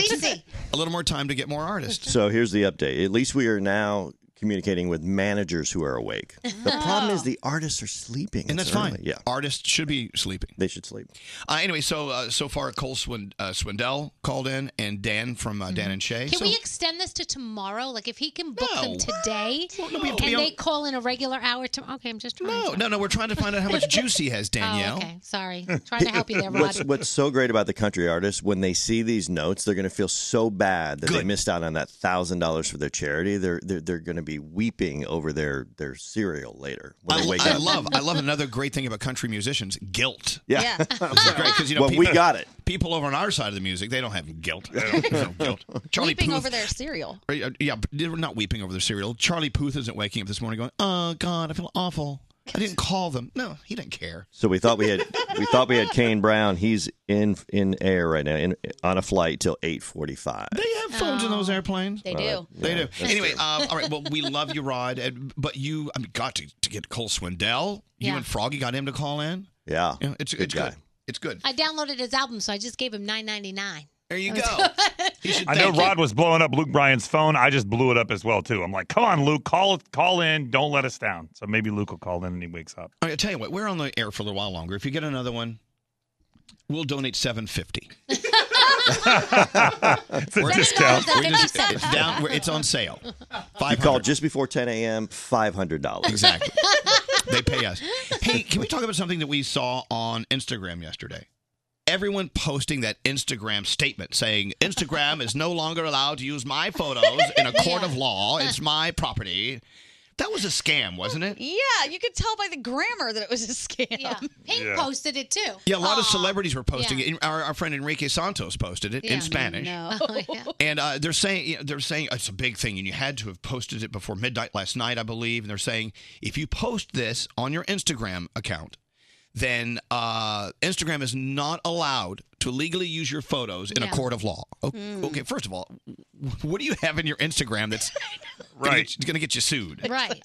S3: a little more time to get more artists.
S22: So here's the update. At least we are now communicating with managers who are awake. The problem is the artists are sleeping.
S3: And
S22: It's
S3: that's fine.
S22: early. Yeah.
S3: Artists should be sleeping.
S22: They should sleep.
S3: Uh, anyway, so uh, so far Cole Swind- uh, Swindell called in and Dan from uh, Dan and Shay.
S7: Mm-hmm. Can
S3: so,
S7: we extend this to tomorrow? Like, if he can book them
S3: No.
S7: today,
S3: we-
S7: and
S3: we
S7: they
S3: don't-
S7: call in a regular hour tomorrow. Okay, I'm just trying.
S3: no,
S7: to
S3: no, no. We're trying to find out how much juice he has, Danielle.
S7: Oh, okay, sorry. Trying to help you there, Rod.
S22: What's what's so great about the country artists when they see these notes, they're going to feel so bad that they missed out on that thousand dollars for their charity. They're they're, they're going to be weeping over their their cereal later when they
S3: I,
S22: wake
S3: I
S22: up.
S3: love, I love another great thing about country musicians: guilt.
S22: Yeah.
S3: It's great because you know
S22: Well, we got it.
S3: People over on our side of the music, they don't have guilt. They don't- there's no guilt. Charlie
S9: Weeping
S3: Puth,
S9: over their cereal.
S3: Uh, Yeah, but they were not weeping over their cereal. Charlie Puth isn't waking up this morning going, "Oh God, I feel awful. I didn't call them." No, he didn't care.
S22: So we thought we had we thought we had Kane Brown. He's in in air right now, in, on a flight till eight forty five.
S3: They have phones in those airplanes.
S22: They do.
S3: They
S22: Yeah,
S3: do.
S22: that's
S3: Anyway,
S22: true.
S3: um, all right. Well, we love you, Rod, and, but you, I mean, got to, to get Cole Swindell. You
S7: Yeah.
S3: and Froggy got him to call in.
S22: Yeah,
S3: it's
S22: Good
S3: it's
S22: guy.
S3: good. It's good.
S7: I downloaded his album, so I just gave him nine ninety nine.
S3: There you
S7: go.
S10: I know Rod was blowing up Luke Bryan's phone. I just blew it up as well too. I'm like, come on, Luke, call call in. Don't let us down. So maybe Luke will call in and he wakes up.
S3: All right, I tell you what, we're on the air for a little while longer. If you get another one, we'll donate seven fifty. it's
S22: a discount.
S3: it's down. We're, it's on sale.
S22: You called just before ten a.m. Five hundred dollars
S3: exactly. they pay us. Hey, can we talk about something that we saw on Instagram yesterday? Everyone posting that Instagram statement saying Instagram is no longer allowed to use my photos in a court of law. It's my property. That was a scam, wasn't it?
S9: Yeah, you could tell by the grammar that it was a scam. Yeah.
S7: Pink
S3: Yeah.
S7: posted it too.
S3: Yeah, a lot of celebrities were posting
S7: Yeah.
S3: it. Our, our friend Enrique Santos posted it in Spanish.
S7: Oh,
S3: And uh, they're saying you know, they're saying it's a big thing, and you had to have posted it before midnight last night, I believe. And they're saying if you post this on your Instagram account, then uh, Instagram is not allowed to legally use your photos in
S4: Yeah.
S3: a court of law. O- Okay,
S4: Mm.
S3: first of all, what do you have in your Instagram that's right going to get you sued?
S7: Right.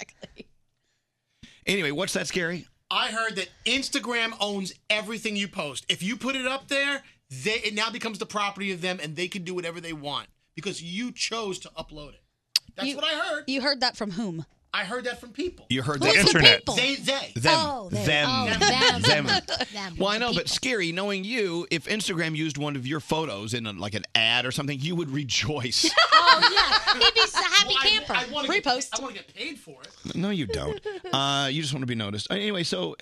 S3: Anyway, what's that scary?
S8: I heard that Instagram owns everything you post. If you put it up there, they it now becomes the property of them, and they can do whatever they want because you chose to upload it. That's what I heard.
S9: You heard that from whom?
S8: I heard that from people.
S3: You heard that internet.
S8: They, they.
S3: Them. them. them.
S7: them.
S3: Well, I know, but scary knowing you, if Instagram used one of your photos in a, like an ad or something, you would rejoice.
S7: oh yeah, he'd be a happy
S8: Well, I-
S7: camper.
S8: I wanna get-
S7: Repost.
S8: I want to get paid for it.
S3: no, you don't. Uh, you just want to be noticed. Uh, Anyway, so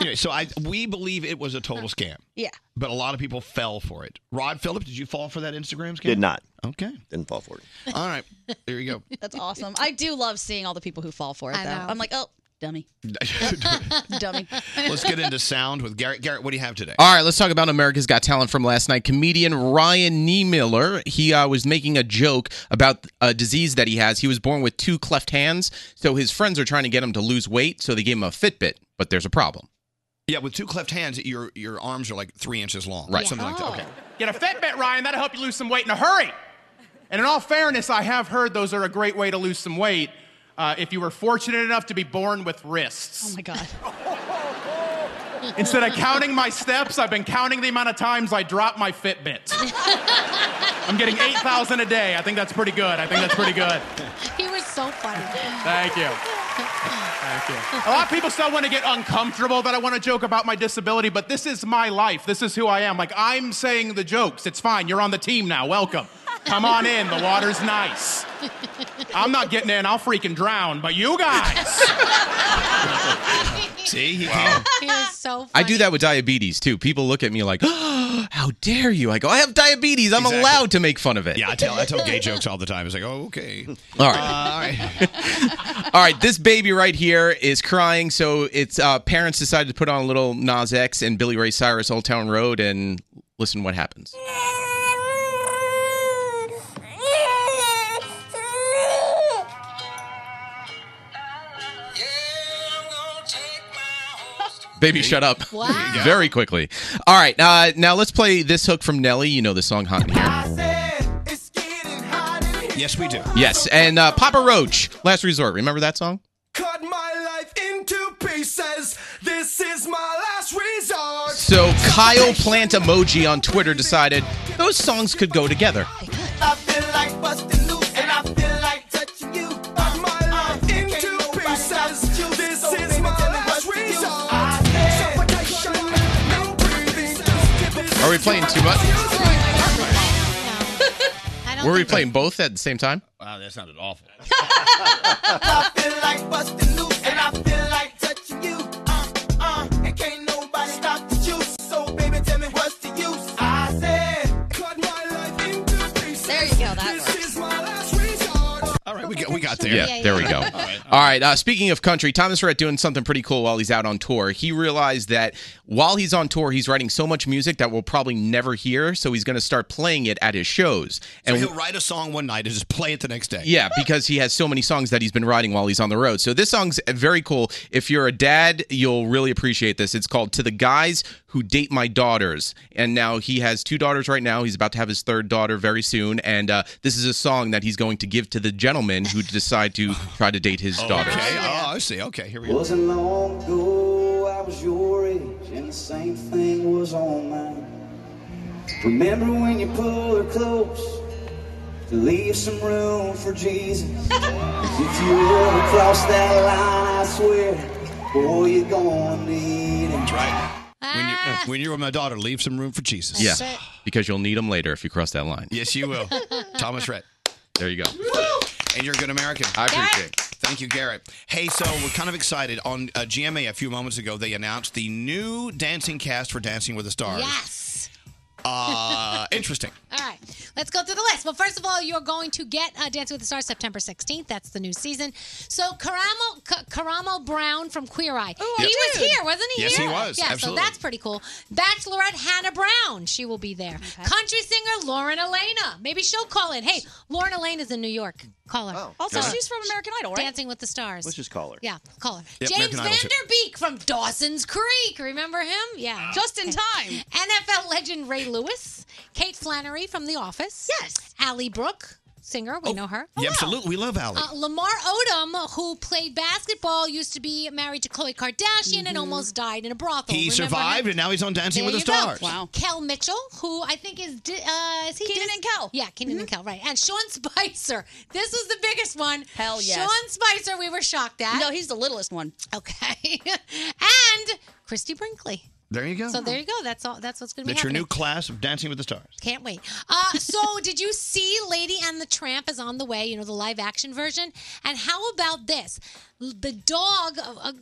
S3: anyway, so I we believe it was a total scam,
S9: Yeah.
S3: but a lot of people fell for it. Rod Phillips, did you fall for that Instagram scam?
S22: Did not.
S3: Okay.
S22: Didn't fall for it.
S3: All right, there you go.
S9: That's awesome. I do love seeing all the people who fall for it,
S3: I
S9: though.
S3: know.
S9: I'm like, oh, dummy. dummy.
S3: Let's get into sound with Garrett. Garrett, what do you have today?
S5: All right, let's talk about America's Got Talent from last night. Comedian Ryan Niemiller, he uh, was making a joke about a disease that he has. He was born with two cleft hands, so his friends are trying to get him to lose weight, so they gave him a Fitbit, but there's a problem.
S3: Yeah, with two cleft hands, your your arms are like three inches long,
S5: Right.
S3: Something like that.
S5: Oh.
S3: Okay.
S4: Get a Fitbit, Ryan. That'll help you lose some weight in a hurry. And in all fairness, I have heard those are a great way to lose some weight uh, if you were fortunate enough to be born with wrists.
S9: Oh my God.
S4: Instead of counting my steps, I've been counting the amount of times I drop my Fitbit. I'm getting 8,000 a day. I think that's pretty good. I think that's pretty good.
S7: He was so funny.
S4: Thank you. Thank you. A lot of people still want to get uncomfortable that I want to joke about my disability, but this is my life. This is who I am. Like, I'm saying the jokes. It's fine. You're on the team now. Welcome. Come on in. The water's nice. I'm not getting in. I'll freaking drown, but you guys.
S3: See?
S7: He was so funny.
S5: I do that with diabetes too. People look at me like, oh, "How dare you?" I go, "I have diabetes. I'm
S3: Exactly.
S5: allowed to make fun of it."
S3: Yeah, I tell I tell gay jokes all the time. It's like, oh, okay.
S5: All right.
S3: Uh, all right.
S5: All right, this baby right here is crying. So its uh, parents decided to put on a little Nas X and Billy Ray Cyrus, Old Town Road, and listen what happens. Baby, shut up.
S16: Wow. There you go.
S5: Very quickly. All right, uh, now let's play this hook from Nelly. You know the song Hot in Here.
S3: Yes, we do.
S5: Yes, and uh, Papa Roach, Last Resort. Remember that song?
S19: Cut my life into pieces. This is my last resort.
S5: So Kyle Plant Emoji on Twitter decided those songs could go together.
S19: I feel like busting loose and I feel like touching you. Cut my life into pieces. This is my last resort. Suffocation, no breathing, just give it-
S5: Are we playing too much?
S7: I don't
S5: Were we
S7: think-
S5: playing both at the same time?
S3: Wow, that sounded awful.
S19: I feel like busting loose and I feel like touching you. Uh, uh, and can't nobody stop the juice. So baby, tell me what's the use? I said, cut my life into pieces. There you go. That this is my last resort.
S3: All right, we got, we got there.
S5: Yeah, there we go. All right. uh, speaking of country, Thomas Rhett doing something pretty cool while he's out on tour. He realized that while he's on tour, he's writing so much music that we'll probably never hear. So he's going to start playing it at his shows.
S3: So he'll write a song one night and just play it the next day.
S5: Yeah, because he has so many songs that he's been writing while he's on the road. So this song's very cool. If you're a dad, you'll really appreciate this. It's called "To the Guys Who Date My Daughters," and now he has two daughters right now. He's about to have his third daughter very soon, and uh, this is a song that he's going to give to the gentlemen who decide to try to date his daughters.
S3: Okay. Oh, I see. Okay, here we go.
S18: Wasn't long ago I was your age and the same thing was on mine. Remember when you pulled her close to leave some room for Jesus? if you ever cross that line, I swear, boy, you're gonna need him. That's right.
S3: When you're, when you're with my daughter, leave some room for Jesus.
S5: Yeah, because you'll need them later if you cross that line.
S3: Yes, you will. Thomas Rhett.
S5: There you go.
S3: And you're a good American.
S5: I appreciate it.
S3: Thank you, Garrett. Hey, so we're kind of excited. On uh, GMA a few moments ago, they announced the new dancing cast for Dancing with the Stars.
S7: Yes.
S3: Uh, interesting.
S7: All right, let's go through the list. Well, first of all, you're going to get uh, Dancing with the Stars September 16th. That's the new season. So, Karamo, K- Karamo Brown from Queer Eye. Oh, he
S3: Yep.
S7: was here, wasn't he?
S3: Yes, he
S7: here?
S3: was.
S7: Yeah,
S3: Absolutely.
S7: so that's pretty cool. Bachelorette Hannah Brown, she will be there. Country singer Lauren Elena. Maybe she'll call in. Hey, Lauren Elena's in New York. Call her.
S9: Oh. Also,
S22: Yeah.
S9: she's from American Idol, right?
S7: Dancing with the Stars.
S22: Let's just call her.
S7: Yeah, call her.
S22: Yep,
S7: James
S22: American Idol too.
S7: Vanderbeek from Dawson's Creek. Remember him? Yeah. Just in time. NFL legend Ray Lewis. Kate Flannery from The Office. Yes. Allie Brooke, singer. We know her.
S3: Yeah, absolutely. We love Allie.
S7: Uh, Lamar Odom, who played basketball, used to be married to Khloe Kardashian and almost died in a brothel.
S3: he
S7: Remember
S3: survived,
S7: him?
S3: and now he's on Dancing
S7: There
S3: with the
S7: you go.
S3: Stars.
S7: Kel Mitchell, who I think is, di- uh, is he Keenan and Kel. Mm-hmm. Yeah, Keenan and Kel, right. And Sean Spicer. This was the biggest one. Hell
S9: yes.
S7: Sean Spicer, we were shocked at. No, he's the littlest one. Okay. and Christy Brinkley.
S3: There you go.
S7: So there you go. That's all. That's what's going to be
S3: That's your
S7: happening.
S3: new class of Dancing with the Stars.
S7: Can't wait. Uh, so, did you see Lady and the Tramp is on the way? You know, the live action version. And how about this? L- The dog uh, uh,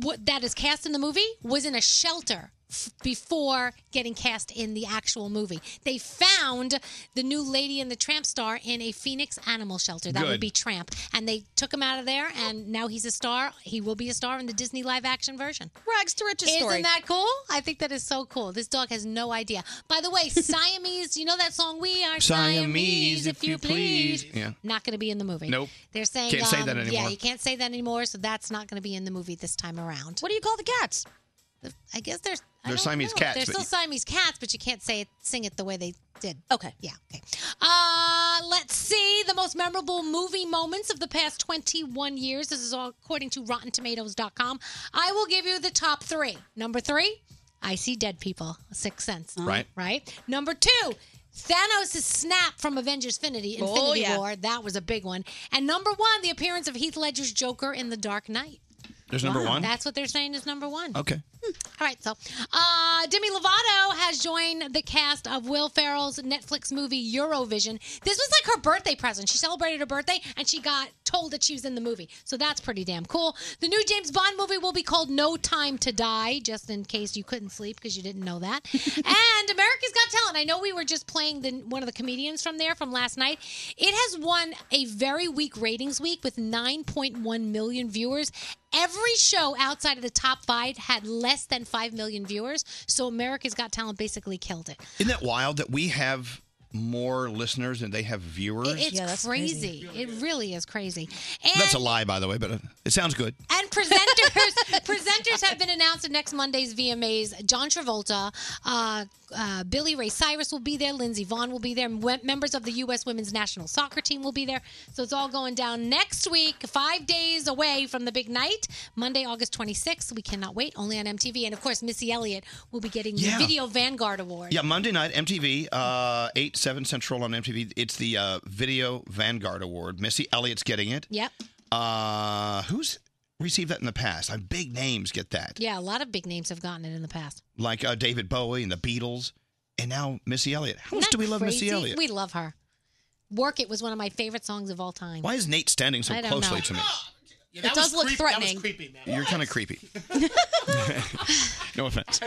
S7: w- that is cast in the movie was in a shelter f- before getting cast in the actual movie. They found the new Lady and the Tramp star in a Phoenix animal shelter. That
S1: Good.
S7: would be Tramp. And they took him out of there, and now he's a star. He will be a star in the Disney live action version.
S9: Rags to riches
S7: Isn't
S9: story.
S7: that cool? I think that is so cool. This dog has no idea. By the way, Siamese, you know that song? We are Siamese, if you please.
S3: Yeah.
S7: Not going to be in the movie.
S3: Nope.
S7: They're saying
S3: Can't say
S7: um,
S3: that
S7: Yeah,
S3: anymore.
S7: you can't say that anymore. So that's not going to be in the movie this time around. What do you call the cats? I guess there's.
S3: They're Siamese cats,
S7: They're
S3: but
S7: still
S3: you-
S7: Siamese cats, but you can't say it, sing it the way they did. Okay. Yeah. Okay. Uh, let's see the most memorable movie moments of the past 21 years. This is all according to RottenTomatoes.com. I will give you the top three. Number three, I see dead people. Sixth Sense.
S3: Oh.
S2: Right.
S7: Right. Number two. Thanos' snap from Avengers Infinity,
S9: Oh,
S7: Infinity
S9: yeah.
S7: War. That was a big one. And number one, the appearance of Heath Ledger's Joker in The Dark Knight.
S3: There's number
S7: Wow,
S3: one?
S7: That's what they're saying is number one.
S3: Okay.
S7: All right, so uh, Demi Lovato has joined the cast of Will Ferrell's Netflix movie Eurovision. This was like her birthday present. She celebrated her birthday and she got told that she was in the movie. So that's pretty damn cool. The new James Bond movie will be called No Time to Die, just in case you couldn't sleep because you didn't know that. and America's Got Talent. I know we were just playing the, one of the comedians from there from last night. It has won a very weak ratings week with 9.1 million viewers. Every show outside of the top five had less than 5 million viewers. So America's Got Talent basically killed it.
S3: Isn't that wild that we have more listeners than they have viewers?
S7: It- it's crazy. It really is crazy. And
S3: That's a lie, by the way, but uh, it sounds good.
S7: And presenters presenters have been announced at next Monday's VMAs. John Travolta, uh, uh, Billy Ray Cyrus will be there. Lindsey Vaughn will be there. Mem- members of the U.S. Women's National Soccer Team will be there. So it's all going down next week, five days away from the big night, Monday, August 26th. We cannot wait. Only on MTV. And of course, Missy Elliott will be getting
S3: Yeah.
S7: the Video Vanguard Award.
S3: Yeah, Monday night, MTV, uh, 8, 7 Central on MTV. It's the uh, Video Vanguard Award. Missy Elliott's getting it.
S7: Yep.
S3: Uh, who's received that in the past? Uh, big names get that,
S7: Yeah, a lot of big names have gotten it in the past.
S3: like uh, David Bowie and the Beatles, and now Missy Elliott. How much do we love Missy
S7: Crazy.
S3: Elliott?
S7: We love her. Work It was one of my favorite songs of all time.
S3: Why is Nate standing so
S7: I don't
S3: closely
S7: know.
S3: to me?
S7: it does look threatening.
S3: You're kind of creepy. no offense.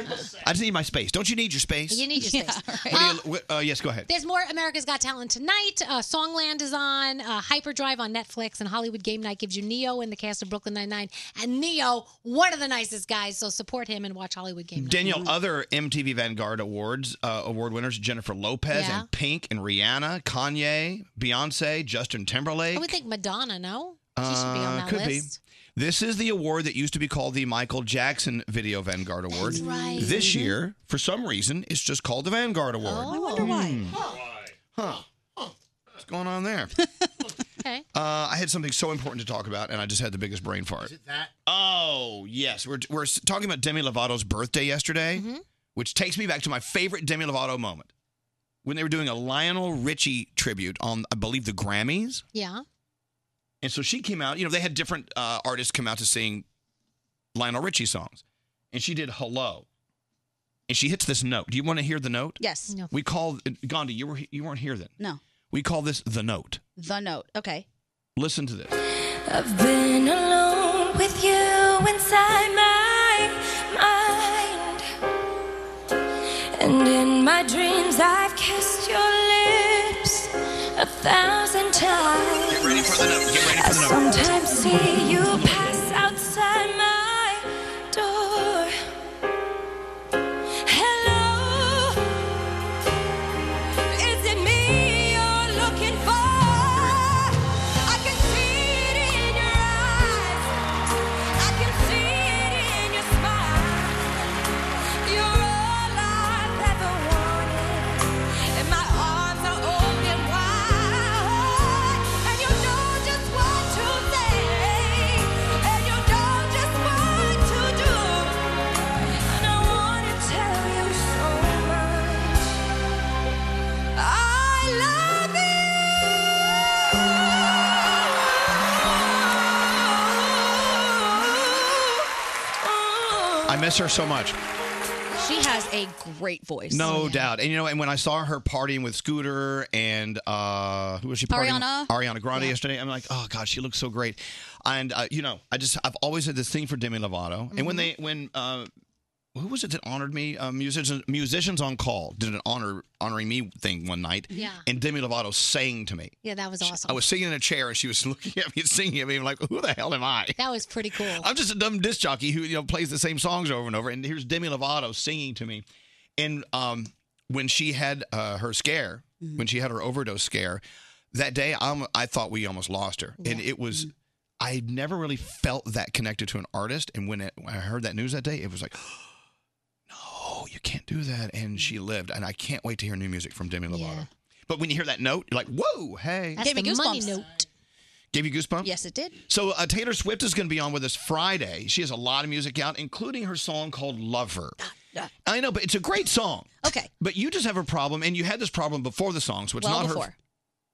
S3: I just need my space. Don't you need your space?
S7: You need your space.
S3: What
S7: Um,
S3: do you- what- uh, yes, go ahead.
S7: There's more America's Got Talent tonight. Uh, Songland is on. Uh, Hyperdrive on Netflix. And Hollywood Game Night gives you Neo and the cast of Brooklyn Nine-Nine. And Neo, one of the nicest guys. So support him and watch Hollywood Game Night.
S3: Danielle, other MTV Vanguard awards uh, award winners: Jennifer Lopez
S7: Yeah.
S3: and Pink and Rihanna, Kanye, Beyonce, Justin Timberlake.
S7: I would think Madonna, no? She should be on
S3: Uh,
S7: that
S3: could
S7: list.
S3: be. This is the award that used to be called the Michael Jackson Video Vanguard Award.
S7: right.
S3: This year, for some reason, it's just called the Vanguard Award.
S7: Oh,
S3: Hmm.
S7: I wonder why.
S3: Huh. What's going on there?
S7: okay.
S3: Uh, I had something so important to talk about, and I just had the biggest brain fart.
S8: That
S3: Oh yes, we're we're talking about Demi Lovato's birthday yesterday,
S7: Mm-hmm.
S3: which takes me back to my favorite Demi Lovato moment when they were doing a Lionel Richie tribute on, I believe, the Grammys.
S7: Yeah.
S3: And so she came out. You know, they had different uh, artists come out to sing Lionel Richie songs, and she did "Hello," and she hits this note. Do you want to hear the note?
S9: Yes. No.
S3: We call uh, Gandhi. You were you weren't here then.
S9: No.
S3: We call this the note.
S9: The note. Okay.
S3: Listen to this.
S6: I've been alone with you inside my mind, and in In my dreams, I've kissed your lips a thousand times. Get ready for the number. Get ready for the number. I sometimes see you pass outside my door. Hello, is it me you're looking for? I can see it in your eyes. I can see it in your smile. You're all I've ever wanted, and my arms are open wide. And you know just what to say, and you know just what to do. And I wanna tell you so much. I love you.
S3: I miss her so much.
S9: She has a great voice.
S3: No doubt. And you know, and when I saw her partying with Scooter and uh who was she partying?
S9: Ariana.
S3: with? Ariana Grande yesterday, I'm like, oh god, she looks so great. And uh, you know, I just I've always had this thing for Demi Lovato. And
S7: Mm-hmm.
S3: when they when uh who was it that honored me? Uh, musicians, musicians on call did an honor honoring me thing one night.
S7: Yeah.
S3: And Demi Lovato sang to me.
S7: Yeah, that was awesome.
S3: I was sitting in a chair and she was looking at me and singing at me. I'm like, who the hell am I?
S7: That was pretty cool.
S3: I'm just a dumb disc jockey who you know plays the same songs over and over. And here's Demi Lovato singing to me, and um, when she had uh, her scare,
S9: Mm-hmm.
S3: when she had her overdose scare, that day I'm, I thought we almost lost her, and it was.
S9: Mm-hmm.
S3: I never really felt that connected to an artist, and when, it, when I heard that news that day, it was like, "No, you can't do that." And she
S9: Mm-hmm.
S3: lived, and I can't wait to hear new music from Demi Lovato. But when you hear that note, you're like, "Whoa, hey!"
S9: That's Gave me the money goosebumps.
S7: note.
S3: Gave you goosebumps?
S9: Yes, it did.
S3: So uh, Taylor Swift is going to be on with us Friday. She has a lot of music out, including her song called "Lover." I know, but it's a great song.
S9: Ah, Okay.
S3: But you just have a problem, and you had this problem before the song, so it's
S9: Well
S3: not her.
S9: before.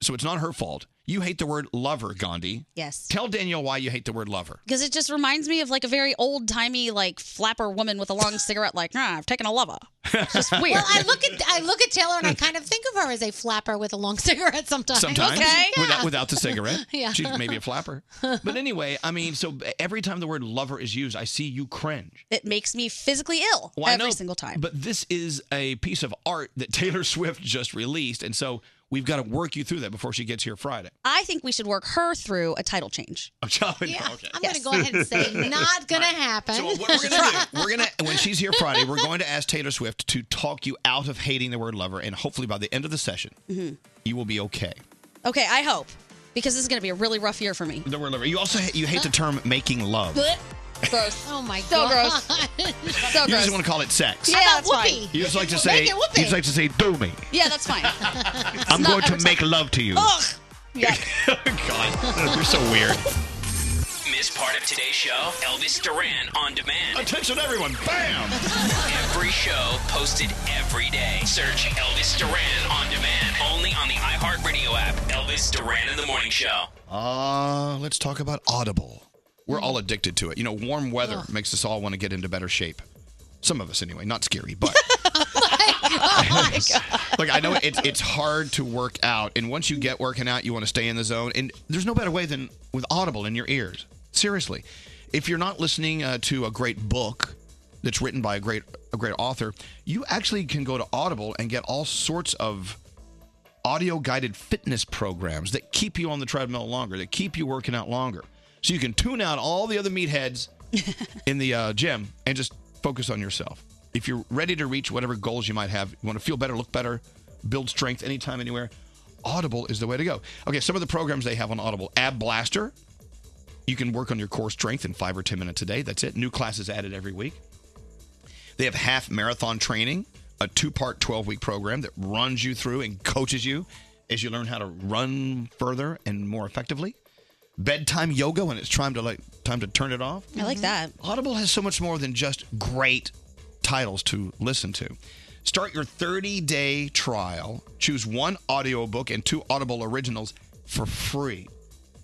S3: So it's not her fault. You hate the word lover, Gandhi.
S9: Yes.
S3: Tell Danielle why you hate the word lover.
S9: Because it just reminds me of like a very old timey, like flapper woman with a long cigarette, like, nah, I've taken a lover. Just weird.
S7: Well, I look at I look at Taylor and I kind of think of her as a flapper with a long cigarette sometimes.
S3: Sometimes,
S7: Yeah.
S3: without, without the cigarette,
S7: Yeah.
S3: she's maybe a flapper. But anyway, I mean, so every time the word lover is used, I see you cringe.
S9: it makes me physically ill
S3: Well, I
S9: every
S3: know,
S9: single time.
S3: But this is a piece of art that Taylor Swift just released, and so we've got to work you through that before she gets here Friday.
S9: I think we should work her through a title change.
S3: yeah,
S7: I'm going to go ahead and say not going to happen. So
S3: what we're going to We're gonna when she's here Friday, we're going to ask Taylor Swift to talk you out of hating the word lover, and hopefully by the end of the session, you will be okay.
S9: Mm-hmm. Okay, I hope. Because this is going to be a really rough year for me.
S3: The word lover. You also ha- you hate the term making love.
S9: Blech. Gross.
S7: oh my
S9: so
S7: God.
S9: gross. So
S3: you
S9: gross.
S3: just want to call it sex.
S9: Yeah, that's fine.
S3: You just like to say. You just like to say, do me.
S9: Yeah, that's fine.
S3: I'm going to make love to you.
S9: Ugh. Yeah.
S3: God, you're so weird.
S17: Miss part of today's show? Elvis Duran on demand.
S3: Attention, everyone! Bam!
S17: Every show posted every day. Search Elvis Duran on demand. Only on the iHeartRadio app. Elvis Duran in the Morning Show.
S3: Uh, let's talk about Audible. We're all addicted to it. You know, warm weather makes us all want to get into better shape. Some of us, anyway. Not scary, but like I know it's it's hard to work out, and once you get working out, you want to stay in the zone. And there's no better way than with Audible in your ears. Seriously, if you're not listening uh, to a great book that's written by a great a great author, you actually can go to Audible and get all sorts of audio guided fitness programs that keep you on the treadmill longer, that keep you working out longer. So you can tune out all the other meatheads in the uh, gym and just focus on yourself. If you're ready to reach whatever goals you might have, you want to feel better, look better, build strength anytime, anywhere, Audible is the way to go. Okay, some of the programs they have on Audible Ab Blaster. You can work on your core strength in five or 10 minutes a day. That's it. New classes added every week. They have half marathon training, a two part 12 week program that runs you through and coaches you as you learn how to run further and more effectively. Bedtime yoga when it's time to like time to turn it off.
S9: I like that.
S3: Audible has so much more than just great titles to listen to. Start your 30-day trial. Choose one audiobook and two Audible originals for free.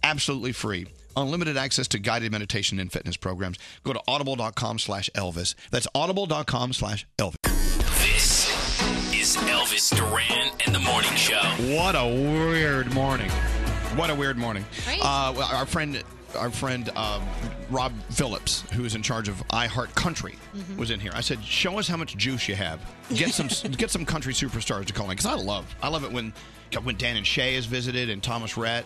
S3: Absolutely free. Unlimited access to guided meditation and fitness programs. Go to audible.com slash Elvis. That's audible.com slash Elvis.
S17: This is Elvis Duran and the Morning Show.
S3: What a weird morning. What a weird morning. Uh, well, our friend, our friend um, Rob Phillips, who is in charge of I Heart Country,
S1: Mhm.
S3: was in here. I said, "Show us how much juice you have. Get some get some country superstars to call in because I love I love it when God, when Dan and Shay is visited and Thomas Rhett.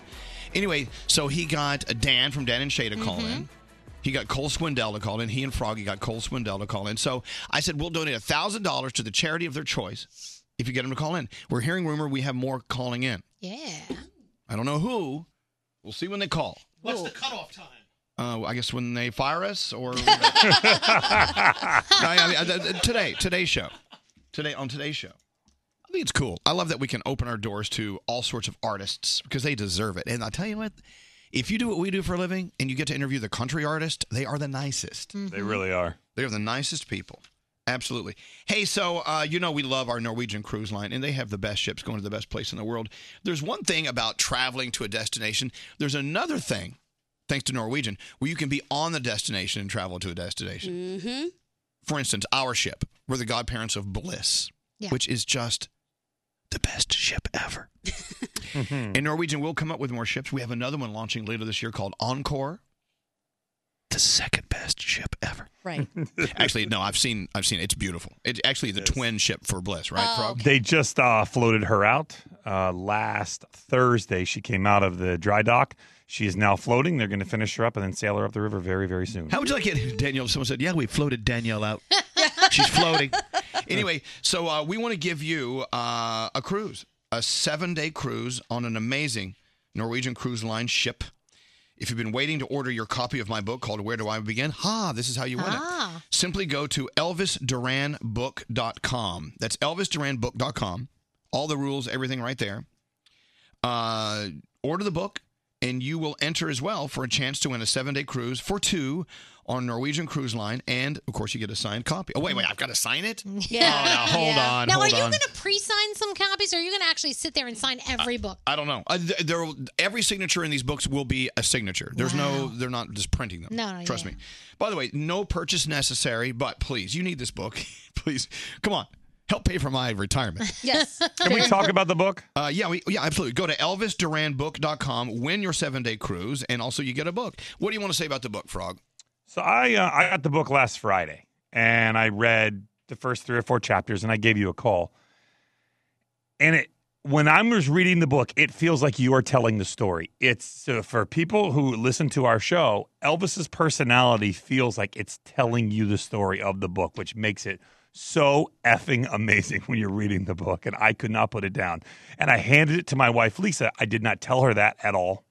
S3: Anyway, so he got a Dan from Dan and Shay to call in. He got Cole Swindell to call in. He and Froggy got Cole Swindell to call in. So I said, we'll donate thousand dollars to the charity of their choice if you get them to call in. We're hearing rumor we have more calling in.
S7: Yeah.
S3: I don't know who. We'll see when they call.
S8: What's the cutoff time?
S3: Uh, I guess when they fire us or No, I mean, uh, uh, today, today's show, today on today's show. I think it's cool. I love that we can open our doors to all sorts of artists because they deserve it. And I tell you what, if you do what we do for a living and you get to interview the country artist, they are the nicest.
S10: They
S9: Mm-hmm.
S10: really are.
S3: They are the nicest people. Absolutely. Hey, so uh, you know we love our Norwegian cruise line, and they have the best ships going to the best place in the world. There's one thing about traveling to a destination. There's another thing, thanks to Norwegian, where you can be on the destination and travel to a destination.
S9: Mm-hmm.
S3: For instance, our ship, we're the godparents of Bliss,
S9: Yeah.
S3: which is just the best ship ever. and Norwegian will come up with more ships. We have another one launching later this year called Encore. The second best ship ever.
S9: Right.
S3: actually, no, I've seen I've seen it. It's beautiful. It's actually the twin ship for Bliss,
S10: Oh.
S3: right, Frog?
S10: They just uh, floated her out uh, last Thursday. She came out of the dry dock. She is now floating. They're going to finish her up and then sail her up the river very, very soon.
S3: How would you like it, Danielle? Someone said, "Yeah, we floated Danielle out. She's floating." Anyway, so uh, we want to give you uh, a cruise, a seven-day cruise on an amazing Norwegian Cruise Line ship. If you've been waiting to order your copy of my book called Where Do I Begin? Ha, this is how you win it. Simply go to elvisduranbook.com. That's elvisduranbook.com. All the rules, everything right there. Uh, order the book, and you will enter as well for a chance to win a seven day cruise for two on Norwegian Cruise Line. And of course, you get a signed copy. Oh, wait, wait, I've got to sign it?
S7: Yeah.
S3: Oh, now, hold on.
S7: Now,
S3: hold
S7: are you
S3: on.
S7: going to pre-sign some copies, or are you going to actually sit there and sign every book?
S3: I don't know. Uh, th- there, will- every signature in these books will be a signature. There's no, they're not just printing them.
S7: No, no,
S3: trust
S7: yeah.
S3: me. By the way, no purchase necessary. But please, you need this book. please, come on, help pay for my retirement.
S9: Yes.
S10: Can we talk about the book?
S3: Uh, yeah, we, yeah, absolutely. Go to elvisduranbook.com, win your seven day cruise, and also you get a book. What do you want to say about the book, Frog?
S10: So I uh, I got the book last Friday, and I read the first three or four chapters, and I gave you a call. And it when I was reading the book, it feels like you are telling the story. It's so for people who listen to our show, Elvis's personality feels like it's telling you the story of the book, which makes it so effing amazing when you're reading the book. And I could not put it down. And I handed it to my wife Lisa. I did not tell her that at all.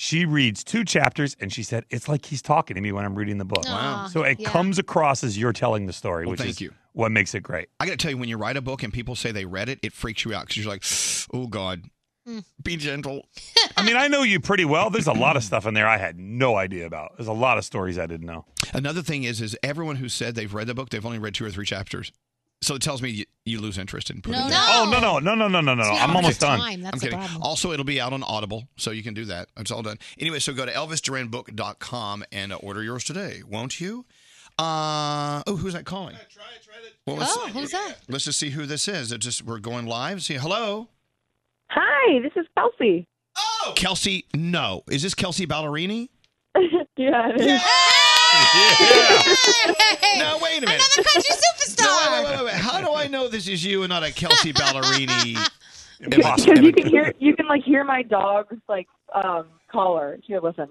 S10: She reads two chapters and she said, It's like he's talking to me when I'm reading the book.
S3: Wow. Aw,
S10: So it
S3: yeah.
S10: comes across as you're telling the story,
S3: Well,
S10: which
S3: thank
S10: is
S3: you.
S10: what makes it great.
S3: I got to tell you, when you write a book and people say they read it, it freaks you out because you're like, oh, God, be gentle.
S10: I mean, I know you pretty well. There's a lot of stuff in there I had no idea about. There's a lot of stories I didn't know.
S3: Another thing is, is everyone who said they've read the book, they've only read two or three chapters. So it tells me you, you lose interest in putting
S10: No, no.
S3: it down.
S10: Oh, no, no, no, no, no, no, no. It's not I'm almost enough done. time. That's
S3: I'm
S10: the
S3: kidding.
S10: problem.
S3: Also, it'll be out on Audible, so you can do that. It's all done. Anyway, so go to elvisduranbook.com and uh, order yours today, won't you? Uh, oh, who's that calling? Try it, try it. Well, let's,
S2: Oh, who's that?
S3: Let's just see who this is. It just We're going live. See, hello?
S2: Hi, this is Kelsey.
S3: Oh! Kelsey, no. Is this Kelsey Ballerini?
S2: yeah. it is.
S3: Now, wait a minute.
S7: Another country superstar.
S3: No, wait, wait, wait, wait. How do I know this is you and not a Kelsey Ballerini?
S2: Because you can hear you can like hear my dog's like um collar. Here, listen.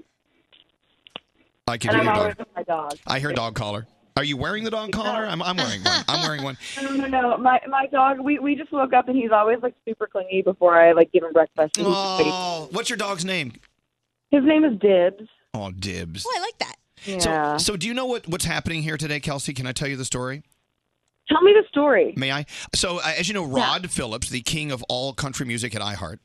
S3: I can
S2: and
S3: hear
S2: I'm
S3: your
S2: always
S3: dog.
S2: with my dog.
S3: I hear dog collar. Are you wearing the dog collar? I'm, I'm wearing one. I'm wearing one.
S2: No, no, no. My my dog. We we just woke up and he's always like super clingy before I like give him breakfast. And he's just, like-
S3: Oh, what's your dog's name?
S2: His name is Dibs.
S3: Oh, dibs.
S2: I like that. Yeah.
S3: So, so do you know what, what's happening here today, Kelsey? Can I tell you the story?
S2: Tell me the story.
S3: May I? So, uh, as you know, Rod Phillips, the king of all country music at iHeart.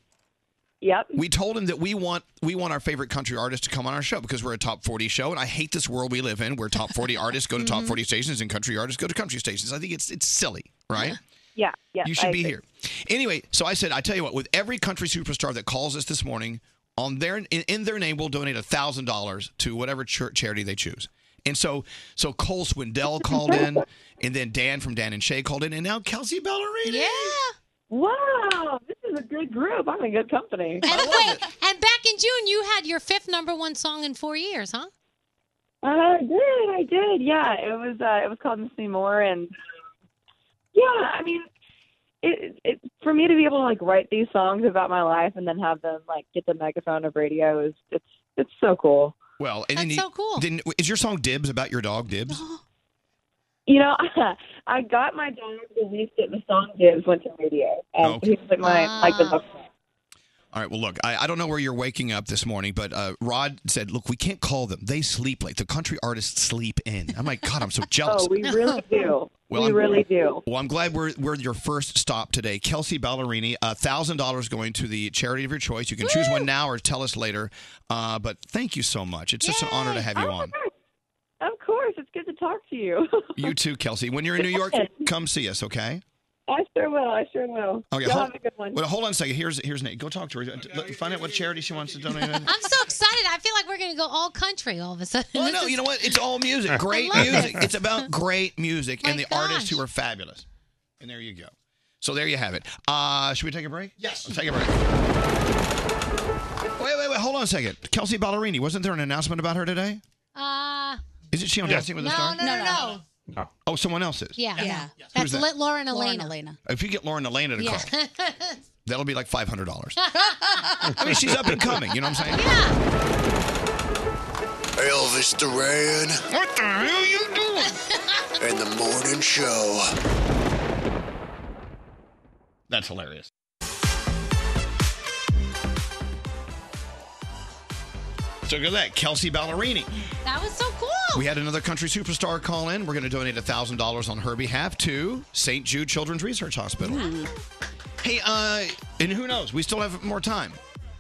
S2: Yep.
S3: We told him that we want we want our favorite country artists to come on our show because we're a top 40 show and I hate this world we live in where top 40 artists go to
S2: Mm-hmm.
S3: top 40 stations and country artists go to country stations. I think it's it's silly, right?
S2: yeah, yeah.
S3: you
S2: I
S3: should be
S2: agree.
S3: here. Anyway, so I said, I tell you what, with every country superstar that calls us this morning, on their in, in their name, we'll donate a thousand dollars to whatever church charity they choose. And so, so Cole Swindell called in, and then Dan from Dan and Shay called in, and now Kelsey Ballerini. Yeah.
S2: Wow, this is a good group. I'm in good company.
S7: And wait, and back in June, you had your fifth number one song in four years, huh?
S2: Uh, I did. I did. Yeah, it was. Uh, it was called Miss Me More, and yeah, I mean, it, it for me to be able to like write these songs about my life and then have them like get the megaphone of radio is it's it's so cool.
S3: Well, and then
S2: That's so cool. Oh,
S3: Then, is your song Dibs about your dog Dibs?
S2: You know, I got my dog released at the song Gibbs went to radio, and he was like my like the dog.
S3: All right. Well, look, I, I don't know where you're waking up this morning, but uh, Rod said, "Look, we can't call them. They sleep late. The country artists sleep in." I'm like, God, I'm so jealous.
S2: Oh, we really do.
S3: Well,
S2: we
S3: I'm-
S2: really do.
S3: Well, I'm glad we're we're your first stop today. Kelsey Ballerini, thousand dollars going to the charity of your choice. You can choose one now or tell us later. Uh, but thank you so much. It's just an honor to have
S2: Oh
S3: you on.
S2: Of course, it's good to talk to you.
S3: You too, Kelsey. When you're in New York, come see us. Okay.
S2: I sure will. I sure will.
S3: Okay.
S2: Y'all
S3: hold,
S2: have a good one.
S3: Well, hold on a second. Here's here's Nate. Go talk to her. Let- Find out what charity she wants to donate. in.
S7: I'm so excited. I feel like we're going to go all country all of a sudden.
S3: Well,
S7: This
S3: no,
S7: is-
S3: you know what? It's all music.
S7: I
S3: Great
S7: love
S3: music.
S7: it.
S3: It's about great music and
S7: My
S3: the artists who are fabulous. And there you go. So there you have it. Uh, should we take a break? Yes. take a break. Wait, wait, wait. Hold on a second. Kelsey Ballerini. Wasn't there an announcement about her today?
S7: Uh,
S3: Isn't she on
S7: no,
S3: Dancing with the
S7: no,
S3: Stars?
S7: no, no, no.
S3: Oh, someone else is.
S7: Yeah. Yeah.
S3: Who's
S7: That's
S3: that?
S7: Lit Lauren
S9: Lauren
S7: Elena.
S3: If you get Lauren Elena to
S7: Yeah.
S3: call, that'll be like five hundred dollars. I mean, she's up and coming. You know what I'm saying?
S1: Elvis Duran. What the hell you doing? And the morning show.
S3: That's hilarious. So look at that, Kelsey Ballerini.
S7: that was so cool.
S3: We had another country superstar call in. We're going to donate thousand dollars on her behalf to St. Jude Children's Research Hospital. Hey, uh, and who knows? We still have more time.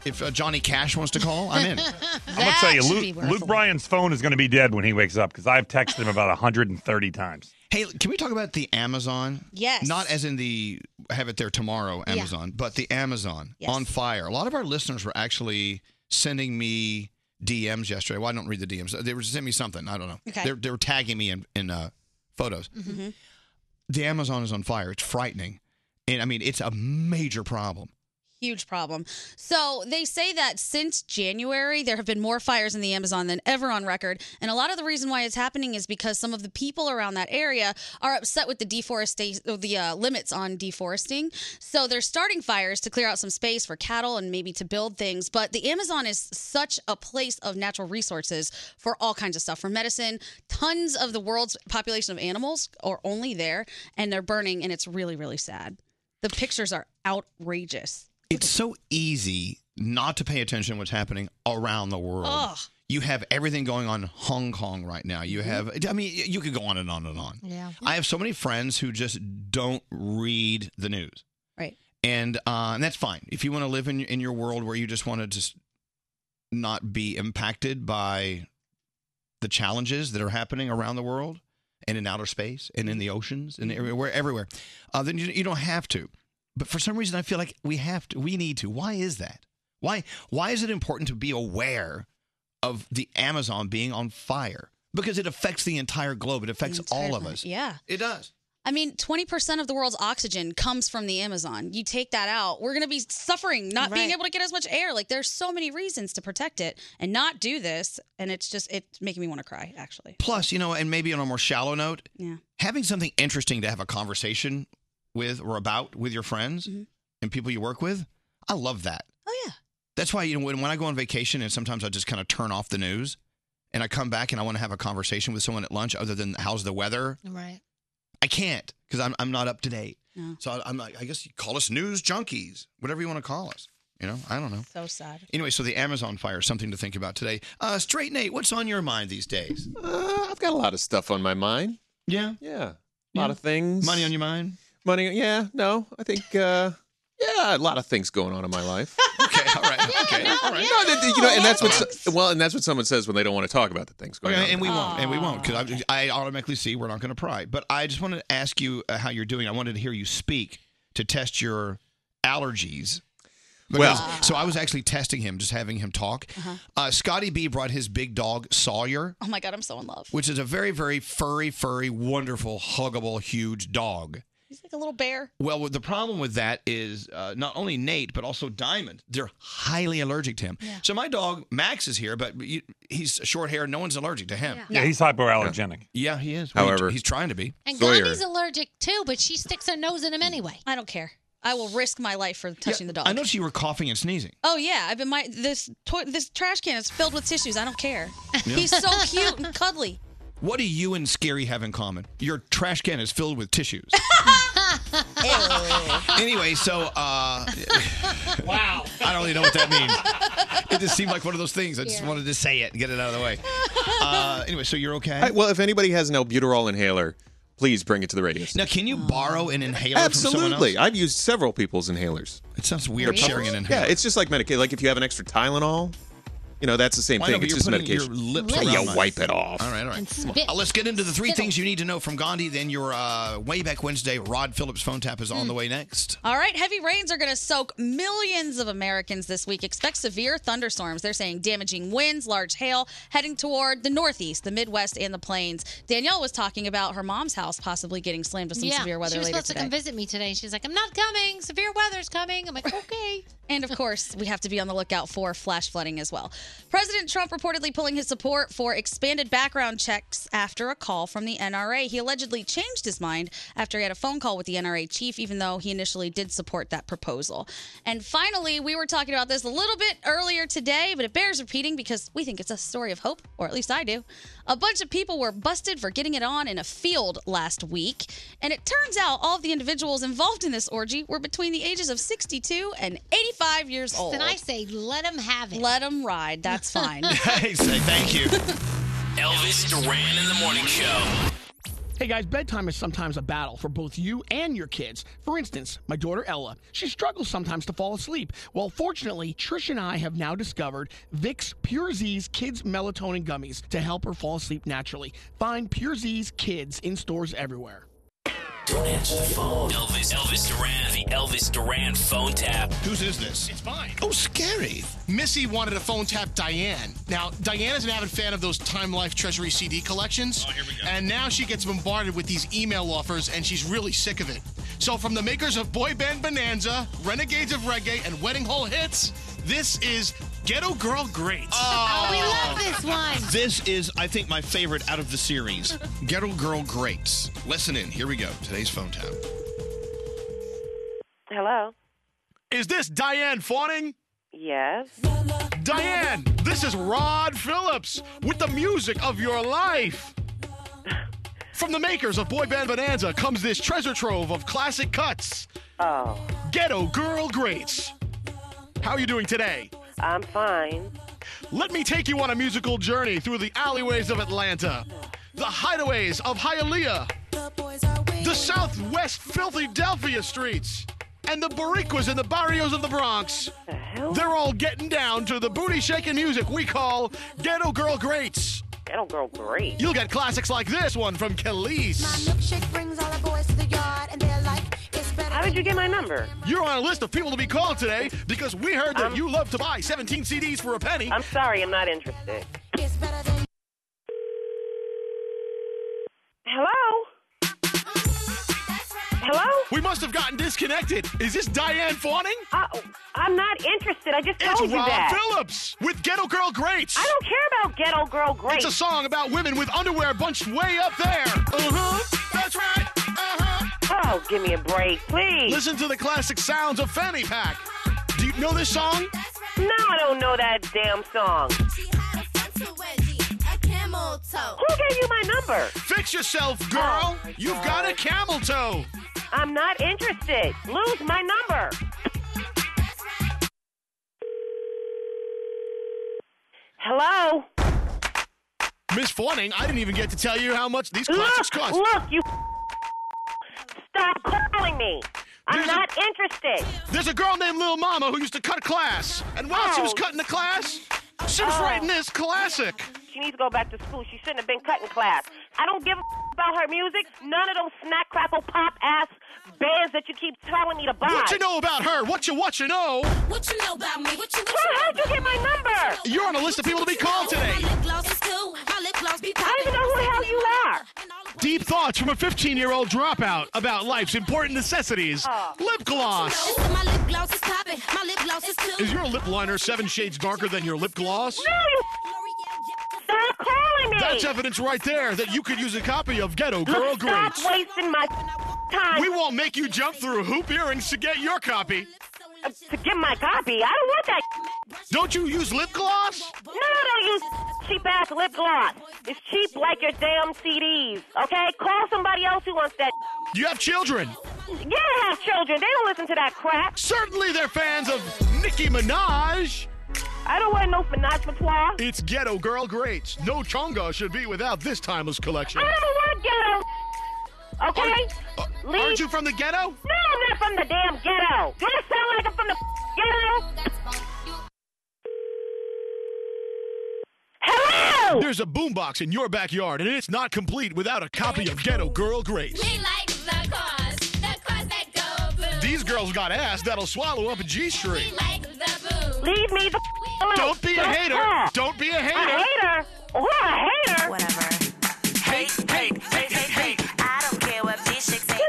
S3: If uh, Johnny Cash wants to call, I'm in.
S10: I'm gonna tell you, Luke, Luke Bryan's phone is gonna be dead when he wakes up because I've texted him about 130 times.
S3: Hey, can we talk about the Amazon?
S9: Yes.
S3: Not as in the have it there tomorrow
S9: Yeah.
S3: Amazon, but the Amazon on fire. A lot of our listeners were actually sending me DMs yesterday. Well, I don't read the DMs. They were sending me something. I don't know.
S9: Okay.
S3: They, they were tagging me in, in uh, photos.
S9: Mm-hmm.
S3: The Amazon is on fire. It's frightening. And I mean, it's a major problem.
S9: Huge problem. So they say that since January, there have been more fires in the Amazon than ever on record. And a lot of the reason why it's happening is because some of the people around that area are upset with the deforestation, or the uh, limits on deforesting. So they're starting fires to clear out some space for cattle and maybe to build things. But the Amazon is such a place of natural resources for all kinds of stuff, for medicine. Tons of the world's population of animals are only there, and they're burning, and it's really, really sad. The pictures are outrageous.
S3: It's so easy not to pay attention to what's happening around the world.
S9: Ugh.
S3: You have everything going on in Hong Kong right now. You have, I mean, you could go on and on and on.
S9: Mm-hmm. Yeah.
S3: I have so many friends who just don't read the news.
S9: Right.
S3: And, uh, and that's fine. If you want to live in, in your world where you just want to just not be impacted by the challenges that are happening around the world and in outer space and in the oceans and everywhere, everywhere, uh, then you, you don't have to. But for some reason, I feel like we have to. We need to. Why is that? Why Why is it important to be aware of the Amazon being on fire? Because it affects the entire globe. It affects all of us.
S9: Yeah.
S3: It does.
S9: I mean, 20% of the world's oxygen comes from the Amazon. You take that out, we're going to be suffering, not being able to get as much air. Like, there's so many reasons to protect it and not do this. And it's just, it's making me want to cry, actually.
S3: Plus, you know, and maybe on a more shallow note,
S9: Yeah.
S3: having something interesting to have a conversation with or about with your friends and people you work with, I love that.
S9: Mm-hmm. Oh yeah.
S3: That's why you know when, when I go on vacation and sometimes I just kind of turn off the news and I come back and I want to have a conversation with someone at lunch other than how's the weather.
S7: Right.
S3: I can't because I'm I'm not up to date.
S9: No.
S3: So I, I'm like I guess you call us news junkies, whatever you want to call us. You know, I don't know.
S9: So sad.
S3: Anyway, so the Amazon fire is something to think about today. Uh, Straight Nate, what's on your mind these days?
S13: Uh, I've got a lot of stuff on my mind.
S3: Yeah.
S13: Yeah. A lot of things. Money on
S3: your mind?
S13: Money. Yeah. No, I think, uh, yeah, a lot of things going on in my life.
S3: okay. All right. okay. all right.
S13: No, that- you know, and that's what, well, and that's what someone says when they don't want to talk about the things going on.
S3: Okay, and we won't, and we won't, because I, I automatically see we're not going to pry. But I just wanted to ask you uh, how you're doing. I wanted to hear you speak to test your allergies.
S13: Well-
S3: Because- so I was actually testing him, just having him talk. uh Scotty B brought his big dog Sawyer,
S9: Oh my God, I'm so in love.
S3: which is a very, very furry, furry, wonderful, huggable, huge dog.
S9: He's like a little bear.
S3: Well, with- the problem with that is uh, not only Nate but also Diamond. They're highly allergic to him. So my dog Max is here, but you, he's short haired. No one's allergic to him.
S10: Yeah, he's hypoallergenic.
S3: Yeah, he is.
S29: However-
S3: he's trying to be.
S7: And Gandhi's allergic too, but she sticks her nose in him anyway.
S9: I don't care. I will risk my life for touching the dog.
S3: I noticed you were coughing and sneezing.
S9: Oh yeah, I've been my this to- this trash can is filled with tissues. I don't care.
S3: Yeah.
S9: He's so cute and cuddly.
S3: What do you and Scary have in common? Your trash can is filled with tissues. anyway, so uh,
S30: Wow.
S3: I don't really know what that means. It just seemed like one of those things. I just wanted to say it and get it out of the way. Uh, anyway, so you're okay.
S11: All right, well, if anybody has an albuterol inhaler, please bring it to the radio. station.
S3: now, can you borrow an inhaler from someone
S11: Absolutely.
S3: else?
S11: I've used several people's inhalers.
S3: It sounds weird
S11: They're
S3: sharing an
S11: public-
S3: inhaler.
S11: Yeah, it's just like medication. Like if you have an extra Tylenol, you know, that's the same
S3: Why
S11: thing.
S3: not,
S11: it's
S3: but you're
S11: just
S3: putting your
S11: medication.
S3: lips
S11: yeah,
S3: around
S11: you
S3: my-
S11: wipe it off.
S3: All right, all right.
S30: spit.
S3: Uh, let's get into the three
S9: Spittle.
S3: things you need to know from Gandhi. Then your uh, way back Wednesday Rod Phillips phone tap is on the way next.
S9: All right, heavy rains are going to soak millions of Americans this week. Expect severe thunderstorms. They're saying damaging winds, large hail, heading toward the Northeast, the Midwest, and the Plains. Danielle was talking about her mom's house possibly getting slammed with some
S7: yeah,
S9: severe weather
S7: she was
S9: later
S7: supposed to
S9: today.
S7: come visit me today. and She's like, I'm not coming. Severe weather's coming. I'm like, okay.
S9: And of course, we have to be on the lookout for flash flooding as well. President Trump reportedly pulling his support for expanded background checks after a call from the NRA. He allegedly changed his mind after he had a phone call with the NRA chief, even though he initially did support that proposal. And finally, we were talking about this a little bit earlier today, but it bears repeating because we think it's a story of hope, or at least I do. A bunch of people were busted for getting it on in a field last week, and it turns out all of the individuals involved in this orgy were between the ages of 62 and 85 years old.
S7: Then I say, let him have it.
S9: Let them ride. That's fine.
S3: Hey, say thank you.
S17: Elvis Duran in the morning show.
S8: Hey guys, bedtime is sometimes a battle for both you and your kids. For instance, my daughter Ella, she struggles sometimes to fall asleep. Well, fortunately, Trish and I have now discovered Vicks Pure Z's Kids Melatonin Gummies to help her fall asleep naturally. Find Pure Z's Kids in stores everywhere.
S17: Don't answer the phone. Elvis, Elvis Duran, the Elvis Duran phone tap.
S3: Whose is this?
S4: It's mine.
S3: Oh, scary.
S4: Missy wanted to phone tap Diane. Now, Diane is an avid fan of those Time Life Treasury CD collections. Oh, here we go. And now she gets bombarded with these email offers, and she's really sick of it. So, from the makers of Boy Band Bonanza, Renegades of Reggae, and Wedding Hole Hits, this is Ghetto Girl Great.
S3: Oh,
S7: we love this one.
S3: This is, I think, my favorite out of the series. Ghetto Girl Greats. Listen in. Here we go. Today's phone tap.
S16: Hello.
S4: Is this Diane Fawning?
S16: Yes.
S4: Diane, this is Rod Phillips with the music of your life. From the makers of Boy Band Bonanza comes this treasure trove of classic cuts.
S16: Oh.
S4: Ghetto Girl Greats. How are you doing today?
S16: I'm fine.
S4: Let me take you on a musical journey through the alleyways of Atlanta, the hideaways of Hialeah, the southwest filthy Delphia streets, and the barriquas and the barrios of the Bronx. They're all getting down to the booty shaking music we call Ghetto Girl Greats.
S16: Ghetto Girl Great.
S4: You'll get classics like this one from Khalees.
S16: Milkshake brings all the boys to the yard, and they're like, it's better. How did you get my number? Um,
S4: You're on a list of people to be called today because we heard that you love to buy 17 CDs for a penny.
S16: I'm sorry, I'm not interested. Hello? Hello?
S4: We must have gotten disconnected. Is this Diane Fawning?
S16: Uh, I'm not interested. I just
S4: It's
S16: told you
S4: Rob
S16: that.
S4: Phillips with Ghetto Girl Greats.
S16: I don't care about Ghetto Girl Greats.
S4: It's a song about women with underwear bunched way up there. Uh-huh. That's right. Uh-huh.
S16: Oh, give me a break, please.
S4: Listen to the classic sounds of Fanny Pack. Do you know this song?
S16: No, I don't know that damn song. Who gave you my number? Oh.
S4: Fix yourself, girl. You've got a camel toe.
S16: I'm not interested. Lose my number. Hello?
S4: Miss Fawning, I didn't even get to tell you how much these classics
S16: Look,
S4: cost.
S16: look, you stop calling me. I'm
S4: There's a-
S16: not interested.
S4: There's a girl named Lil Mama who used to cut class. And while she was
S16: Oh.
S4: cutting the class, she was
S16: Oh.
S4: writing this classic.
S16: She needs to go back to school. She shouldn't have been cutting class. I don't give a about her music. None of those snack, crackle, pop ass bands that you keep telling me to buy.
S4: What you know about her? What you what you know?
S16: What you know about me? What you? Where how'd you get my number?
S4: You're on a list of people to be called today.
S16: I don't even know who the hell you are.
S4: Deep thoughts from a 15 year old dropout about life's important necessities.
S16: Oh.
S4: Lip gloss.
S23: My lip gloss is popping. My lip gloss is too.
S4: Is your lip liner seven shades darker than your lip gloss? No,
S16: Stop calling me.
S4: That's evidence right there that you could use a copy of Ghetto
S16: Look,
S4: Girl
S16: stop
S4: Greats.
S16: wasting my time.
S4: We won't make you jump through hoop earrings to get your copy.
S16: Uh, to get my copy. I don't want that.
S4: Don't you use lip gloss?
S16: No, I don't use cheap ass lip gloss. It's cheap like your damn CDs. Okay, call somebody else who wants that.
S4: You have children.
S16: Yeah, I have children. They don't listen to that crap.
S4: Certainly, they're fans of Nicki Minaj.
S16: I don't want no Minaj Patois.
S4: It's Ghetto Girl Greats. No chonga should be without this timeless collection.
S16: I don't want ghetto. Okay? Leave.
S4: Aren't you from the ghetto? No,
S16: I'm not from the damn ghetto. Do I sound like I'm from the ghetto?
S4: There's a boombox in your backyard, and it's not complete without a copy of Ghetto Girl Greats.
S23: We like the cause, the cause that go boom.
S4: These girls got ass that'll swallow up a G string.
S23: Like the boom.
S16: Leave me the alone.
S4: Don't be a
S23: Don't
S4: hater.
S23: call.
S4: Don't be a
S23: A
S4: hater.
S16: hater? Or a hater?
S23: Whatever. Hate, hate, hate, hate, hate. I don't care what these chicks say.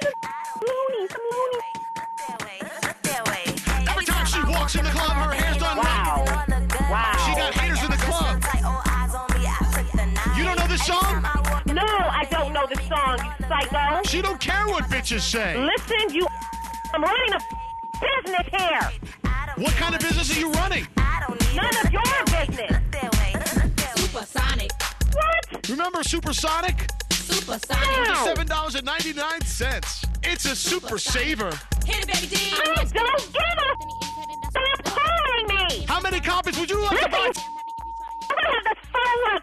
S4: Every time she walks in the club, her hair's done wow.
S16: Wow.
S4: She got haters in the club. You don't know this song?
S16: No, I don't know the song, you psycho.
S4: She don't care what bitches say.
S16: Listen, you. I'm running a business here.
S4: What kind of business are you running?
S16: None of your business.
S23: Supersonic.
S4: What? Remember Supersonic?
S23: Supersonic.
S4: Seven dollars and ninety nine cents. It's a super saver.
S23: Hit it, baby D.
S16: I don't give a. Stop calling me.
S4: How many copies would you like to buy?
S16: I'm gonna have to follow up.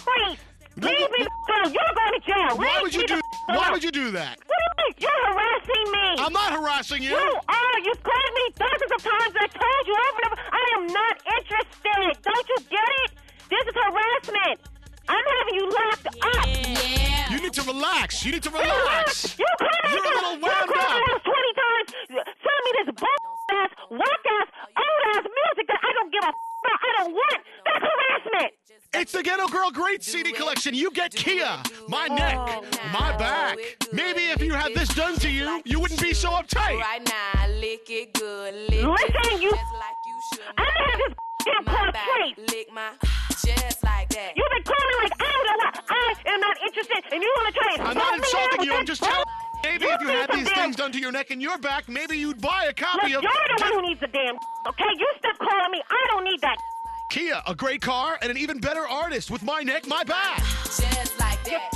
S16: Treat. Leave me alone. You're going to jail.
S4: Why
S16: Leave
S4: would
S16: me the
S4: you do?
S16: alone.
S4: Why would you do that?
S16: What do you mean? You're harassing me.
S4: I'm not harassing you.
S16: You are. You've called me dozens of times. I told you over and over. I am not interested. Don't you get it? This is harassment. I'm having you locked up. Yeah.
S4: You need to relax. You need to relax.
S16: You called me
S4: You're a little
S16: you
S4: wound
S16: called me
S4: up.
S16: out 20 times. Send me this bull ass, whack ass, old ass music that I don't give a f- about. I don't want. That's harassment.
S4: It's the Ghetto Girl Great CD Collection. You get Kia, my
S23: Oh,
S4: neck, my back. Maybe if you had this done to you, you wouldn't be so uptight.
S23: Right now, lick it good. Lick
S16: Listen,
S23: it
S16: you-
S23: Just like you should.
S16: I'm gonna have this damn
S23: My
S16: club
S23: back,
S16: straight.
S23: Lick my. Just like that.
S16: You've been calling like I don't know what. I am not interested, and you want to try and
S4: I'm not
S16: insult me now
S4: insulting
S16: with
S4: you. I'm
S16: that
S4: just telling.
S16: bull-
S4: Maybe if you
S16: need
S4: had
S16: some
S4: these
S16: damn-
S4: things done to your neck and your back, maybe you'd buy a copy
S16: Look,
S4: of
S16: you're the one who needs the damn. Okay, you stop calling me. I don't need that.
S4: Kia, a great car and an even better artist with my neck, my back.
S23: Just like that.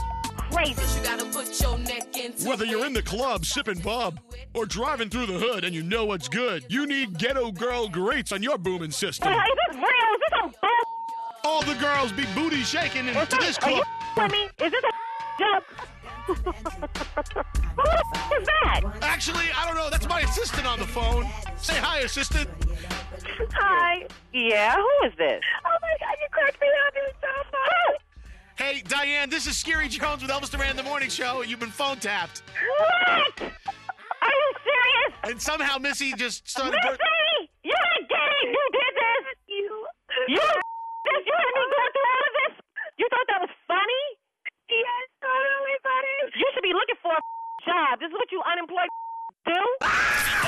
S16: Crazy.
S23: You gotta put your neck into
S4: Whether you're in the club sipping bub or driving through the hood and you know what's good, you need Ghetto Girl Greats on your booming system.
S16: Well, is this real? Is this some bull?
S4: All the girls be booty shaking
S16: Is
S4: into this
S16: Are you
S4: club.
S16: with me? Is this a joke? Who the f- is that?
S4: Actually, I don't know. That's my assistant on the phone. Say hi, assistant.
S16: Hi. Yeah, who is this? Oh my God, you cracked me up. You're so funny.
S4: Hey, Diane, this is Scary Jones with Elvis Duran in the Morning Show. You've been phone tapped.
S16: What? Are you serious?
S4: And somehow Missy just started. bur-
S16: Missy, you're a gay. You did this. You. You. This, you had me go through all of this. You thought that was funny? Yes, totally funny. You should be looking for a job. This is what you unemployed do.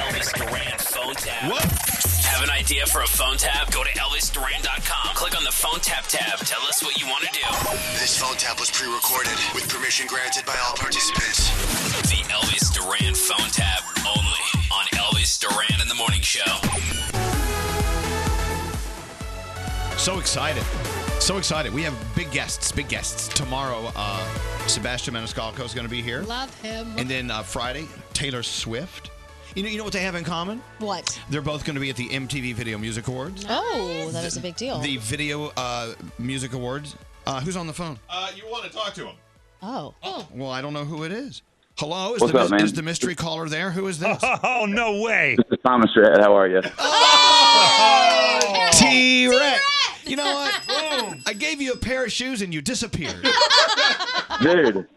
S17: Elvis Duran phone tap. What? Have an idea for a phone tap? Go to ElvisDuran.com. Click on the phone tap tab. Tell us what you want to do.
S31: This phone tap was pre-recorded with permission granted by all participants.
S17: The Elvis Duran phone tap only on Elvis Duran in the Morning Show.
S3: So excited. So excited. We have big guests, big guests. Tomorrow, uh, Sebastian Maniscalco is going to be here.
S9: Love him.
S3: And then uh, Friday, Taylor Swift. You know, you know what they have in common?
S9: What?
S3: They're both going to be at the MTV Video Music Awards.
S9: Oh, that is a big deal.
S3: The Video uh, Music Awards. Uh, who's on the phone?
S11: Uh, you want to talk to him?
S9: Oh.
S3: Uh, Well, I don't know who it is. Hello, is,
S20: What's
S3: the,
S20: up, man?
S3: is the mystery caller there? Who is this?
S11: Oh no way!
S20: This is Thomas Rhett. How are you?
S3: T Rex. You know what? I gave you a pair of shoes and you disappeared.
S20: Dude,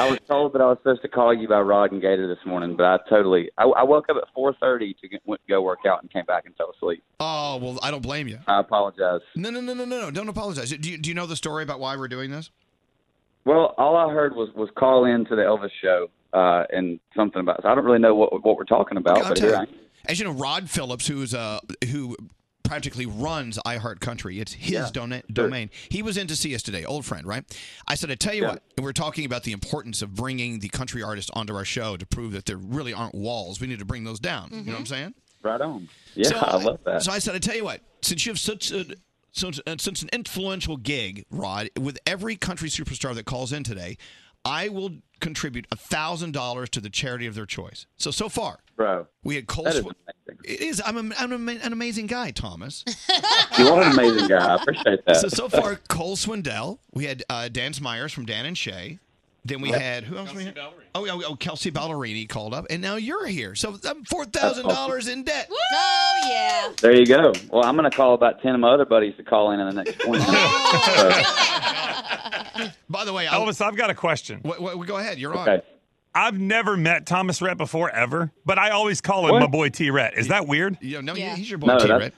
S20: I was told that I was supposed to call you by Rod and Gator this morning, but I totally. I, I woke up at 4:30 to get, went to go work out and came back and fell asleep.
S3: Oh well, I don't blame you.
S20: I apologize.
S3: No, no, no, no, no, no. Don't apologize. Do you, do you know the story about why we're doing this?
S20: Well, all I heard was was call in to the Elvis show uh, and something about. So I don't really know what what we're talking about, but here I am.
S3: As you know, Rod Phillips, who's uh, who practically runs iHeartCountry, it's his dona- domain. He was in to see us today, old friend, right? I said, I tell you what, we're talking about the importance of bringing the country artist onto our show to prove that there really aren't walls. We need to bring those down. You know what I'm saying?
S20: Right on. Yeah, I love that.
S3: So I said, I tell you what, since you have such a since, uh, since an influential gig, Rod, with every country superstar that calls in today, I will contribute a thousand dollars to the charity of their choice. So so far,
S20: bro,
S3: we had Cole.
S20: That is
S3: Swi- it is. I'm, am- I'm am- an amazing guy, Thomas.
S20: You are an amazing guy. I appreciate that.
S3: so so far, Cole Swindell. We had uh, Dan Myers from Dan and Shay. Then we
S20: Yep.
S3: had who else? we had? Oh, oh, oh, Kelsey Ballerini called up, and now you're here. So I'm four thousand dollars in debt.
S32: Oh yeah.
S20: There you go. Well, I'm going to call about ten of my other buddies to call in in the next twenty. minutes. So-
S3: By the way,
S10: Elvis, I've got a question.
S3: What, go ahead. You're
S20: on. Okay.
S10: I've never met Thomas Rhett before, ever, but I always call him
S20: What?
S10: my boy T Rhett. Is that weird?
S3: Yeah, no, he's your
S20: No, that's-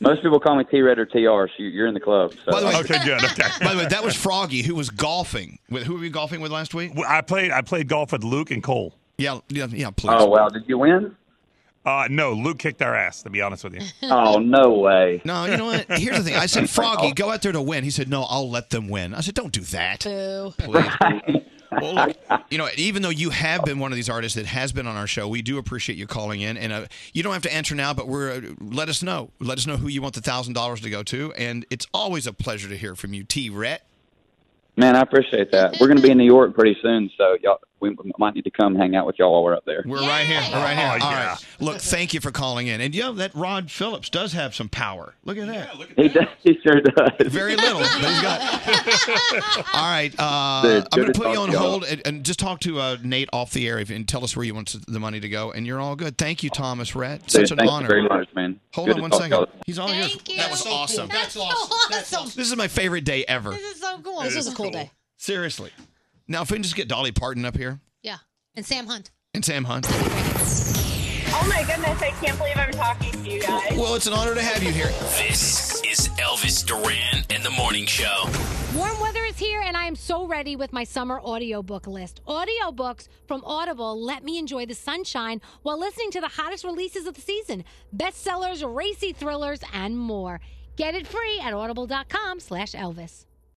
S20: Most people call me T Red or TR. So you- you're in the club. So.
S3: By the way,
S10: good. Okay.
S3: By the way, that was Froggy who was golfing with who were you golfing with last week?
S10: I played. I played golf with Luke and Cole.
S3: Yeah, yeah, yeah. Please.
S20: Oh wow! Did you win?
S10: Uh, no, Luke kicked our ass. To be honest with you.
S20: Oh no way.
S3: No, you know what? Here's the thing. I said, Froggy, go out there to win. He said, No, I'll let them win. I said, Don't do that. Please. well, look, you know, even though you have been one of these artists that has been on our show, we do appreciate you calling in, and uh, you don't have to answer now, but we're uh, let us know. Let us know who you want the thousand dollars to go to, and it's always a pleasure to hear from you, T. Rhett.
S20: Man, I appreciate that. We're going to be in New York pretty soon, so y'all we we might need to come hang out with y'all while we're up there.
S3: We're right here. We're right here.
S20: Oh,
S3: All
S20: yeah.
S3: right. Look, thank you for calling in, and you know that Rod Phillips does have some power. Look at that.
S20: He does. He sure does.
S3: Very little, but he's got. All right, uh,
S20: Dude,
S3: I'm
S20: good
S3: going
S20: to
S3: to put you
S20: talk
S3: on
S20: to y'all.
S3: hold and, and just talk to uh, Nate off the air if, and tell us where you want the money to go, and you're all good. Thank you, Thomas Rhett. Such
S20: Dude,
S3: an
S20: thank
S3: honor.
S20: you very much, man.
S3: Hold
S20: Good
S3: on
S20: to
S3: one
S20: talk to
S3: second.
S20: y'all.
S3: He's on here. That was awesome.
S33: That's awesome. That's awesome.
S3: This is my favorite day ever.
S4: This is so cool. This was a cool day.
S3: Seriously. Now, if we can just get Dolly Parton up here
S4: Yeah. And Sam Hunt.
S3: and Sam Hunt.
S34: Oh my goodness, I can't believe I'm talking to you guys.
S3: Well, it's an honor to have you here.
S17: This is Elvis Duran and the Morning Show.
S7: Warm weather is here, and I am so ready with my summer audiobook list. Audiobooks from Audible let me enjoy the sunshine while listening to the hottest releases of the season, bestsellers, racy thrillers, and more. Get it free at audible.com slash Elvis.